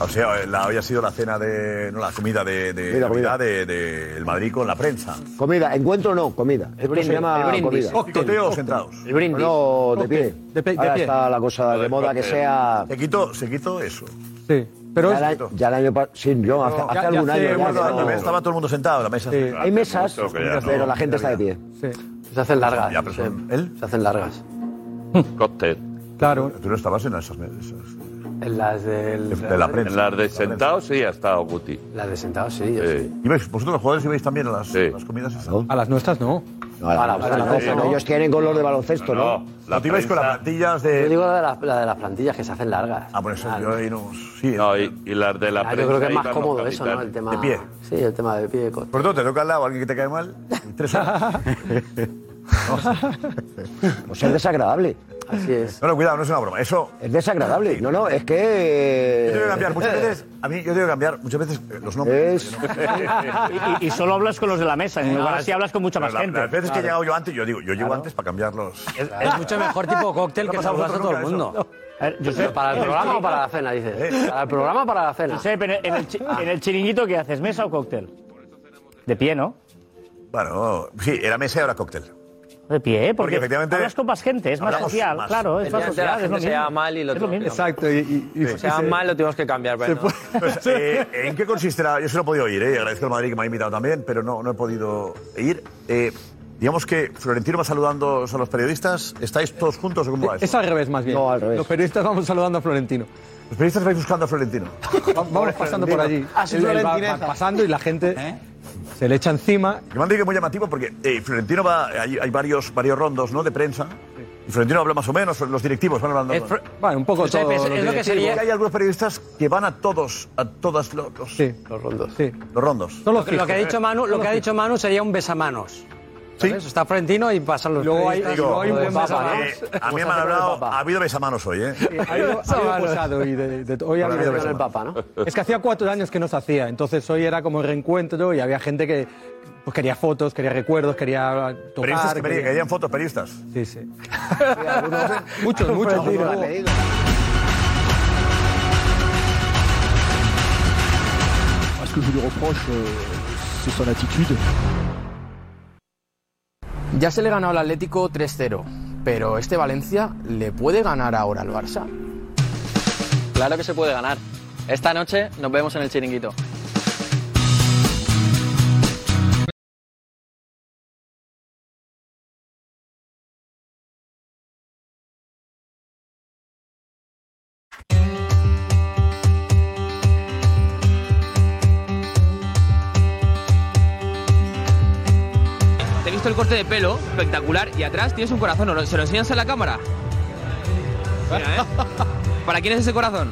O sea, Eh, la, hoy ha sido la cena de. No, la comida de. de
Sí, la comida.
Navidad de- de el Madrid con la prensa.
Comida, encuentro no, comida. Esto se llama comida.
¿Picoteo o sentados?
El brindis. No, de pie.
De pe- de
Ahora
pie.
está la cosa de moda que sea.
Eh, Se quitó, se quitó eso.
Sí.
pero
ya,
es-
la- ya el año pasado. Sí, yo, hace, hace algún año. ya,
Recuerdo,
no.
Estaba todo el mundo sentado en la mesa.
Hay mesas, pero la gente está de pie.
Se hacen largas.
Ya, pero son- ¿Él?
Se
*laughs*
hacen largas.
Cóctel.
Claro. Tú no estabas en esas mesas.
En las del.
De la prensa.
En las de sentados sí ha estado Guti.
Las de
Ah,
sentados sí.
¿Ibais- ¿Vosotros los jugadores ibais también a las, a las comidas? esas?
A las nuestras no.
No, la- la- la- la- la- Ellos tienen color de baloncesto, ¿no?
La ¿No te ibais con las plantillas de...?
Yo digo la de, las- la de las plantillas que se hacen largas.
Ah, por eso yo ahí no...
No, y, y las de la
Ah,
prensa.
yo creo que es más
iban los
cómodo eso, ¿no? El
capitanes.
tema...
De pie.
Sí, el tema de pie. con-
Por tanto, te toca al lado alguien que te cae mal. y Tres horas.
Pues es desagradable.
Así es.
No, no, cuidado, no es una broma. Eso...
Es desagradable. No, no, es que.
Yo tengo que cambiar muchas veces... A mí yo tengo que cambiar muchas veces eh, los nombres.
Es-
*laughs* y, y- y solo hablas con los de la mesa. En lugar así hablas con mucha
Pero
más
la-
gente.
Las veces que he
Claro.
llegado yo antes, yo digo, yo llego antes para cambiarlos.
Es mucho mejor tipo
*laughs*
cóctel
No
que
pasa
saludas a
vosotros
todo el
nunca
mundo.
Josep.
Pero ¿Para el
*laughs*
programa o para la cena,
¿Eh?
dices? ¿Para el programa o para la cena?
Josep, en el, en el chi- en el chiringuito, ¿qué haces? ¿Mesa o cóctel? De pie, ¿no?
Bueno, sí, era mesa y ahora cóctel.
De pie, ¿eh?
Porque
porque,
efectivamente
hablas con más gente, es más
hablamos
social,
más.
claro, es más
Efectivamente,
social,
la
gente
es lo
se
mismo.
lleva mal y pues lo
es lo mismo.
Exacto,
y,
Se sea mal, lo tenemos que cambiar. Bueno.
Pues, eh, ¿En qué consistirá? Yo se lo he podido ir, eh. agradezco al Madrid que me ha invitado también, pero no, no he podido ir. Eh, digamos que Florentino va saludando a los periodistas. ¿Estáis todos juntos o cómo va eso?
Es al revés, más bien.
No, al revés.
Los periodistas vamos saludando a Florentino.
Los periodistas vais buscando a Florentino.
Vamos pasando por allí.
Ah, sí,
Él- él va-
Florentineza.
va pasando y la gente se le echa encima.
Que me han dicho que es muy llamativo porque eh, Florentino va, hay, hay varios, varios rondos ¿no? de prensa Y Florentino habla más o menos, los directivos van hablando.
Es fr- Eh, bueno, un poco Giuseppe, todo es- lo es lo que directivo. sería-
Porque hay algunos periodistas que van a todos, a todas los, los, rondos. Los rondos.
Lo, que- lo que ha dicho Manu, lo que ha dicho Manu sería un besamanos. ¿sabes? Está Florentino y pasan los
Luego
periodistas,
Digo,
luego el besamanos.
eh, a mí me han hablado, ha habido besamanos hoy, ¿eh?
Ha ido, ha ido posado y de, de- hoy
Ahora
ha
ha habido
habido
besamanos.
Es que hacía cuatro años que no se hacía, entonces hoy era como reencuentro y había gente que pues, quería fotos, quería recuerdos, quería
Periodistas
tocar.
que pedían- que pedían fotos, periodistas.
Sí, *laughs* sí. ¿eh?
*laughs*
muchos, muchos.
Florentino.
Moi, Ce que je lui reproche, euh, c'est son attitude.
Ya se le ganó al Atlético 3-0, pero este Valencia le puede ganar ahora al Barça.
Claro que se puede ganar. Esta noche nos vemos en el chiringuito.
Te he visto el corte de pelo, espectacular, y atrás tienes un corazón. ¿no? ¿Se lo enseñas a la cámara? Mira,
*laughs*
¿eh? ¿Para quién es ese corazón?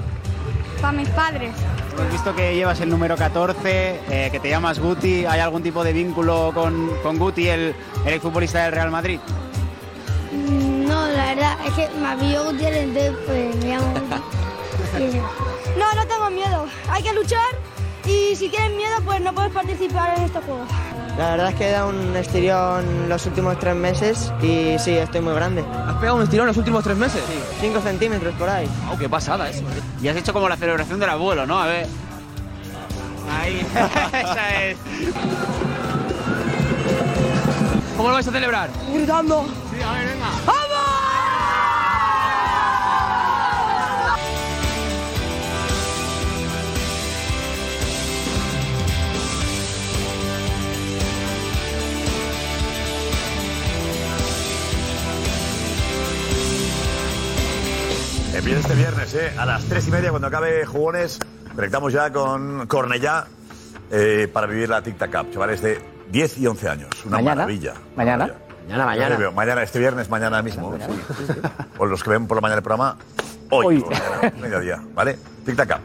Para mis padres.
Hemos Pues visto que llevas el número 14, eh, que te llamas Guti. ¿Hay algún tipo de vínculo con, con Guti, el, el futbolista del Real Madrid?
Mm, No, la verdad es que me abrió Gutiérrez, entonces pues me llamo Guti. Y eso. No, no tengo miedo. Hay que luchar y si tienes miedo pues no puedes participar en estos juegos.
La verdad es que he dado un estirón los últimos tres meses y sí, estoy muy grande. ¿Has pegado un estirón los últimos tres meses? Sí, cinco centímetros por ahí.
¡Oh, qué pasada eso! eh. Y has hecho como la celebración del abuelo, ¿no? A ver. *laughs* Ahí, esa es.
¿Cómo lo vais a celebrar?
Gritando.
Sí, a ver, venga.
Empieza este viernes, ¿eh? A las tres y media, cuando acabe jugones, conectamos ya con Cornellá eh, para vivir la Tic Tac Cup. Chavales de 10 y 11 años. Una
Mañana.
maravilla.
Mañana. Mañana,
Yo les veo. Mañana, este viernes, mañana mismo. sí. O los que ven por la mañana el programa, hoy. por la mañana, Mediodía, ¿vale? Tic Tac Cup.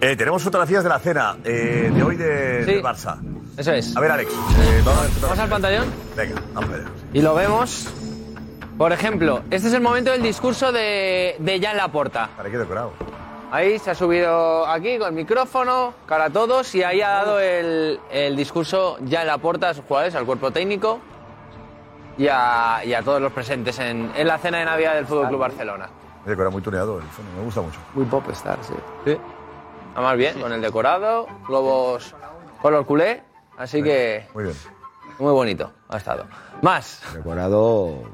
Eh, tenemos fotografías de la cena eh, de hoy de, del Barça.
Eso es.
A ver, Alex. eh, vamos, a ver
¿Vamos al pantallón?
Venga, vamos allá.
Y lo vemos. Por ejemplo, este es el momento del discurso de, de Jan Laporta.
Para qué decorado.
Ahí se ha subido aquí con el micrófono, cara a todos, y ahí ha dado el, el discurso Jan Laporta a sus jugadores, al cuerpo técnico y a, y a todos los presentes en, en la cena de Navidad del Fútbol Club Barcelona.
Me decorado muy tuneado el fondo, me gusta mucho.
Muy pop estar, sí. Además, bien, con el decorado, globos color culé, así que.
Muy bien.
Muy bonito ha estado. Más.
Decorado.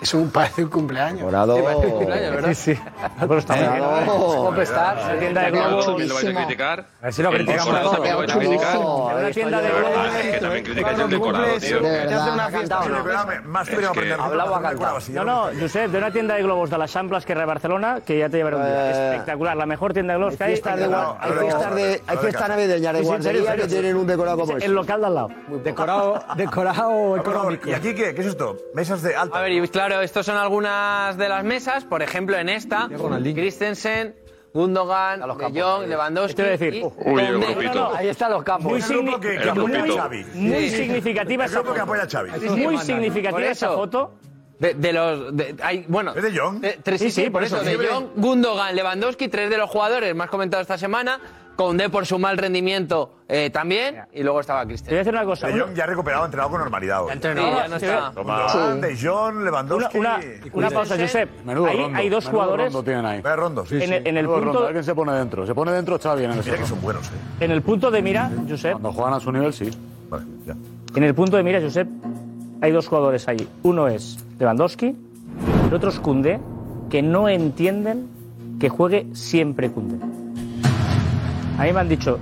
Es un, parece un cumpleaños.
Decorado.
Sí, parece un cumpleaños, ¿verdad?
Sí,
*laughs*
sí.
Pero está
Eh, no.
Popstar, la tienda de globos.
También lo vais a criticar.
A ver si lo criticamos
Vosotros
todo.
también lo vais a
Chulísimo.
criticar.
En una tienda de
verdad,
globos.
es que también criticáis el
Cuando
decorado,
cumples,
tío.
de verdad,
hace una
ha
fiesta.
cantado, ¿no?
Más
Es que-
Hablaba cantado.
No, no, Josep, de una tienda de globos de la Champions que de Barcelona, que ya te llevaré un día. Espectacular, la mejor tienda de globos que hay.
fiestas de guar- hay fiestas de- hay fiestas navideñas de
Sí, sí, en serio, en
guardería que
serio.
tienen un decorado como
Es
ese.
este?
El local de al lado.
Decorado, decorado
Ah, ¿Y aquí qué? ¿Qué es esto? Mesas de alta.
A ver, y claro, estas son algunas de las mesas. Por ejemplo, en esta, Christensen, Gundogan, De Jong, Lewandowski.
Te voy a decir.
y-
Uy, el
Conde.
grupito.
Ahí están los campos.
Muy, signi- muy- muy significativa esa foto. Muy significativa esa foto.
De, de los. de- hay, bueno, ¿Es
de Jong?
Eh, tres, sí, sí, por eso. De Jong, Gundogan, Lewandowski, tres de los jugadores más comentados esta semana. Conde por su mal rendimiento eh, también. Y luego estaba Cristian.
Te voy a decir una cosa.
De Jong ya ha recuperado, ha entrenado con normalidad. hoy.
entrenado, Sí, ya no
Sí.
está.
Toma.
Sí.
De Jong,
Una,
Lewandowski.
una, una pausa, Josep. Ahí hay dos jugadores.
Vaya rondo, sí,
En
sí.
el- en el
Menudo
punto-
Rondo, a ver quién se pone dentro. Se pone dentro Xavi en el
Mira que
segundo.
son buenos, eh.
En el punto de mira, Josep.
Cuando juegan a su nivel, sí.
Vale, ya.
En el punto de mira, Josep, hay dos jugadores allí. Uno es Lewandowski, el otro es Kunde, que no entienden que juegue siempre Kunde. A mí me han dicho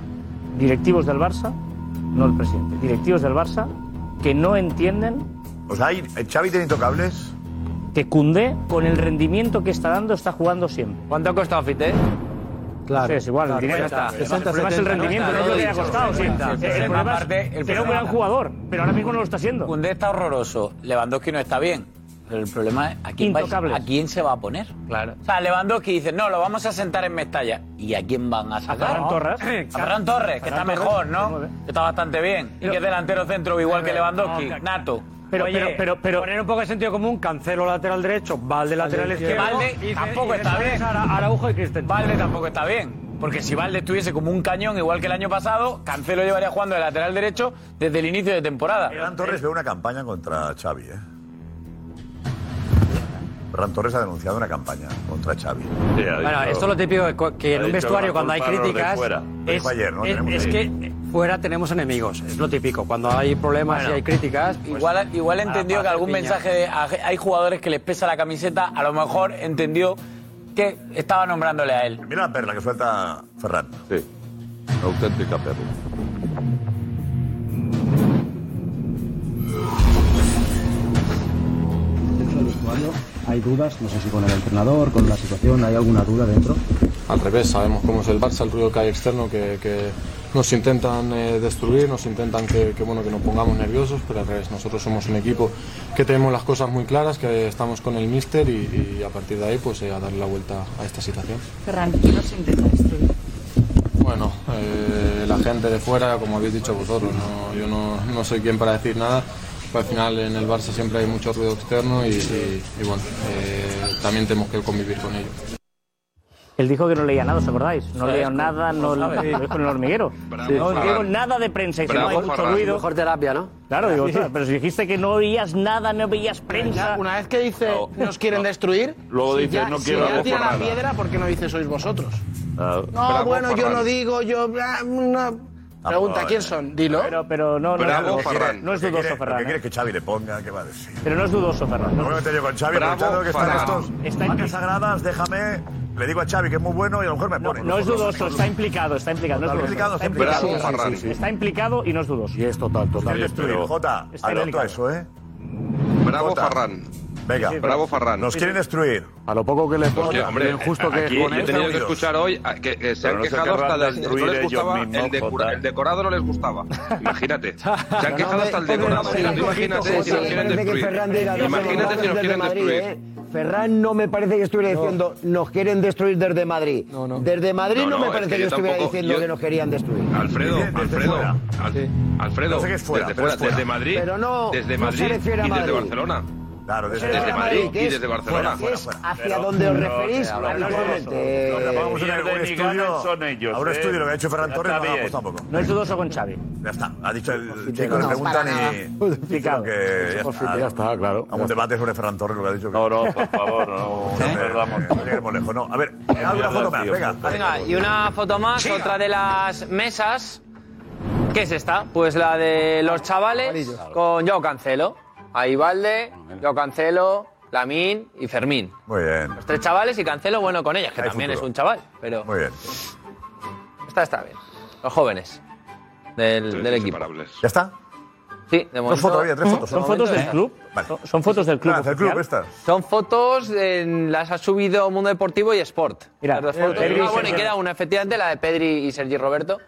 directivos del Barça, no el presidente, directivos del Barça, que no entienden.
O sea, eh, Xavi tiene intocables.
Que Kunde, con el rendimiento que está dando, está jugando siempre.
¿Cuánto ha costado eh? Fite?
Claro. Sí, es igual, el dinero.
Claro, ya está.
el problema es el
60,
rendimiento, no es lo que le ha costado. sí.
60.
El problema es
Aparte, el
que era un
problema-
gran jugador, pero ahora mismo no lo está siendo.
Cundé está horroroso, Lewandowski no está bien.
Pero el problema es a quién, vais-
Intocables.
a quién se va a poner.
Claro.
O sea, Lewandowski dice, no, lo vamos a sentar en Mestalla. ¿Y a quién van a sacar?
Ferran Torres.
A Ferran Torres, que
Ferran
está
Torres,
mejor, ¿no? Que está bastante bien. Y que es delantero centro, igual que Lewandowski. Nato.
Pero, pero, pero, pero poner un poco de sentido común, cancelo lateral derecho, Valde lateral izquierdo.
Valde tampoco está bien.
Araujo y Cristian.
Valde tampoco está bien. Porque si Valde estuviese como un cañón, igual que el año pasado, Cancelo llevaría jugando de lateral derecho desde el inicio de temporada.
Ferran Torres ve una campaña contra Xavi, ¿eh? Ferran Torres ha denunciado una campaña contra Xavi.
Bueno, esto es lo típico de co- que en un vestuario cuando hay críticas es,
Dijo ayer, ¿no?
es-
Tenemos
es
ahí.
que eh, fuera tenemos enemigos, es lo típico. Cuando hay problemas
Bueno,
y hay críticas, pues,
Igual, igual entendió
a-
que
a hacer
algún
piña.
mensaje de a- hay jugadores que les pesa la camiseta, a lo mejor entendió que estaba nombrándole a él.
Mira la perla que suelta Ferran.
Sí. Auténtica perla.
Dentro del vestuario hay dudas, no sé si con el entrenador, con la situación, ¿hay alguna duda dentro?
Al revés, sabemos cómo es el Barça, el ruido que hay externo, que, que nos intentan eh, destruir, nos intentan que, que, bueno, que nos pongamos nerviosos, pero al revés, nosotros somos un equipo que tenemos las cosas muy claras, que estamos con el míster y, y a partir de ahí pues eh, a darle la vuelta a esta situación.
Ferran, ¿quién nos intenta destruir?
Bueno, eh, la gente de fuera, como habéis dicho vosotros, no- yo no, no soy quien para decir nada. pero al final en el Barça siempre hay mucho ruido externo y, y- y bueno, eh, también tenemos que convivir con ello.
Él dijo que no leía nada, ¿os acordáis? No
Sí,
leía
¿cómo-
nada,
cómo
no *laughs*
sabes?
lo dijo en el hormiguero.
Bravo,
no
Ferran.
digo nada de prensa y si no hay
Bravo,
mucho
Ferran.
ruido.
Mejor terapia, ¿no?
Claro, digo,
Sí.
"Ostras, pero si dijiste que no oías nada, no veías prensa.
Una vez que dice nos quieren destruir,
Luego
si
dice,
ya,
"No
si
quiero
ya
algo
tiran la
forrada".
piedra,
pues
¿por qué no dice sois vosotros?
Ah,
No,
Bravo,
bueno, yo
Ferran.
no digo, yo... ah, no. Pregunta, ¿quién son? Dilo.
Pero, pero no,
Bravo, Ferran.
no es
¿Qué
dudoso,
quiere-
Ferran,
¿Qué
¿eh?
quieres que Xavi le ponga? ¿Qué va a decir?
Pero no es dudoso, Ferran.
No me voy a meter yo con Xavi,
Bravo,
aprovechando que están
Ferran.
estos vacas sagradas, déjame... Le digo a Xavi que es muy bueno y a lo mejor me pone.
no es dudoso,
está
implicado, está implicado.
Está implicado,
está
siempre.
implicado.
Bravo, Ferran.
Sí, sí, sí. Está implicado y no es dudoso. Y es total,
Quieren destruir, Jota, alerta
Está
a
implicado.
eso, ¿eh?
Bravo
Jota.
Ferran.
Venga.
Sí, Bravo Ferran.
Nos quieren destruir.
A lo poco que le
Porque,
ponga,
hombre,
lo injusto que
aquí
es con
he
él.
tenido que escuchar hoy a- que, que se
Pero
han
no se
quejado
querrán
hasta del
destruir
no les
ellos
gustaba
mismos,
el, decora-
Jota.
el decorado no les gustaba. Imagínate.
*laughs*
Se han quejado hasta el
Pobre
decorado.
Ferran,
Tú Imagínate
José,
si nos quieren
parece que
destruir.
Ferran diga, "No,
Imagínate
somos
si nos
desde
quieren
Madrid,
destruir.
¿eh? Ferran no me parece que estuviera diciendo nos quieren destruir desde Madrid. Desde Madrid
No,
no,
no,
me
es
parece
que
que,
yo
estuviera
tampoco-
diciendo
yo-
que nos querían destruir.
Alfredo, Alfredo, Al- Alfredo,
Parece que es fuera,
desde
pero
fuera,
es fuera.
desde Madrid,
Pero no-
desde
no se
Madrid
refiere a
y desde
Madrid.
Barcelona.
Claro,
desde-
desde
Desde
Madrid
Madrid,
y
que es-
desde Barcelona.
fuera, fuera, fuera. hacia donde os referís habitualmente.
Lo que vamos a hacer un estudio, a
¿eh?
un estudio lo que ha hecho Ferran Torres no lo vamos tampoco.
No es dudoso con Xavi.
Ya está, ha dicho el
Chico,
chico, le
no,
preguntan
para
y... Explicado. Que ya, está,
Ya está, claro.
A un debate sobre Ferran Torres lo que ha dicho.
No, no, por favor, no, no perdamos.
No lleguemos lejos, no. A ver, alguna foto más, venga.
Venga, Y una foto más, otra de las mesas. ¿Qué es esta? Pues la de los chavales con Yo Cancelo. Ahí Valde, Yo Cancelo, Lamín y Fermín.
Muy bien.
Los tres chavales y Cancelo, bueno, con ellas, que
Hay
también
futuro.
es un chaval, pero...
Muy bien.
Esta está bien. Los jóvenes del, del equipo.
¿Ya está?
Sí, de momento...
Dos fotos, había tres fotos.
de momento, ¿eh?
Vale.
Son fotos del club.
Ah, del club,
oficial.
estas.
Son fotos, en- las ha subido Mundo Deportivo y Sport. Las dos
eh,
fotos.
Pedri y
ah, bueno, y
Sergio.
queda una, efectivamente, la de Pedri y Sergi Roberto.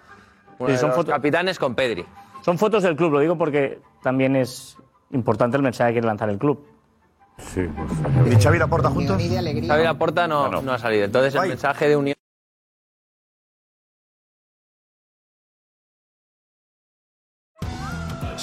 Uno
Sí,
de
son
los
fotos-
capitanes con Pedri.
Son fotos del club, lo digo porque también es importante el mensaje que quiere lanzar el club.
Sí, pues.
¿Y Xavi la porta juntos?
Xavi Laporta no, no ha salido. Entonces el mensaje de unión.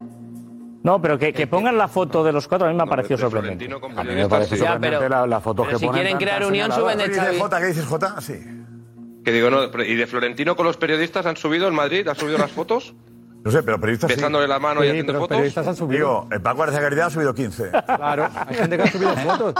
No, pero que, que pongan la foto de los cuatro a mí me ha parecido
de
sorprendente.
A mí me parece sorprendente la- las fotos que ponen. tan- tan señaladoras.
¿Qué dices, Jota? ¿Qué dices, Jota? Sí.
Que digo, no, pero- y de Florentino con los periodistas han subido en Madrid, ha subido las fotos.
No sé, pero periodistas. sí.
Besándole la mano y Sí, haciendo pero fotos. periodistas han subido.
Digo, eh, el Paco García Caridad ha subido 15.
Claro, hay gente que ha subido fotos.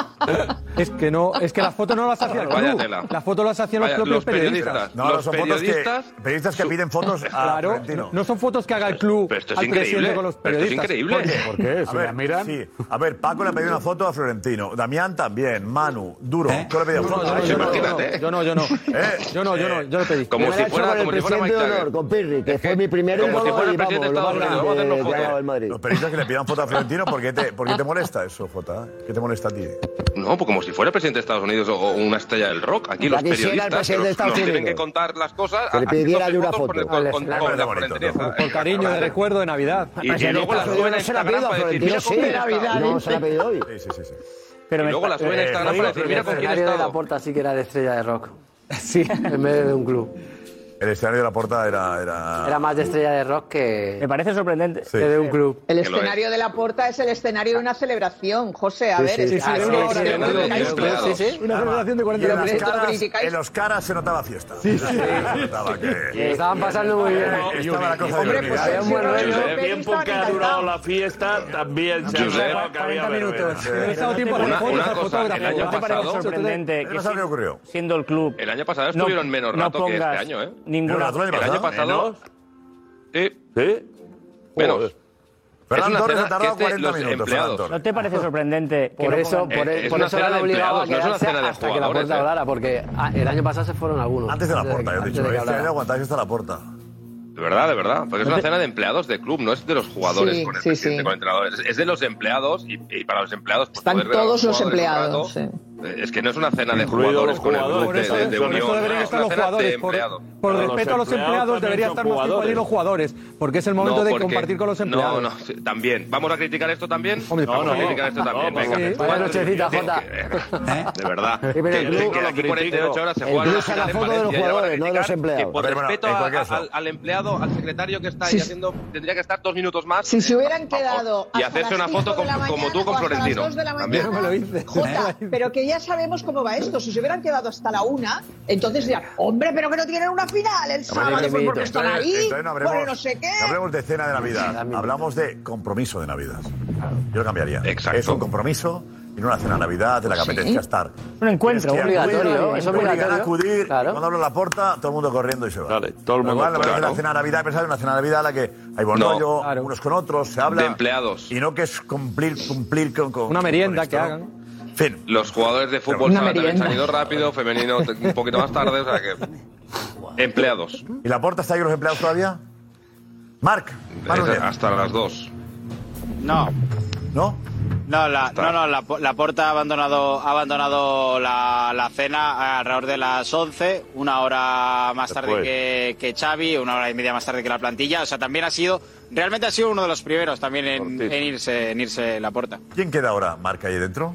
Es que no, es que las fotos no las hacía el
Vaya
club.
tela.
Las fotos las hacían los
Vaya,
propios
los periodistas. No,
los
no, son fotos que- periodistas que piden fotos a
Claro,
Florentino.
no- no son fotos que haga el club
Pero esto es
al
increíble.
presidente con los
Pero esto
periodistas.
es increíble.
¿Por qué? Si la miran-
sí. A ver, Paco le ha pedido una foto a Florentino. Damián también. Manu, duro. Tú le pedías
No,
foto.
no, yo no, yo no, yo no. Yo no, yo no, yo le pedí.
Me la he hecho con el presidente de honor, con Pirri, que fue mi primer
Como si
ídolo
fuera
y
el
vamos,
presidente de
lo más
Estados Unidos, vamos a
grande
hacernos
que ha dado el
fotos.
Madrid.
Los periodistas que le pidan foto a Florentino, ¿por qué te, por qué te molesta eso, Jota? ¿Qué te molesta a ti?
No, pues como si fuera el presidente de Estados Unidos o o una estrella del rock. Aquí
Como
los
que si era el
periodistas
presidente de
nos,
Estados
nos tienen
Unidos.
que contar las cosas.
Que le
haciendo
pidiera yo una
fotos
foto.
Con,
Ah,
el- con-
la-
con
la-
la
la-
florentiniza.
Por cariño de recuerdo de Navidad.
Y- y luego la suben a Instagram para decir, mira con quién está.
Sí, sí, sí. sí.
Pero
Y luego la suben a
eh,
Instagram para decir, mira con quién
escenario de
está.
la puerta sí que era de estrella
*laughs*
de rock. Sí. En vez de un club.
El escenario de la porta era. Era,
Era más de estrella de rock que. Me
parece sorprendente.
Sí.
de un club.
El escenario de la puerta es el escenario de una celebración, José. A
Sí,
ver,
sí,
es-
sí,
ah,
sí,
es
sí,
que-
sí,
es que-
sí, sí,
es que-
sí, sí, sí.
Una celebración de 40 En
minutos.
los,
Esto lo
caras,
criticáis.
en los caras se notaba fiesta. Sí, sí. Se notaba que. Eh,
Estaban pasando muy bien.
Estaba la cosa
Hombre,
de
pues, Había un buen rollo.
El tiempo que ha durado la fiesta también se ha
Josep,
notado que había
40 minutos.
verbena.
Pero no he dado tiempo a las
Una-
fotos,
una
al
cosa,
fotógrafo.
el año
¿No te parece
pasado-
sorprendente
¿No
que
sabes
si-
qué ocurrió?
siendo el club
El año pasado
no-
estuvieron menos
no
rato que este
pongas
año, ¿eh?
ninguna
El año pasado. Sí.
¿Sí?
Menos.
Fernando
Es una
Torres ha
cena
tardado
que este-
40
los
minutos, Fernando
empleados.
¿No te parece sorprendente que
Por
no
eso,
pongan-
por, e-
Eh, es
por
una
eso
cena
la
de
han obligado
empleados,
a
no es
quedarse
una cena de
hasta que la
jugadores,
puerta
eh.
hablara, porque ah, el año pasado se fueron algunos.
Antes de la puerta, yo he
antes
dicho.
de que
Este
hablara.
año aguantáis hasta la puerta.
De verdad, de verdad. Porque es una cena de empleados de club, no es de los jugadores
Sí,
con el
sí,
presidente,
sí.
con el entrenador. Es- Es de los empleados y, y para los empleados. pues,
Están
poder ver a
todos los
jugadores un
empleados.
rato. Eh, Es que no es una cena de
Incluidos
jugadores,
los
con el club
jugadores.
de, de- de
Por eso
unión.
deberían
no, este
estar
es
los
una cena de
jugadores, por-
empleados.
Por
Pero los
respeto a los
empleados también
empleados, debería
son
estar más tiempo
jugadores.
allí los jugadores, porque es el momento
No,
de
porque-
compartir con los empleados.
No, no, sí, también. ¿Vamos a criticar esto también?
Hombre,
Vamos
no,
a
no.
criticar esto también.
Vamos,
Venga,
sí.
que-
Vaya nochecita,
que-
Jota.
que- De verdad.
Sí, pero el
Que-
club-
que de aquí
lo
48 horas se
El
juega
club
la
saca
final en
fotos de los
Valencia y ahora
jugadores, no de los
criticar
empleados.
Que por
A ver, bueno,
respeto
en
a-
cualquier
al, al empleado, al secretario que está ahí haciendo, tendría que estar dos minutos más.
Si se
eh,
hubieran
por favor.
quedado
Y
hasta
hacerse
las
una foto
5 de la
como- como tú
mañana
con
o hasta las
Florentino.
2 de la
También.
mañana,
No me lo dices.
Jota, pero que ya sabemos cómo va esto. Si se hubieran quedado hasta la una, entonces dirán, hombre, pero que no tienen una final el sábado, pues porque están ahí,
Ah, Entonces- entonces no hablemos-
bueno, no sé qué.
no hablemos de cena de Navidad, hablamos de compromiso de Navidad. Yo lo cambiaría.
Exacto.
Es un compromiso y no una cena de Navidad de la que
Sí.
apetezca estar.
Un encuentro,
Tienes que
obligatorio,
acudir,
es
te obligan
obligatorio.
a acudir, cuando abro la puerta, todo el mundo corriendo y se va. Vale, todo
el mundo
la
corriendo.
cena de Navidad, pensad en una cena de Navidad en la que hay buen
No.
rollo, unos con otros, se habla.
De empleados.
Y no que es cumplir, cumplir con... con-
Una merienda
con esto,
que
¿no?
hagan.
Fin.
Los jugadores de fútbol
Una
saben, también se han
merienda.
ido rápido, femenino te- un poquito más tarde, o sea que... Empleados.
¿Y la puerta está ahí con los empleados todavía? Marc, Manu
Es
Díaz.
hasta las dos.
No.
¿No?
No, la, no, no, la, la Porta ha abandonado, ha abandonado la, la cena alrededor de las 11, una hora más tarde
Después.
que, que Xavi, una hora y media más tarde que la plantilla. O sea, también ha sido, realmente ha sido uno de los primeros también en, en irse, en irse la Porta.
¿Quién queda ahora, Marc, ahí dentro?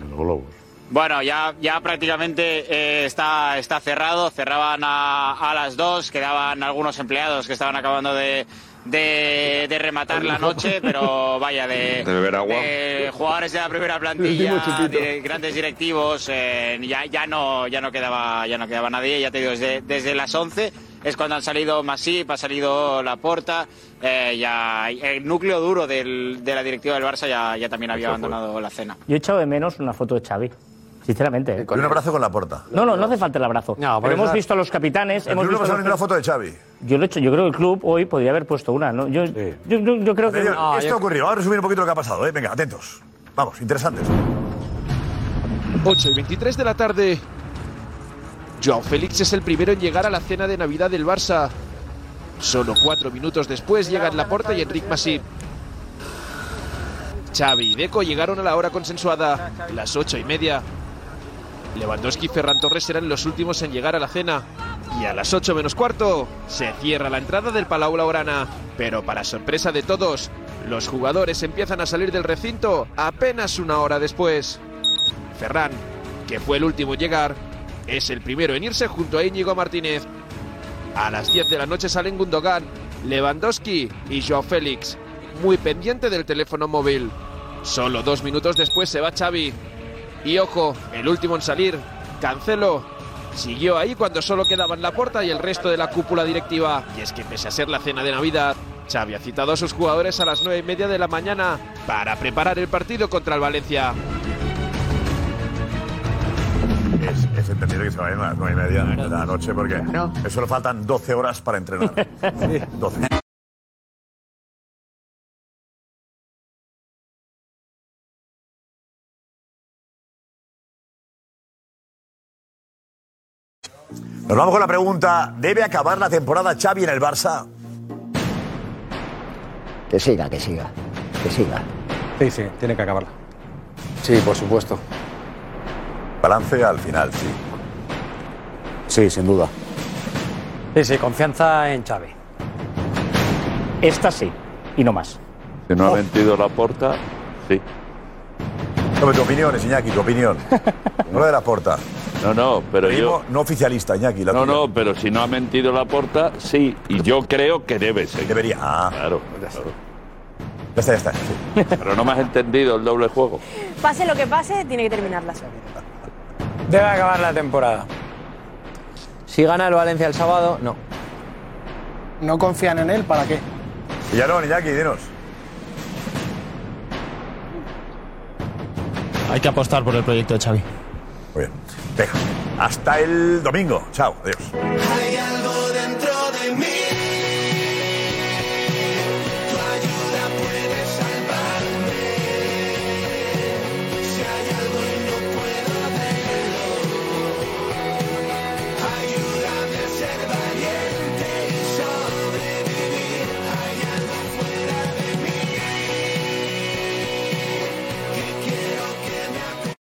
Los globos.
Bueno, ya, ya prácticamente eh, está, está cerrado. Cerraban a, a las dos, quedaban algunos empleados que estaban acabando de, de- de rematar la noche, pero vaya, de,
*laughs* De beber agua.
de jugadores de la primera
El
plantilla,
último chupito.
de grandes directivos, eh, ya, ya, no, ya, no quedaba, ya no quedaba nadie. Ya te digo, desde, desde las 11 es cuando han salido Masip, ha salido Laporta, eh, ya el núcleo duro del- de la directiva del Barça ya, ya también había abandonado la cena.
Yo he echado de menos una foto de Xavi, sinceramente. ¿eh?
Y un abrazo con la puerta.
No, no, pues no hace falta el abrazo.
por
Ah,
pero hemos
eso-
visto a los capitanes. Hemos
Yo no
visto a
he pasado
los-
ninguna foto de Xavi.
Yo lo he hecho, yo creo que el club hoy podría haber puesto una, ¿no? Yo, yo, yo- yo creo que.
Atención, esto ha ocurrido. Vamos a resumir un poquito lo que ha pasado. ¿eh? Venga, atentos. Vamos, interesantes.
8 y 23 de la tarde. Joao Félix es el primero en llegar a la cena de Navidad del Barça. Solo cuatro minutos después llegan Laporta y Enric Masip. Xavi y Deco llegaron a la hora consensuada, las ocho y media. Lewandowski y Ferran Torres serán los últimos en llegar a la cena. Y a las 8 menos cuarto se cierra la entrada del Palau Laurana. Pero para sorpresa de todos, los jugadores empiezan a salir del recinto apenas una hora después. Ferran, que fue el último en llegar, es el primero en irse junto a Íñigo Martínez. A las 10 de la noche salen Gundogan, Lewandowski y Joao Félix, muy pendiente del teléfono móvil. Solo dos minutos después se va Xavi. Y ojo, el último en salir, Cancelo, siguió ahí cuando solo quedaban Laporta y el resto de la cúpula directiva. Y es que pese a ser la cena de Navidad, Xavi ha citado a sus jugadores a las 9 y media de la mañana para preparar el partido contra el Valencia.
Es, es entendible que se vayan a las nueve y media de la noche porque solo faltan 12 horas para entrenar. *laughs* 12. Nos vamos con la pregunta, ¿debe acabar la temporada Xavi en el Barça?
Que siga, que siga, que siga.
Sí, sí, tiene que acabarla.
Sí, por supuesto.
Balance al final, sí.
Sí, sin duda.
Sí, sí, confianza en Xavi.
Esta sí, y no más.
Si no ha
Oh.
mentido la porta, sí.
Sobre tu opinión, Iñaki,
*laughs*
tu opinión. No la de la porta.
No, no, pero yo.
No oficialista, Iñaki. La
No,
tuya.
no, pero si no ha mentido la porta, sí. Y yo creo que debe ser.
Debería. Ah.
Claro, claro.
Pues Ya está, ya está.
Pero no me has entendido el doble juego.
Pase lo que pase, tiene que terminarla.
Debe acabar la temporada.
Si gana el Valencia el sábado, no.
No confían en él, ¿para qué?
Villalón, Iñaki, dinos.
Hay que apostar por el proyecto de Xavi.
Muy bien. Venga, hasta el domingo. Chao, adiós.